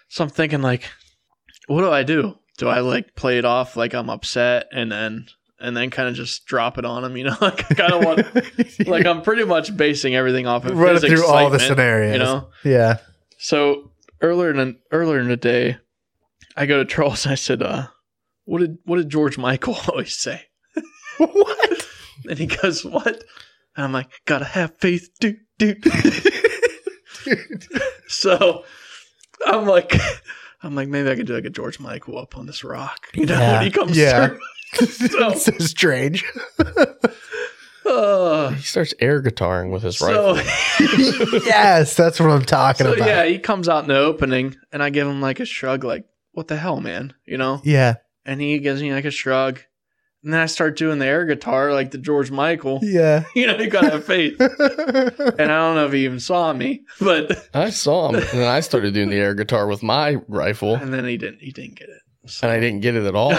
So I'm thinking, like, what do I do? Do I like play it off like I'm upset and then and then kind of just drop it on them? You know, like I kind of want like I'm pretty much basing everything off of Run his through all the excitement, scenarios. You know, Yeah. so earlier in earlier in the day, I go to Charles and I said, uh, "What did what did George Michael always say?" what? And he goes, "What?" And I'm like, "Gotta have faith, dude, dude." so I'm like, I'm like, maybe I could do like a George Michael up on this rock, you know, Yeah. when he comes Yeah. through. so, so strange. uh, He starts air guitaring with his rifle. so yes, that's what I'm talking so about. yeah, Yeah. he comes out in the opening, and I give him like a shrug, like, "What the hell, man?" You know. Yeah. and he gives me like a shrug. And then I start doing the air guitar like the George Michael. You know, you gotta have faith. And I don't know if he even saw me, but I saw him, and then I started doing the air guitar with my rifle, and then he didn't. He didn't get it. and So I didn't get it at all.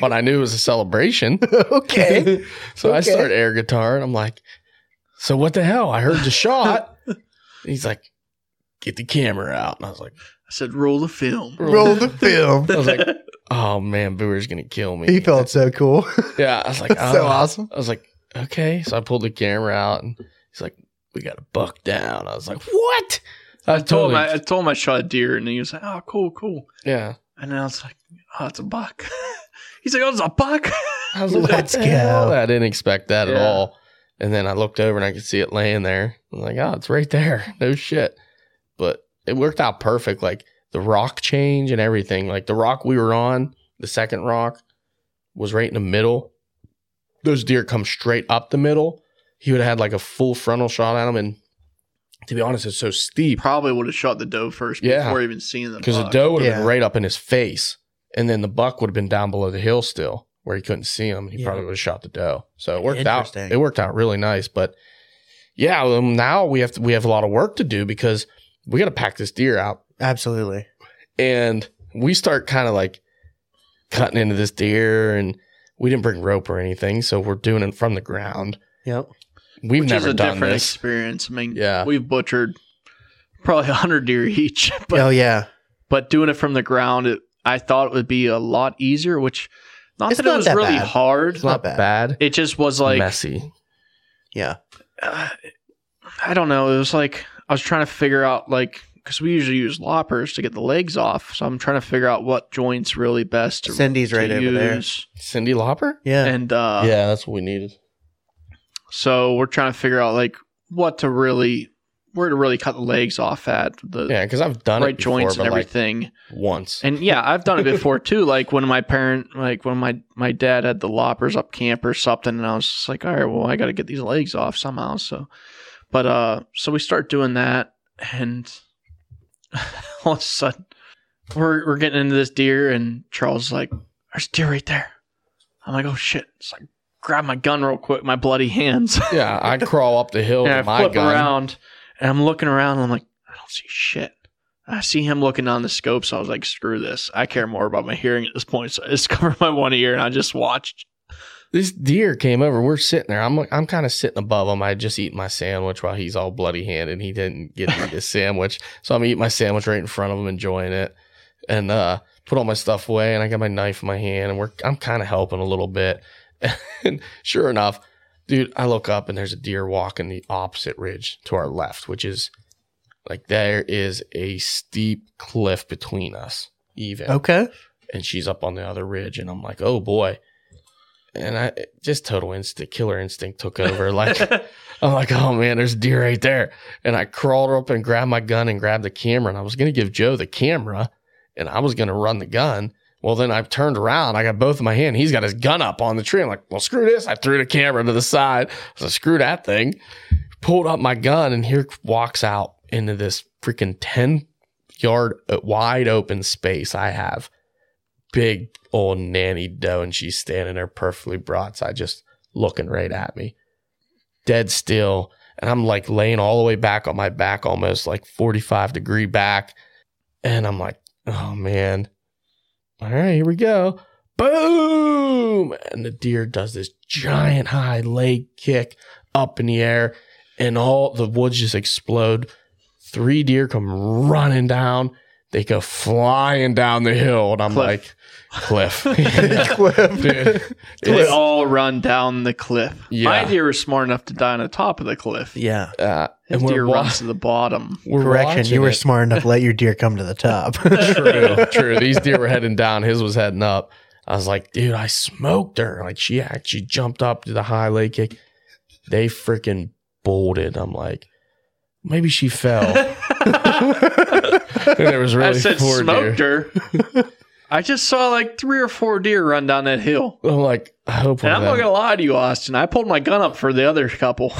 but I knew it was a celebration. okay. so I Okay. start air guitar, and I'm like, "So what the hell? I heard the shot." He's like, "Get the camera out," and I was like, I said, "Roll the film." Roll the film. I was like, "Oh man, Booer's gonna kill me." He felt so cool. yeah. I was like, That's so "Oh." awesome. I was like, "Okay." So I pulled the camera out, and he's like, "We got a buck down." I was like, "What?" I told him. I, I told him I shot a deer, and he was like, "Oh, cool, cool." yeah. And then I was like, "Oh, it's a buck." He's like, "Oh, it's a buck." I was like, what Let's the hell? go. I didn't expect that at Yeah. all. And then I looked over and I could see it laying there. I'm like, oh, it's right there. No shit. But it worked out perfect. Like the rock change and everything. Like the rock we were on, the second rock, was right in the middle. Those deer come straight up the middle. He would have had like a full frontal shot at him. And to be honest, it's so He steep probably would have shot the doe first Yeah. before even seeing the because the buck. doe would have Yeah. been right up in his face. And then the buck would have been down below the hill still where he couldn't see him. He Yeah. probably would have shot the doe. So it worked out. Interesting. It worked out really nice. But yeah, well, now we have to, we have a lot of work to do because we got to pack this deer out, Absolutely. and we start kind of like cutting into this deer, and we didn't bring rope or anything, so we're doing it from the ground. Yep. We've Which never is a done different this. experience. I mean, Yeah. we've butchered probably hundred deer each, but oh yeah. but doing it from the ground, it, I thought it would be a lot easier. Which, not It's that not it was that really bad. hard. It's not bad. It just was like messy. Yeah. uh, I don't know. It was like I was trying to figure out like because we usually use loppers to get the legs off. So I'm trying to figure out what joints really best to, Cindy's to right over there. use. Cindy Lauper. Yeah. And uh, yeah, that's what we needed. so we're trying to figure out like what to really where to really cut the legs off at the Yeah, because I've done right it before, joints and but, like, everything. once. And yeah, I've done it before too. Like when my parent, like when my my dad had the loppers up camp or something, and I was just like, all right, well, I got to get these legs off somehow. So, but uh, so we start doing that, and all of a sudden, we're we're getting into this deer, and Charles is like, there's a deer right there. I'm like, oh shit! So I grab my gun real quick, my bloody hands, yeah, I crawl up the hill and I with my flip gun. around, and I'm looking around, and I'm like, I don't see shit. I see him looking on the scope, so I was like, screw this. I care more about my hearing at this point, so I just covered my one ear and I just watched. This deer came over. We're sitting there. I'm I'm kind of sitting above him. I just eat my sandwich while he's all bloody handed. He didn't get to eat his sandwich, so I'm eating my sandwich right in front of him, enjoying it, and uh, put all my stuff away. And I got my knife in my hand, and we're I'm kind of helping a little bit. And sure enough, dude, I look up and there's a deer walking the opposite ridge to our left, which is like there is a steep cliff between us. Even okay. and she's up on the other ridge and I'm like, "Oh boy." And I just total instinct, killer instinct took over. Like I'm like, "Oh man, there's a deer right there." And I crawled up and grabbed my gun and grabbed the camera and I was going to give Joe the camera and I was going to run the gun. Well, then I turned around. I got both in my hand. He's got his gun up on the tree. I'm like, "Well, screw this." I threw the camera to the side. So screw that thing. Pulled up my gun and here walks out into this freaking 10 yard uh, wide open space I have big old nanny doe and she's standing there perfectly broadside just looking right at me dead still and i'm like laying all the way back on my back almost like 45 degree back and i'm like oh man all right, here we go. Boom! And the deer does this giant high leg kick up in the air, and all the woods just explode. Three deer come running down. They go flying down the hill, and I'm Cliff. like, Cliff. Dude, They it's- all run down the cliff. Yeah. My deer was smart enough to die on the top of the cliff. Yeah. uh, His and we're, deer wa- runs to the bottom. we're Correction. watching You were it. smart enough to let your deer come to the top. true, true. These deer were heading down. His was heading up. I was like, dude, I smoked her. Like she actually jumped up to the high leg kick. They freaking bolted. I'm like, maybe she fell. and there was really I said four smoked deer. her. I just saw like three or four deer run down that hill. I'm like, I hope one of And I'm not them- gonna lie to you, Austin. I pulled my gun up for the other couple.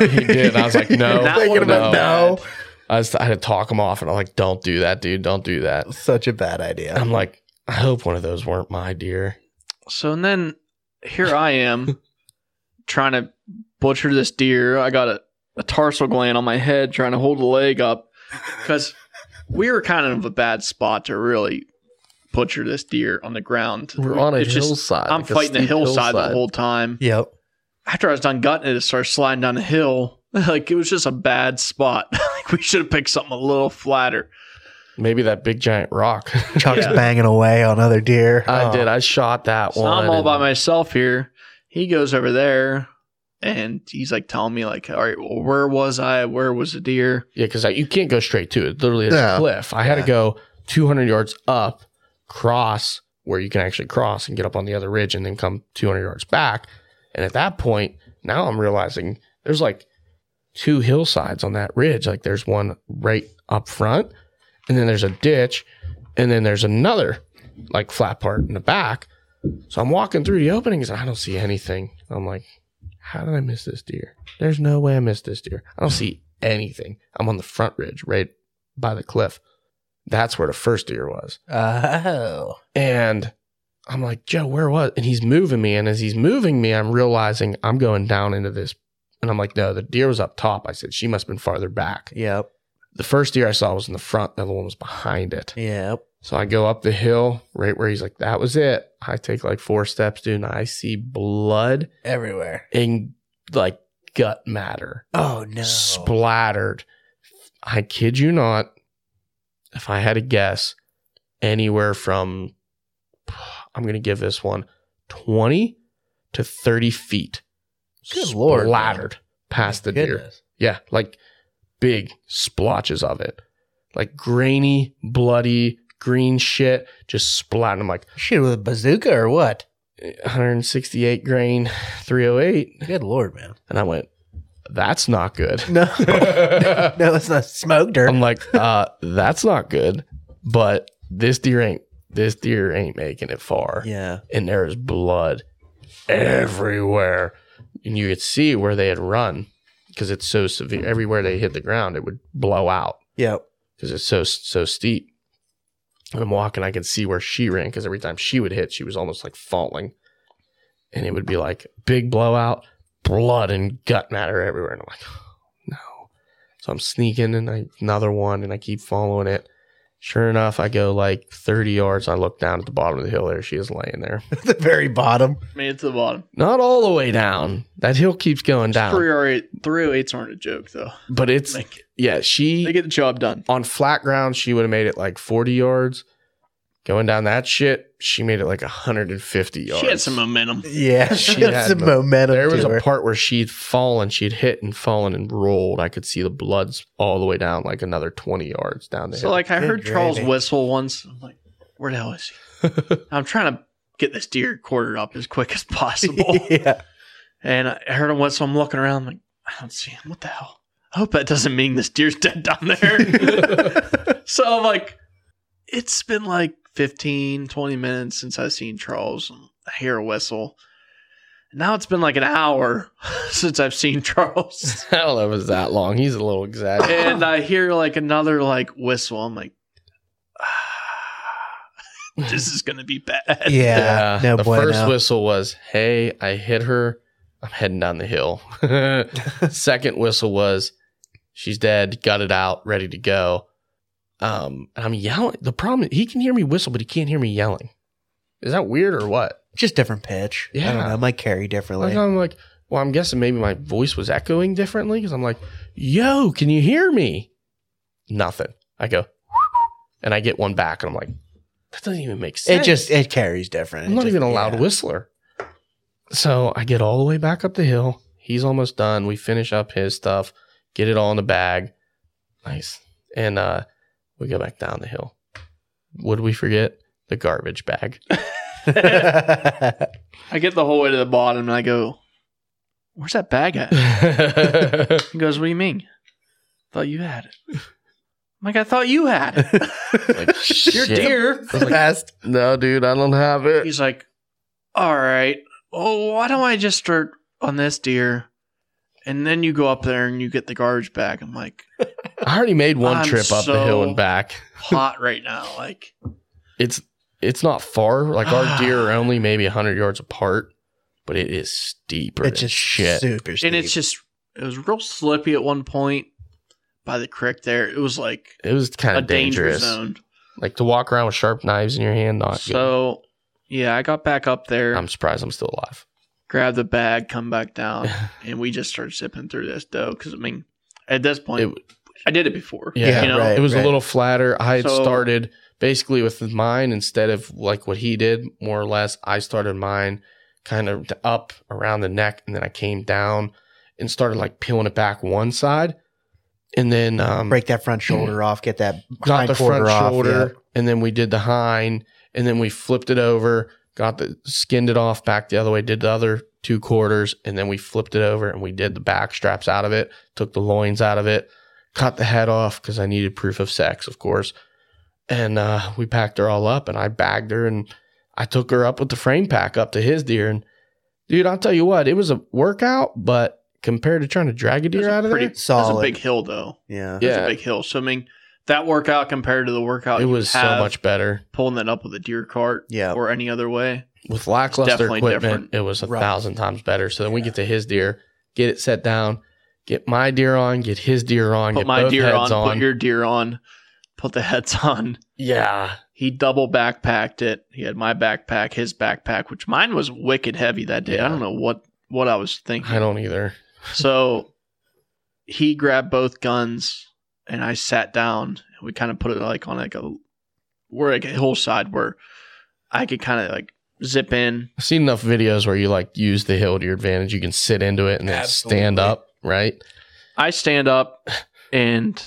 he did. I was like, no, That Thinking no. would've been bad. I, was, I had to talk him off, and I'm like, don't do that, dude. Don't do that. Such a bad idea. I'm like, I hope one of those weren't my deer. So and then here I am trying to butcher this deer. I got a, a tarsal gland on my head trying to hold the leg up because we were kind of in a bad spot to really butcher this deer on the ground. We're on a It's just- hillside. I'm like a fighting a steep hillside, the whole time. Yep. After I was done gutting it, it started sliding down the hill. Like it was just a bad spot. like we should have picked something a little flatter. Maybe that big giant rock. Chuck's banging away on other deer. I Oh. did. I shot that So one. I'm all by and- myself here. He goes over there and he's like telling me like, all right, well, where was I? Where was the deer? Yeah, because you can't go straight to it. Literally, it's No. a cliff. I had to go 200 yards up, cross where you can actually cross and get up on the other ridge, and then come 200 yards back. And at that point, now I'm realizing there's like two hillsides on that ridge. Like there's one right up front, and then there's a ditch, and then there's another like flat part in the back. So I'm walking through the openings and I don't see anything. I'm like, how did I miss this deer? There's no way I missed this deer. I don't see anything. I'm on the front ridge right by the cliff. That's where the first deer was. Oh. And I'm like, Joe, where was? And he's moving me. And as he's moving me, I'm realizing I'm going down into this. And I'm like, no, the deer was up top. I said, she must have been farther back. Yep. The first deer I saw was in the front, the other one was behind it. Yep. So I go up the hill right where he's like, that was it. I take like four steps, dude, and I see blood Everywhere. and like gut matter Oh no. splattered. I kid you not. If I had to guess, anywhere from I'm going to give this one 20 to 30 feet. Good lord, man. Splattered past the deer. Goodness. Yeah, like big splotches of it. Like grainy, bloody, green shit just splattered. I'm like Shoot with a bazooka or what? 168 grain, 308. Good lord, man. And I went, that's not good. No. no, it's not smoked dirt. I'm like, uh, that's not good. But this deer ain't this deer ain't making it far. yeah. And there is blood everywhere. And you could see where they had run because it's so severe. Everywhere they hit the ground, it would blow out Yep. because it's so so steep. And I'm walking, I can see where she ran because every time she would hit, she was almost like falling. And it would be like big blowout, blood and gut matter everywhere. And I'm like, no. So I'm sneaking and I, another one and I keep following it. Sure enough, I go like 30 yards. I look down at the bottom of the hill. There she is laying there. At the very bottom. Made it to the bottom. Not all the way down. That hill keeps going down. 308, 308s aren't a joke though. But it's, Like yeah, they she get the job done. on flat ground, she would have made it like 40 yards. Going down that shit, she made it like 150 yards. She had some momentum. Yeah. She That's had some mo- momentum. There was to her. a part where she'd fallen, she'd hit and fallen and rolled. I could see the bloods all the way down, like another 20 yards down there. So like I Good heard Charles gravy. whistle once. I'm like, where the hell is he? I'm trying to get this deer quartered up as quick as possible. yeah. And I heard him whistle. I'm looking around, like, I don't see him. What the hell? I hope that doesn't mean this deer's dead down there. so I'm like, it's been like 15, 20 minutes since I've seen Charles. I hear a whistle. Now it's been like an hour since I've seen Charles. I don't know if it was that long. He's a little exaggerated. and I hear like another like whistle. I'm like, "Ah, this is going to be bad. Yeah. No the bueno. first whistle was, "Hey, I hit her. I'm heading down the hill." Second whistle was, "She's dead. Got it out. Ready to go." Um, and I'm yelling. The problem he can hear me whistle, but he can't hear me yelling. Is that weird or what? Just different pitch. I don't Yeah. know. I might carry differently. Like, I'm like, well, I'm guessing maybe my voice was echoing differently because I'm like, yo, can you hear me? Nothing. I go, and I get one back, and I'm like, that doesn't even make it sense. just it carries different. I'm not even a loud with. whistler. So I get all the way back up the hill. He's almost done. We finish up his stuff, get it all in the bag. Nice. And uh, we go back down the hill. Would we forget the garbage bag? I get the whole way to the bottom and I go, Where's that bag at? He goes, What do you mean? Thought you had it. I'm like, I thought you had it. Like, You're shit. dear. I was like, No, dude, I don't have it. He's like, All right. Oh, why don't I just start on this deer? And then you go up there and you get the garbage bag. I'm like, I already made one I'm trip up the hill so- and back. hot right now. Like, It's it's not far. Like our deer are only maybe hundred yards apart, but it is steep. It's just shit. super steep. and it's just, it was real slippy at one point by the creek there. It was like It was kind a of dangerous. dangerous zone. Like to walk around with sharp knives in your hand, not So, yeah, I got back up there. good. I'm surprised I'm still alive. grab the bag, come back down, and we just started sipping through this dough. Because I mean, at this point, It- I did it before. Yeah, you know, right. It was a little flatter. I had So- started basically with mine instead of like what he did, more or less. I started mine kind of up around the neck, and then I came down and started like peeling it back one side, and then um, break that front shoulder off. Get that got hind the quarter front off, shoulder, and then we did the hind, and then we flipped it over, got the skinned it off back the other way, did the other two quarters, and then we flipped it over and we did the back straps out of it, took the loins out of it, cut the head off because I needed proof of sex, of course, and uh, we packed her all up, and I bagged her, and I took her up with the frame pack up to his deer, and dude, I'll tell you what, it was a workout, but compared to trying to drag a It was deer a out of pretty- there, it was Solid. a big hill, though. yeah. It was Yeah. a big hill. So I mean, that workout compared to the workout it you was so have much better. pulling that up with a deer cart, Yeah. or any other way. with lackluster definitely equipment, different. it was a Right. thousand times better. So then we get to his deer, get it set down, get my deer on, get his deer on, Put get my both deer on, heads on. put your deer on, put the heads on. yeah, He double backpacked it. He had my backpack, his backpack, which mine was wicked heavy that day. Yeah. I don't know what what I was thinking. I don't either. So he grabbed both guns and I sat down and we kind of put it like on like a we're like a hillside where I could kind of like zip in. I've seen enough videos where you like use the hill to your advantage. You can sit into it and then stand Absolutely. up, right? I stand up and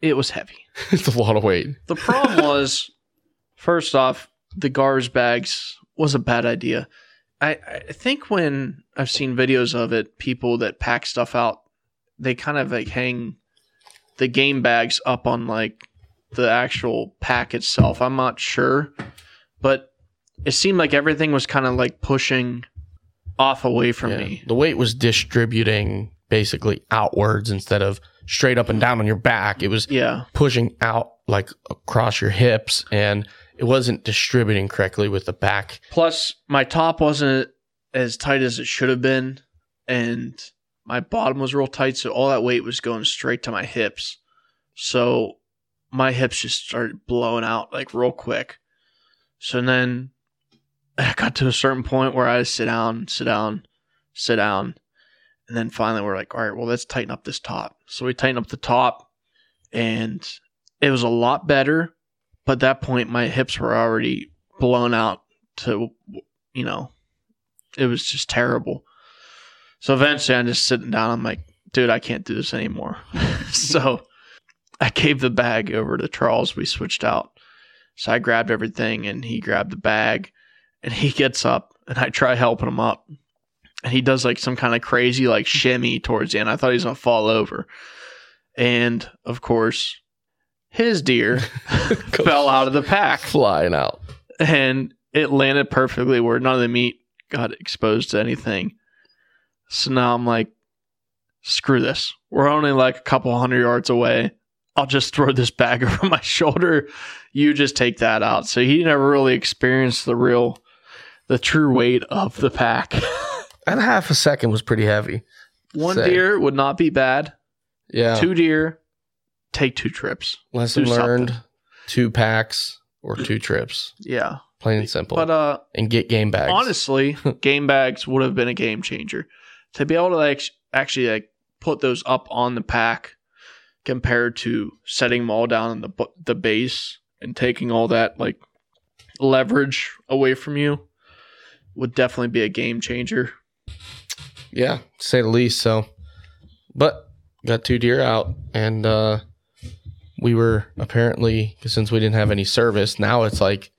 it was heavy. it's a lot of weight. The problem was first off, the garbage bags was a bad idea. I, I think when I've seen videos of it, people that pack stuff out, they kind of like hang the game bags up on like the actual pack itself. I'm not sure, but it seemed like everything was kind of like pushing off away from Yeah. me. The weight was distributing basically outwards instead of straight up and down on your back. It was Yeah. pushing out like across your hips and it wasn't distributing correctly with the back Plus, my top wasn't as tight as it should have been, and my bottom was real tight, so all that weight was going straight to my hips. So my hips just started blowing out like real quick. So then I got to a certain point where I just sit down, sit down, sit down. And then finally we're like, all right, well, let's tighten up this top. So we tighten up the top and it was a lot better. But at that point, my hips were already blown out to, you know, it was just terrible. So eventually I'm just sitting down. I'm like, dude, I can't do this anymore. so I gave the bag over to Charles. We switched out. So I grabbed everything and he grabbed the bag and he gets up and I try helping him up. And he does like some kind of crazy like shimmy towards the end. I thought he was going to fall over. And of course, his deer fell out of the pack flying out. and it landed perfectly where none of the meat got exposed to anything. So now I'm like, screw this. We're only like a couple hundred yards away. I'll just throw this bag over my shoulder. You just take that out. So he never really experienced the real, the true weight of the pack. And half a second was pretty heavy. One Say. deer would not be bad. Yeah. Two deer, take two trips. lesson do learned. something. Two packs or two trips. Yeah. plain and simple, But uh, and get game bags. honestly, game bags would have been a game changer. To be able to like actually like put those up on the pack compared to setting them all down in the bu- the base and taking all that like leverage away from you would definitely be a game changer. yeah, to say the least. So, but got two deer out, and uh, we were apparently since we didn't have any service. Now it's like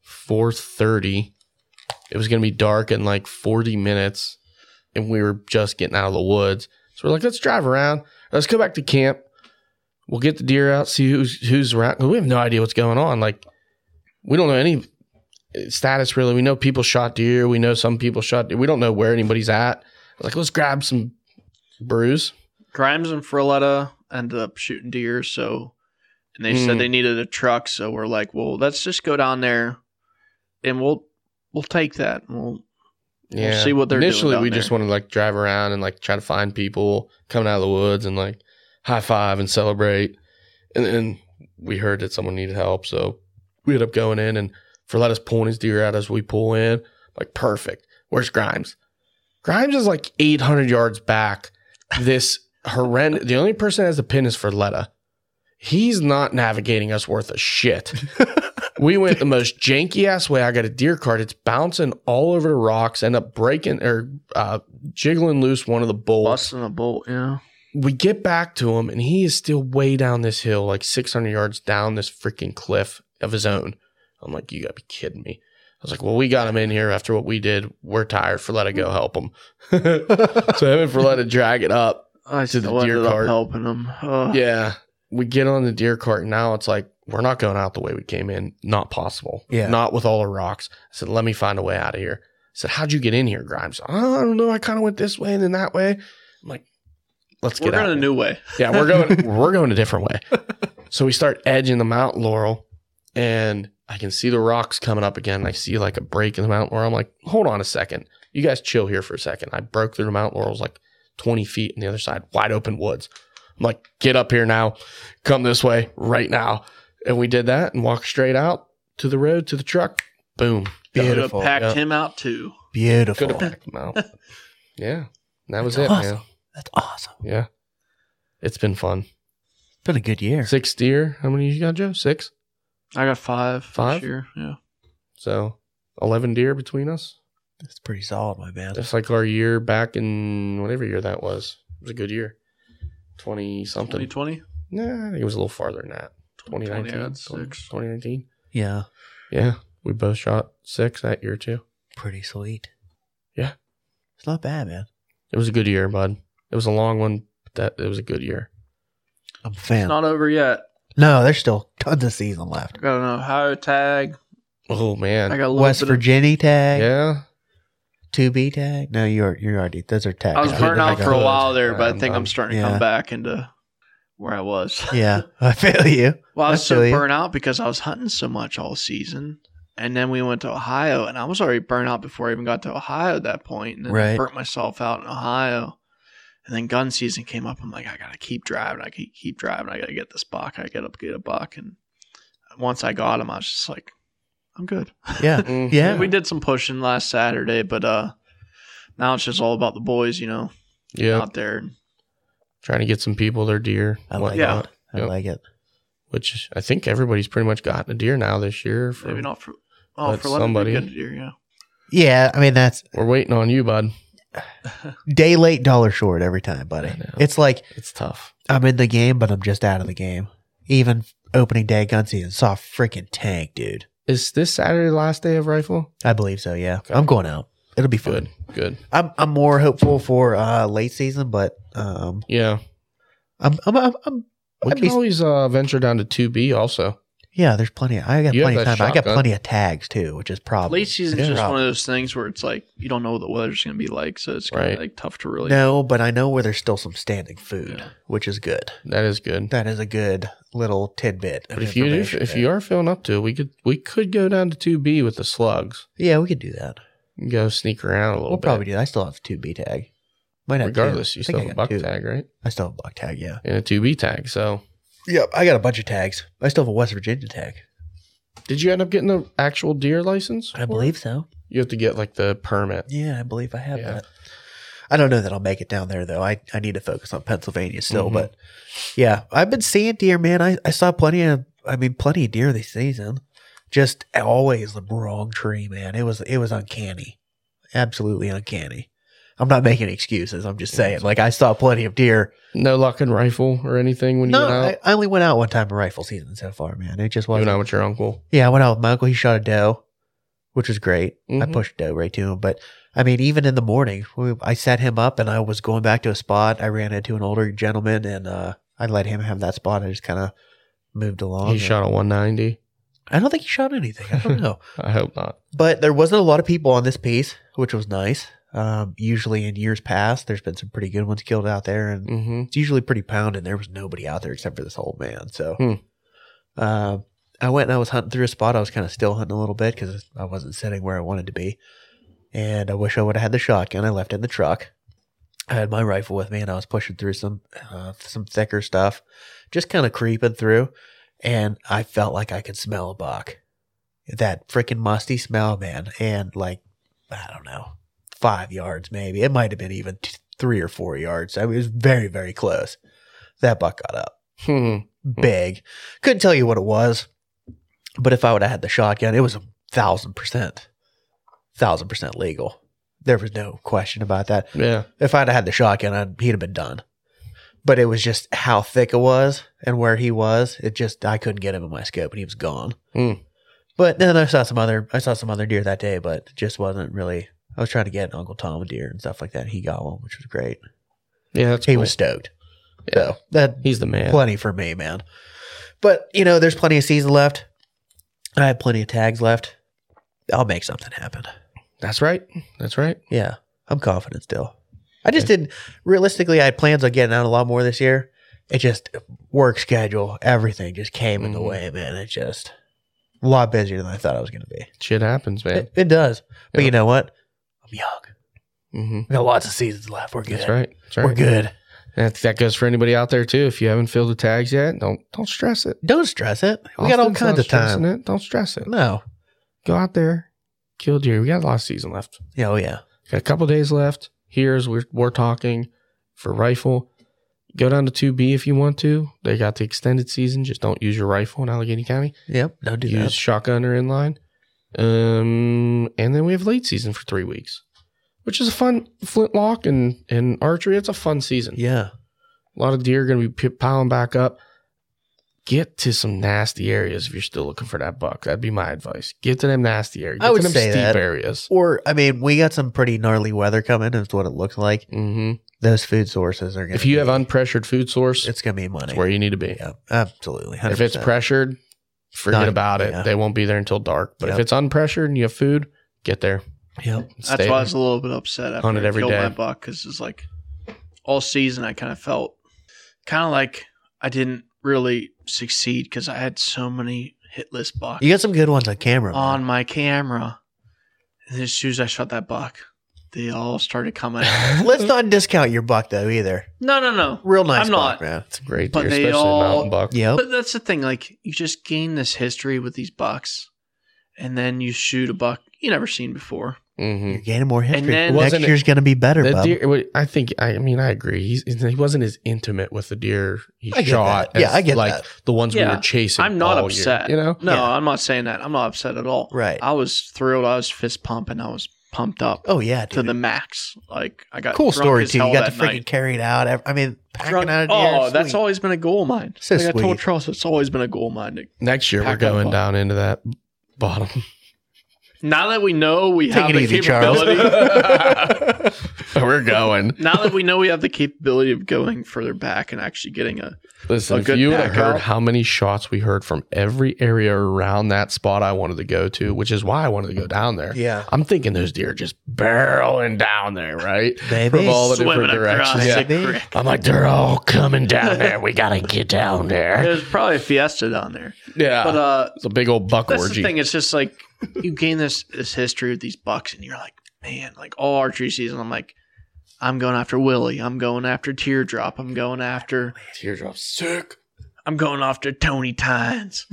four thirty. It was gonna be dark in like forty minutes, and we were just getting out of the woods. So we're like, let's drive around. Let's go back to camp. We'll get the deer out, see who's who's around. 'Cause We have no idea what's going on. Like, we don't know any uh, status really. We know people shot deer. We know some people shot deer. We don't know where anybody's at. Like, let's grab some brews. Grimes and Frilletta ended up shooting deer, so and they Mm. said they needed a truck, so we're like, well, let's just go down there and we'll we'll take that. and We'll We'll see what they're doing initially. down we there. just want to like drive around and like try to find people coming out of the woods and like high five and celebrate. And then we heard that someone needed help, so we ended up going in and for let us point his deer at us. We pull in like perfect. Where's Grimes? Grimes is like 800 yards back. This horrendous. The only person that has the pin is for Letta. He's not navigating us worth a shit. we went the most janky ass way. I got a deer cart. It's bouncing all over the rocks. End up breaking or uh, jiggling loose one of the bolts. busting a bolt, yeah. We get back to him, and he is still way down this hill, like 600 yards down this freaking cliff of his own. I'm like, you gotta be kidding me. I was like, well, we got him in here after what we did. We're tired. Forletta, go help him. so him and Forletta drag it up. I To the still deer ended up cart. helping them. Ugh. Yeah. We get on the deer cart and now. It's like, we're not going out the way we came in. Not possible. Yeah. Not with all the rocks. I said, let me find a way out of here. I said, how'd you get in here, Grimes? "Oh, I don't know. I kind of went this way and then that way. I'm like, let's we're get out. going a of new way. yeah, we're going we're going a different way. So we start edging the Mount Laurel and I can see the rocks coming up again. I see like a break in the Mount Laurel. I'm like, hold on a second. You guys chill here for a second. I broke through the Mount Laurel's like 20 feet on the other side, wide open woods. I'm like, get up here now. Come this way right now. And we did that and walked straight out to the road to the truck. Boom. Could have Beautiful. packed yeah. him out too. Could have Beautiful. packed them out. Yeah. That was That's it, awesome. man. That's awesome. Yeah. It's been fun. It's been a good year. Six deer. How many you got, Joe? Six. I got five. Five? This year. Yeah. So eleven deer between us. That's pretty solid, my man. That's like our year back in whatever year that was. It was a good year. Twenty something. 2020? Nah, I think it was a little farther than that. 2019. 20, I had 20- 20- six. 2019. Yeah, Yeah. We both shot six that year too. pretty sweet. Yeah. it's not bad, man. It was a good year, bud. It was a long one, but that it was a good year. I'm a fan. It's not over yet. no, there's still tons of season left. I got an Ohio tag. Oh I man. got a little West bit Virginia tag, yeah. two B tag. No, you're you're already. Those are tags. Of, I was Yeah. burnt out for a Yeah. while there, but I think Yeah. I'm starting to Yeah. come back into where I was. Yeah, I feel you. Well, I was I so feel you. burnt out because I was hunting so much all season. And then we went to Ohio, and I was already burnt out before I even got to Ohio at that point, And then Right. burnt myself out in Ohio. And then gun season came up. I'm like, I got to keep driving. I keep, keep driving. I got to get this buck. I got to get a buck. And once I got him, I was just like, I'm good. Yeah, Mhm. yeah. We did some pushing last Saturday, but uh, now it's just all about the boys, you know, Yeah. out there. Trying to get some people their deer. I like whatnot, it. I Yep. like it. Which I think everybody's pretty much gotten a deer now this year. For, Maybe not for oh, But for letting somebody- somebody good deer, yeah. Yeah, I mean that's We're waiting on you, bud. day late, dollar short every time, buddy. I know. It's like It's tough. I'm in the game, but I'm just out of the game. Even opening day gun season saw a freaking tank, dude. Is this Saturday the last day of rifle? I believe so. Yeah, I'm going out. It'll be fun. Good, good. I'm I'm more hopeful for uh, late season, but um, Yeah, I'm I'm, I'm, I'm we I'd can be- always uh, venture down to two B also. yeah. There's plenty. Of, I got You have plenty of that time. I got shotgun. plenty of tags too, which is probably Late Um, season Yeah. is just Problem. one of those things where it's like you don't know what the weather's going to be like, so it's kind Right. of like tough to really. No, but I know where there's still some standing food, Yeah. which is good. That is good. That is a good little tidbit. of but if you do, information if there. you are feeling up to it, we could we could go down to two B with the slugs. yeah, we could do that. and Go sneak around a little We'll bit. probably do. That. I still have two B tag. Might have two. I Regardless, you think I still have a got buck two. tag, right? I still have a buck tag. Yeah. And a two B tag. So Yep. I got a bunch of tags. I still have a West Virginia tag. Did you end up getting the actual deer license? I believe so. You have to get like the permit. Yeah, I believe I have Yeah. that. I don't know that I'll make it down there though. I, I need to focus on Pennsylvania still, Mhm. but yeah, I've been seeing deer, man. I, I saw plenty of I mean plenty of deer this season. Just always the wrong tree, man. It was it was uncanny. Absolutely uncanny. I'm not making excuses. I'm just saying. Like I saw plenty of deer. No luck and rifle or anything when you No, went out. I, I only went out one time in rifle season so far, man. It just you wasn't went out with your uncle. yeah, I went out with my uncle. He shot a doe, which was great. I Mhm. pushed doe right to him. But I mean, even in the morning, we, I set him up and I was going back to a spot. I ran into an older gentleman and uh, I let him have that spot. I just kind of moved along. He shot a 190. I don't think he shot anything. I don't know. I hope not. but there wasn't a lot of people on this piece, which was nice. Um, usually in years past, there's been some pretty good ones killed out there. And Mm-hmm. it's usually pretty pounded. There was nobody out there except for this old man. So, Hmm. uh, I went and I was hunting through a spot. I was kind of still hunting a little bit because I wasn't sitting where I wanted to be. And I wish I would have had the shotgun. I left it in the truck. I had my rifle with me, and I was pushing through some uh, some thicker stuff, just kind of creeping through. And I felt like I could smell a buck. That freaking musty smell, man. And like, I don't know, five yards maybe. It might have been even t- three or four yards. I mean, it was very, very close. That buck got up Hmm. big. Couldn't tell you what it was, but if I would have had the shotgun, it was a thousand percent, thousand percent legal. There was no question about that. Yeah. If I'd have had the shotgun, I'd, he'd have been done. But it was just how thick it was and where he was. It just I couldn't get him in my scope, and he was gone. Hmm. But then I saw some other I saw some other deer that day, but it just wasn't really. I was trying to get Uncle Tom a deer and stuff like that. And he got one, which was great. Yeah, that's He cool. was stoked. Yeah. So that He's the man. plenty for me, man. But you know, there's plenty of season left. I have plenty of tags left. I'll make something happen. That's right. That's right. Yeah, I'm confident still. I just didn't realistically. I had plans on getting out a lot more this year. It just work schedule, everything just came in the Mhm. way, man. It just a lot busier than I thought I was going to be. Shit happens, man. It, it does, but Yeah. you know what? I'm young. Mm-hmm. We got lots of seasons left. We're good. That's right. That's right. We're good. That, that goes for anybody out there too. If you haven't filled the tags yet, don't don't stress it. Don't stress it. We got all Austin's kinds not of stressing time. It. Don't stress it. No. Go out there, kill deer. We got a lot of season left. Yeah, Oh yeah. Got a couple days left. Here's we're we're talking for rifle. Go down to two B if you want to. They got the extended season. Just don't use your rifle in Allegheny County. Yep. Don't do use that. shotgun or inline. Um, and then we have late season for three weeks, which is a fun flintlock and, and archery. It's a fun season. Yeah. A lot of deer are going to be p- piling back up. Get to some nasty areas if you're still looking for that buck. That'd be my advice. Get to them nasty areas. I Get would to them say steep that. areas. Or I mean, we got some pretty gnarly weather coming. Is what it looks like. hmm Those food sources are going. If you have unpressured food source, it's going to be money. it's where you need to be. yeah, absolutely. 100%. If it's pressured, forget Not- about it. yeah. They won't be there until dark. But if Yep. it's unpressured and you have food, get there. yep. That's why I was a little bit upset after Hunted I every killed day. my buck because it's like all season I kind of felt kind of like I didn't really succeed because I had so many hitless bucks You got some good ones on camera. man. on my camera. And as soon as I shot that buck, they all started coming. out. Let's not discount your buck though either. no, no, no. Real nice. I'm buck, not. man. It's a great But deer, they especially all- mountain buck. Yep. But that's the thing. Like you just gain this history with these bucks, and then you shoot a buck you never seen before. Mm-hmm. You're gaining more history. then- Next Wasn't it- year's going to be better, The bub. deer, well, I think. I mean, I agree. He's, he wasn't as intimate with the deer he I get shot. that. Yeah, as, I get like that. the ones we Yeah. were chasing. I'm not all year, upset. you know, No, Yeah. I'm not saying that. I'm not upset at all. Right. I was thrilled. I was fist pumping. I was pumped up oh yeah, to dude. the max. Like I got cool drunk story as too. hell You got to that freaking night. carry it out. ev- I mean, packing Drunk- out of the oh, air, that's sweet. always been a goal of mine. So like I sweet. told Charles, it's always been a goal of mine. next year we're Pack that going buck. down into that bottom. Now that we know we Take have it the easy, Charles. capability, we're going. now that we know we have the capability of going further back and actually getting a Listen, A if good you would have pack heard out. how many shots we heard from every area around that spot I wanted to go to, which is why I wanted to go down there. Yeah. I'm thinking those deer are just barreling down there, right? Baby. From all the swimming different across directions. Yeah. the Maybe. creek. I'm like, they're all coming down there. We gotta get down there. There's probably a fiesta down there, Yeah. but uh, It's a big old buck That's orgy. the thing. It's just like you gain this this history with these bucks, and you're like, man, like all archery season, I'm like, I'm going after Willie. I'm going after Teardrop. I'm going after Teardrops sick. I'm going after Tony Tynes.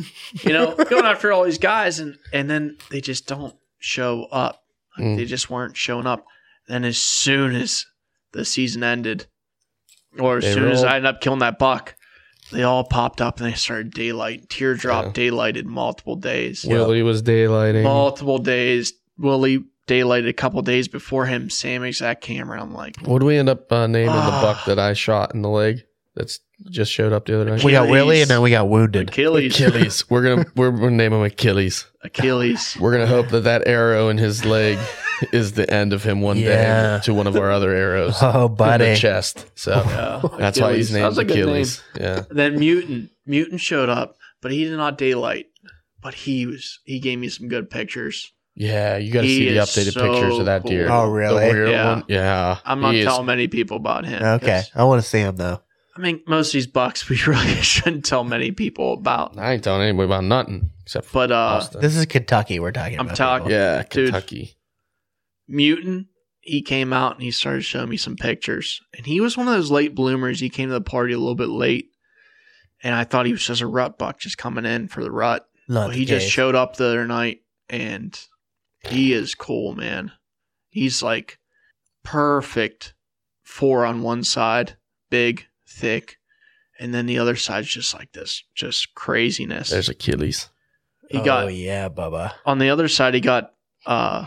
You know, going after all these guys and and then they just don't show up. Like, Mm. They just weren't showing up. Then as soon as the season ended, or as They soon as rolled. I ended up killing that buck, they all popped up and they started daylight, teardrop Yeah. daylighted multiple days. Willie was daylighting. Multiple days. Willie daylighted a couple days before him, same exact camera. I'm like, What do we end up uh, naming Ah. the buck that I shot in the leg? That's just showed up the other night. We got Achilles. Willie, and then we got wounded. Achilles. Achilles. we're gonna we're gonna name him Achilles. Achilles. We're gonna hope that that arrow in his leg is the end of him one Yeah. day to one of our other arrows Oh, in the buddy. chest. So Yeah, that's why he's Achilles. named That was a good Achilles. Yeah, name. Then mutant, mutant showed up, but he did not daylight. But he was he gave me some good pictures. yeah. You got to He see the is updated so pictures of that deer. cool. Oh, The really? weird Yeah. one. Yeah. I'm not He is- telling many people about him. Okay. 'cause, I want to see him though. I mean, most of these bucks we really shouldn't tell many people about. I ain't telling anybody about nothing except for But uh, Austin. This is Kentucky we're talking I'm about. talking- people. yeah, Dude. Kentucky. mutant, he came out and he started showing me some pictures. And he was one of those late bloomers. He came to the party a little bit late, and I thought he was just a rut buck just coming in for the rut. Not Well, the he just case. showed up the other night and he is cool, man. He's like perfect four on one side, big, thick, and then the other side's just like this, just craziness. There's Achilles. he oh, got yeah, Bubba. on the other side he got uh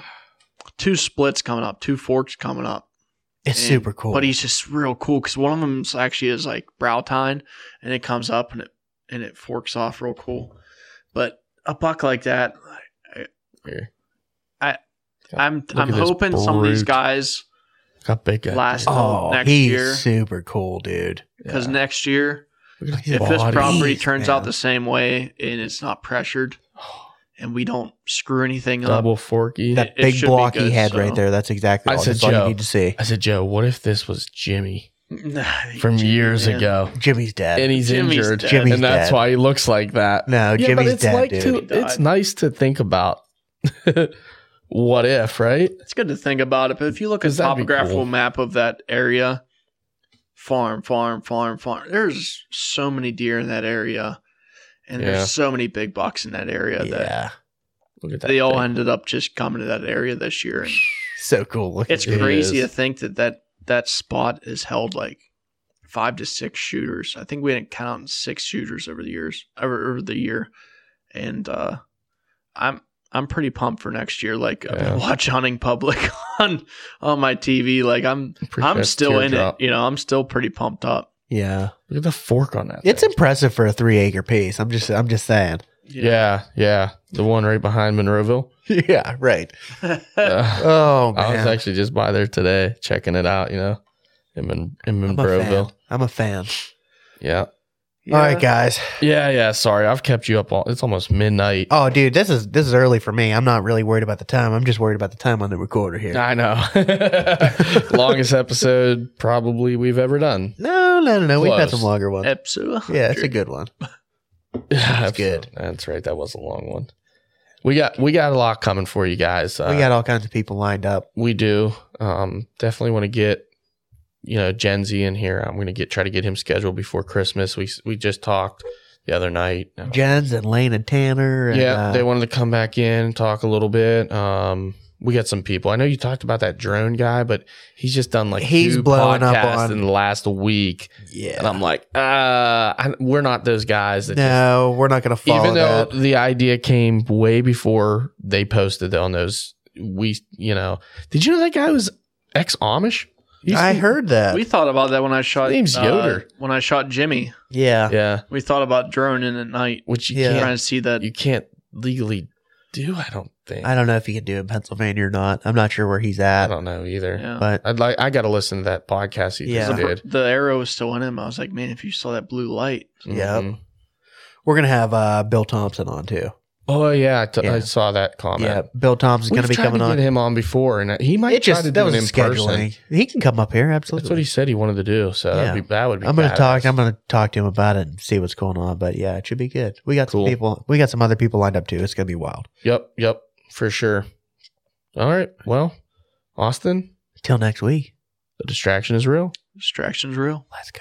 two splits coming up, two forks coming up. It's And- super cool. But he's just real cool because one of them actually is like brow tine, and it comes up and it and it forks off real cool. But a buck like that, Here. I'm Look I'm at this hoping some of these brute. guys Look how big that Last- deer is. oh, next he's year. super cool, dude. because Yeah. next year, Look at If his if this body. property Jeez, turns out man. the same way and it's not pressured, and we don't screw anything double up, forky. That it big should be block he good, had right so. there. That's exactly I all, said that's all you Joe. need to see. I said, Joe, what if this was Jimmy from from years ago? Jimmy's dead. And he's Jimmy's injured, dead. Jimmy's and that's dead. why he looks like that. no, Yeah, Jimmy's it's dead, like dude. to- it's nice to think about. what if, right? It's good to think about it, but if you look at 'Cause the that'd be topographical cool. map of that area, farm, farm, farm, farm. There's so many deer in that area, and Yeah. there's so many big bucks in that area that yeah. Look at that. they all thing. ended up just coming to that area this year. And So cool looking. it's It crazy is. to think that, that that spot is held like five to six shooters. I think we didn't count six shooters over the years over, over the year, and uh, I'm I'm pretty pumped for next year. Like I've Yeah. been watch hunting public on on my TV. Like I'm Appreciate I'm that still in it. teardrop. You know I'm still pretty pumped up. yeah. Look at the fork on that. It's thing. impressive for a three acre piece. I'm just I'm just saying. yeah, yeah. The one right behind Monroeville. Yeah, right. Uh, Oh man. I was actually just by there today checking it out, you know, in, Mon- in I'm a fan. Monroeville. I'm a fan. Yeah. All right, guys. Yeah, yeah. Sorry. I've kept you up all. It's almost midnight. Oh, dude, this is this is early for me. I'm not really worried about the time. I'm just worried about the time on the recorder here. I know. Longest episode probably we've ever done. No, no, no, no. We've had Close. some longer ones. Epsu. yeah, it's a good one. That's good. That's right. That was a long one. We got we got a lot coming for you guys. Uh, we got all kinds of people lined up. we do. Um, definitely want to get you know Gen Z in here. I'm going to get try to get him scheduled before Christmas. We we just talked the other night. Uh, Jens and Lane and Tanner. And, yeah, uh, they wanted to come back in and talk a little bit. Um, we got some people. I know you talked about that drone guy, but he's just done like He's two blowing up podcasts on- in the last week, and yeah. I'm like, uh, I, we're not those guys that just No, we're not going to follow even though that. the idea came way before they posted on those we you know did you know that guy was ex Amish? I heard that. We thought about that when I shot His name's uh, Yoder. when I shot Jimmy, yeah. Yeah. we thought about droning at night, Which you Yeah. trying to see that. can't you can't legally do, I don't think. I don't know if he can do it in Pennsylvania or not. I'm not sure where he's I at, don't know either. yeah. but I'd like I gotta listen to that podcast he Yeah. just did. The arrow was still in him. I was like, man, if you saw that blue light, Yep. Mhm. we're gonna have uh, Bill Thompson on too. Oh yeah I, t- I Yeah. saw that comment. yeah, Bill Thompson's We've gonna be Oh, tried coming to on. get him on before and he might It try just to do that was it in person. scheduling. He can come up here. Absolutely. That's what he said he wanted to do. So that'd Yeah. be that would be I'm gonna talk. badass. I'm gonna talk to him about it and see what's going on. But yeah, it should be good. We got Cool. some people. We got some other people lined up too. It's gonna be wild. Yep, yep, for sure. All right. Well, Austin, Till next week. the distraction is real. distraction's real. Let's go.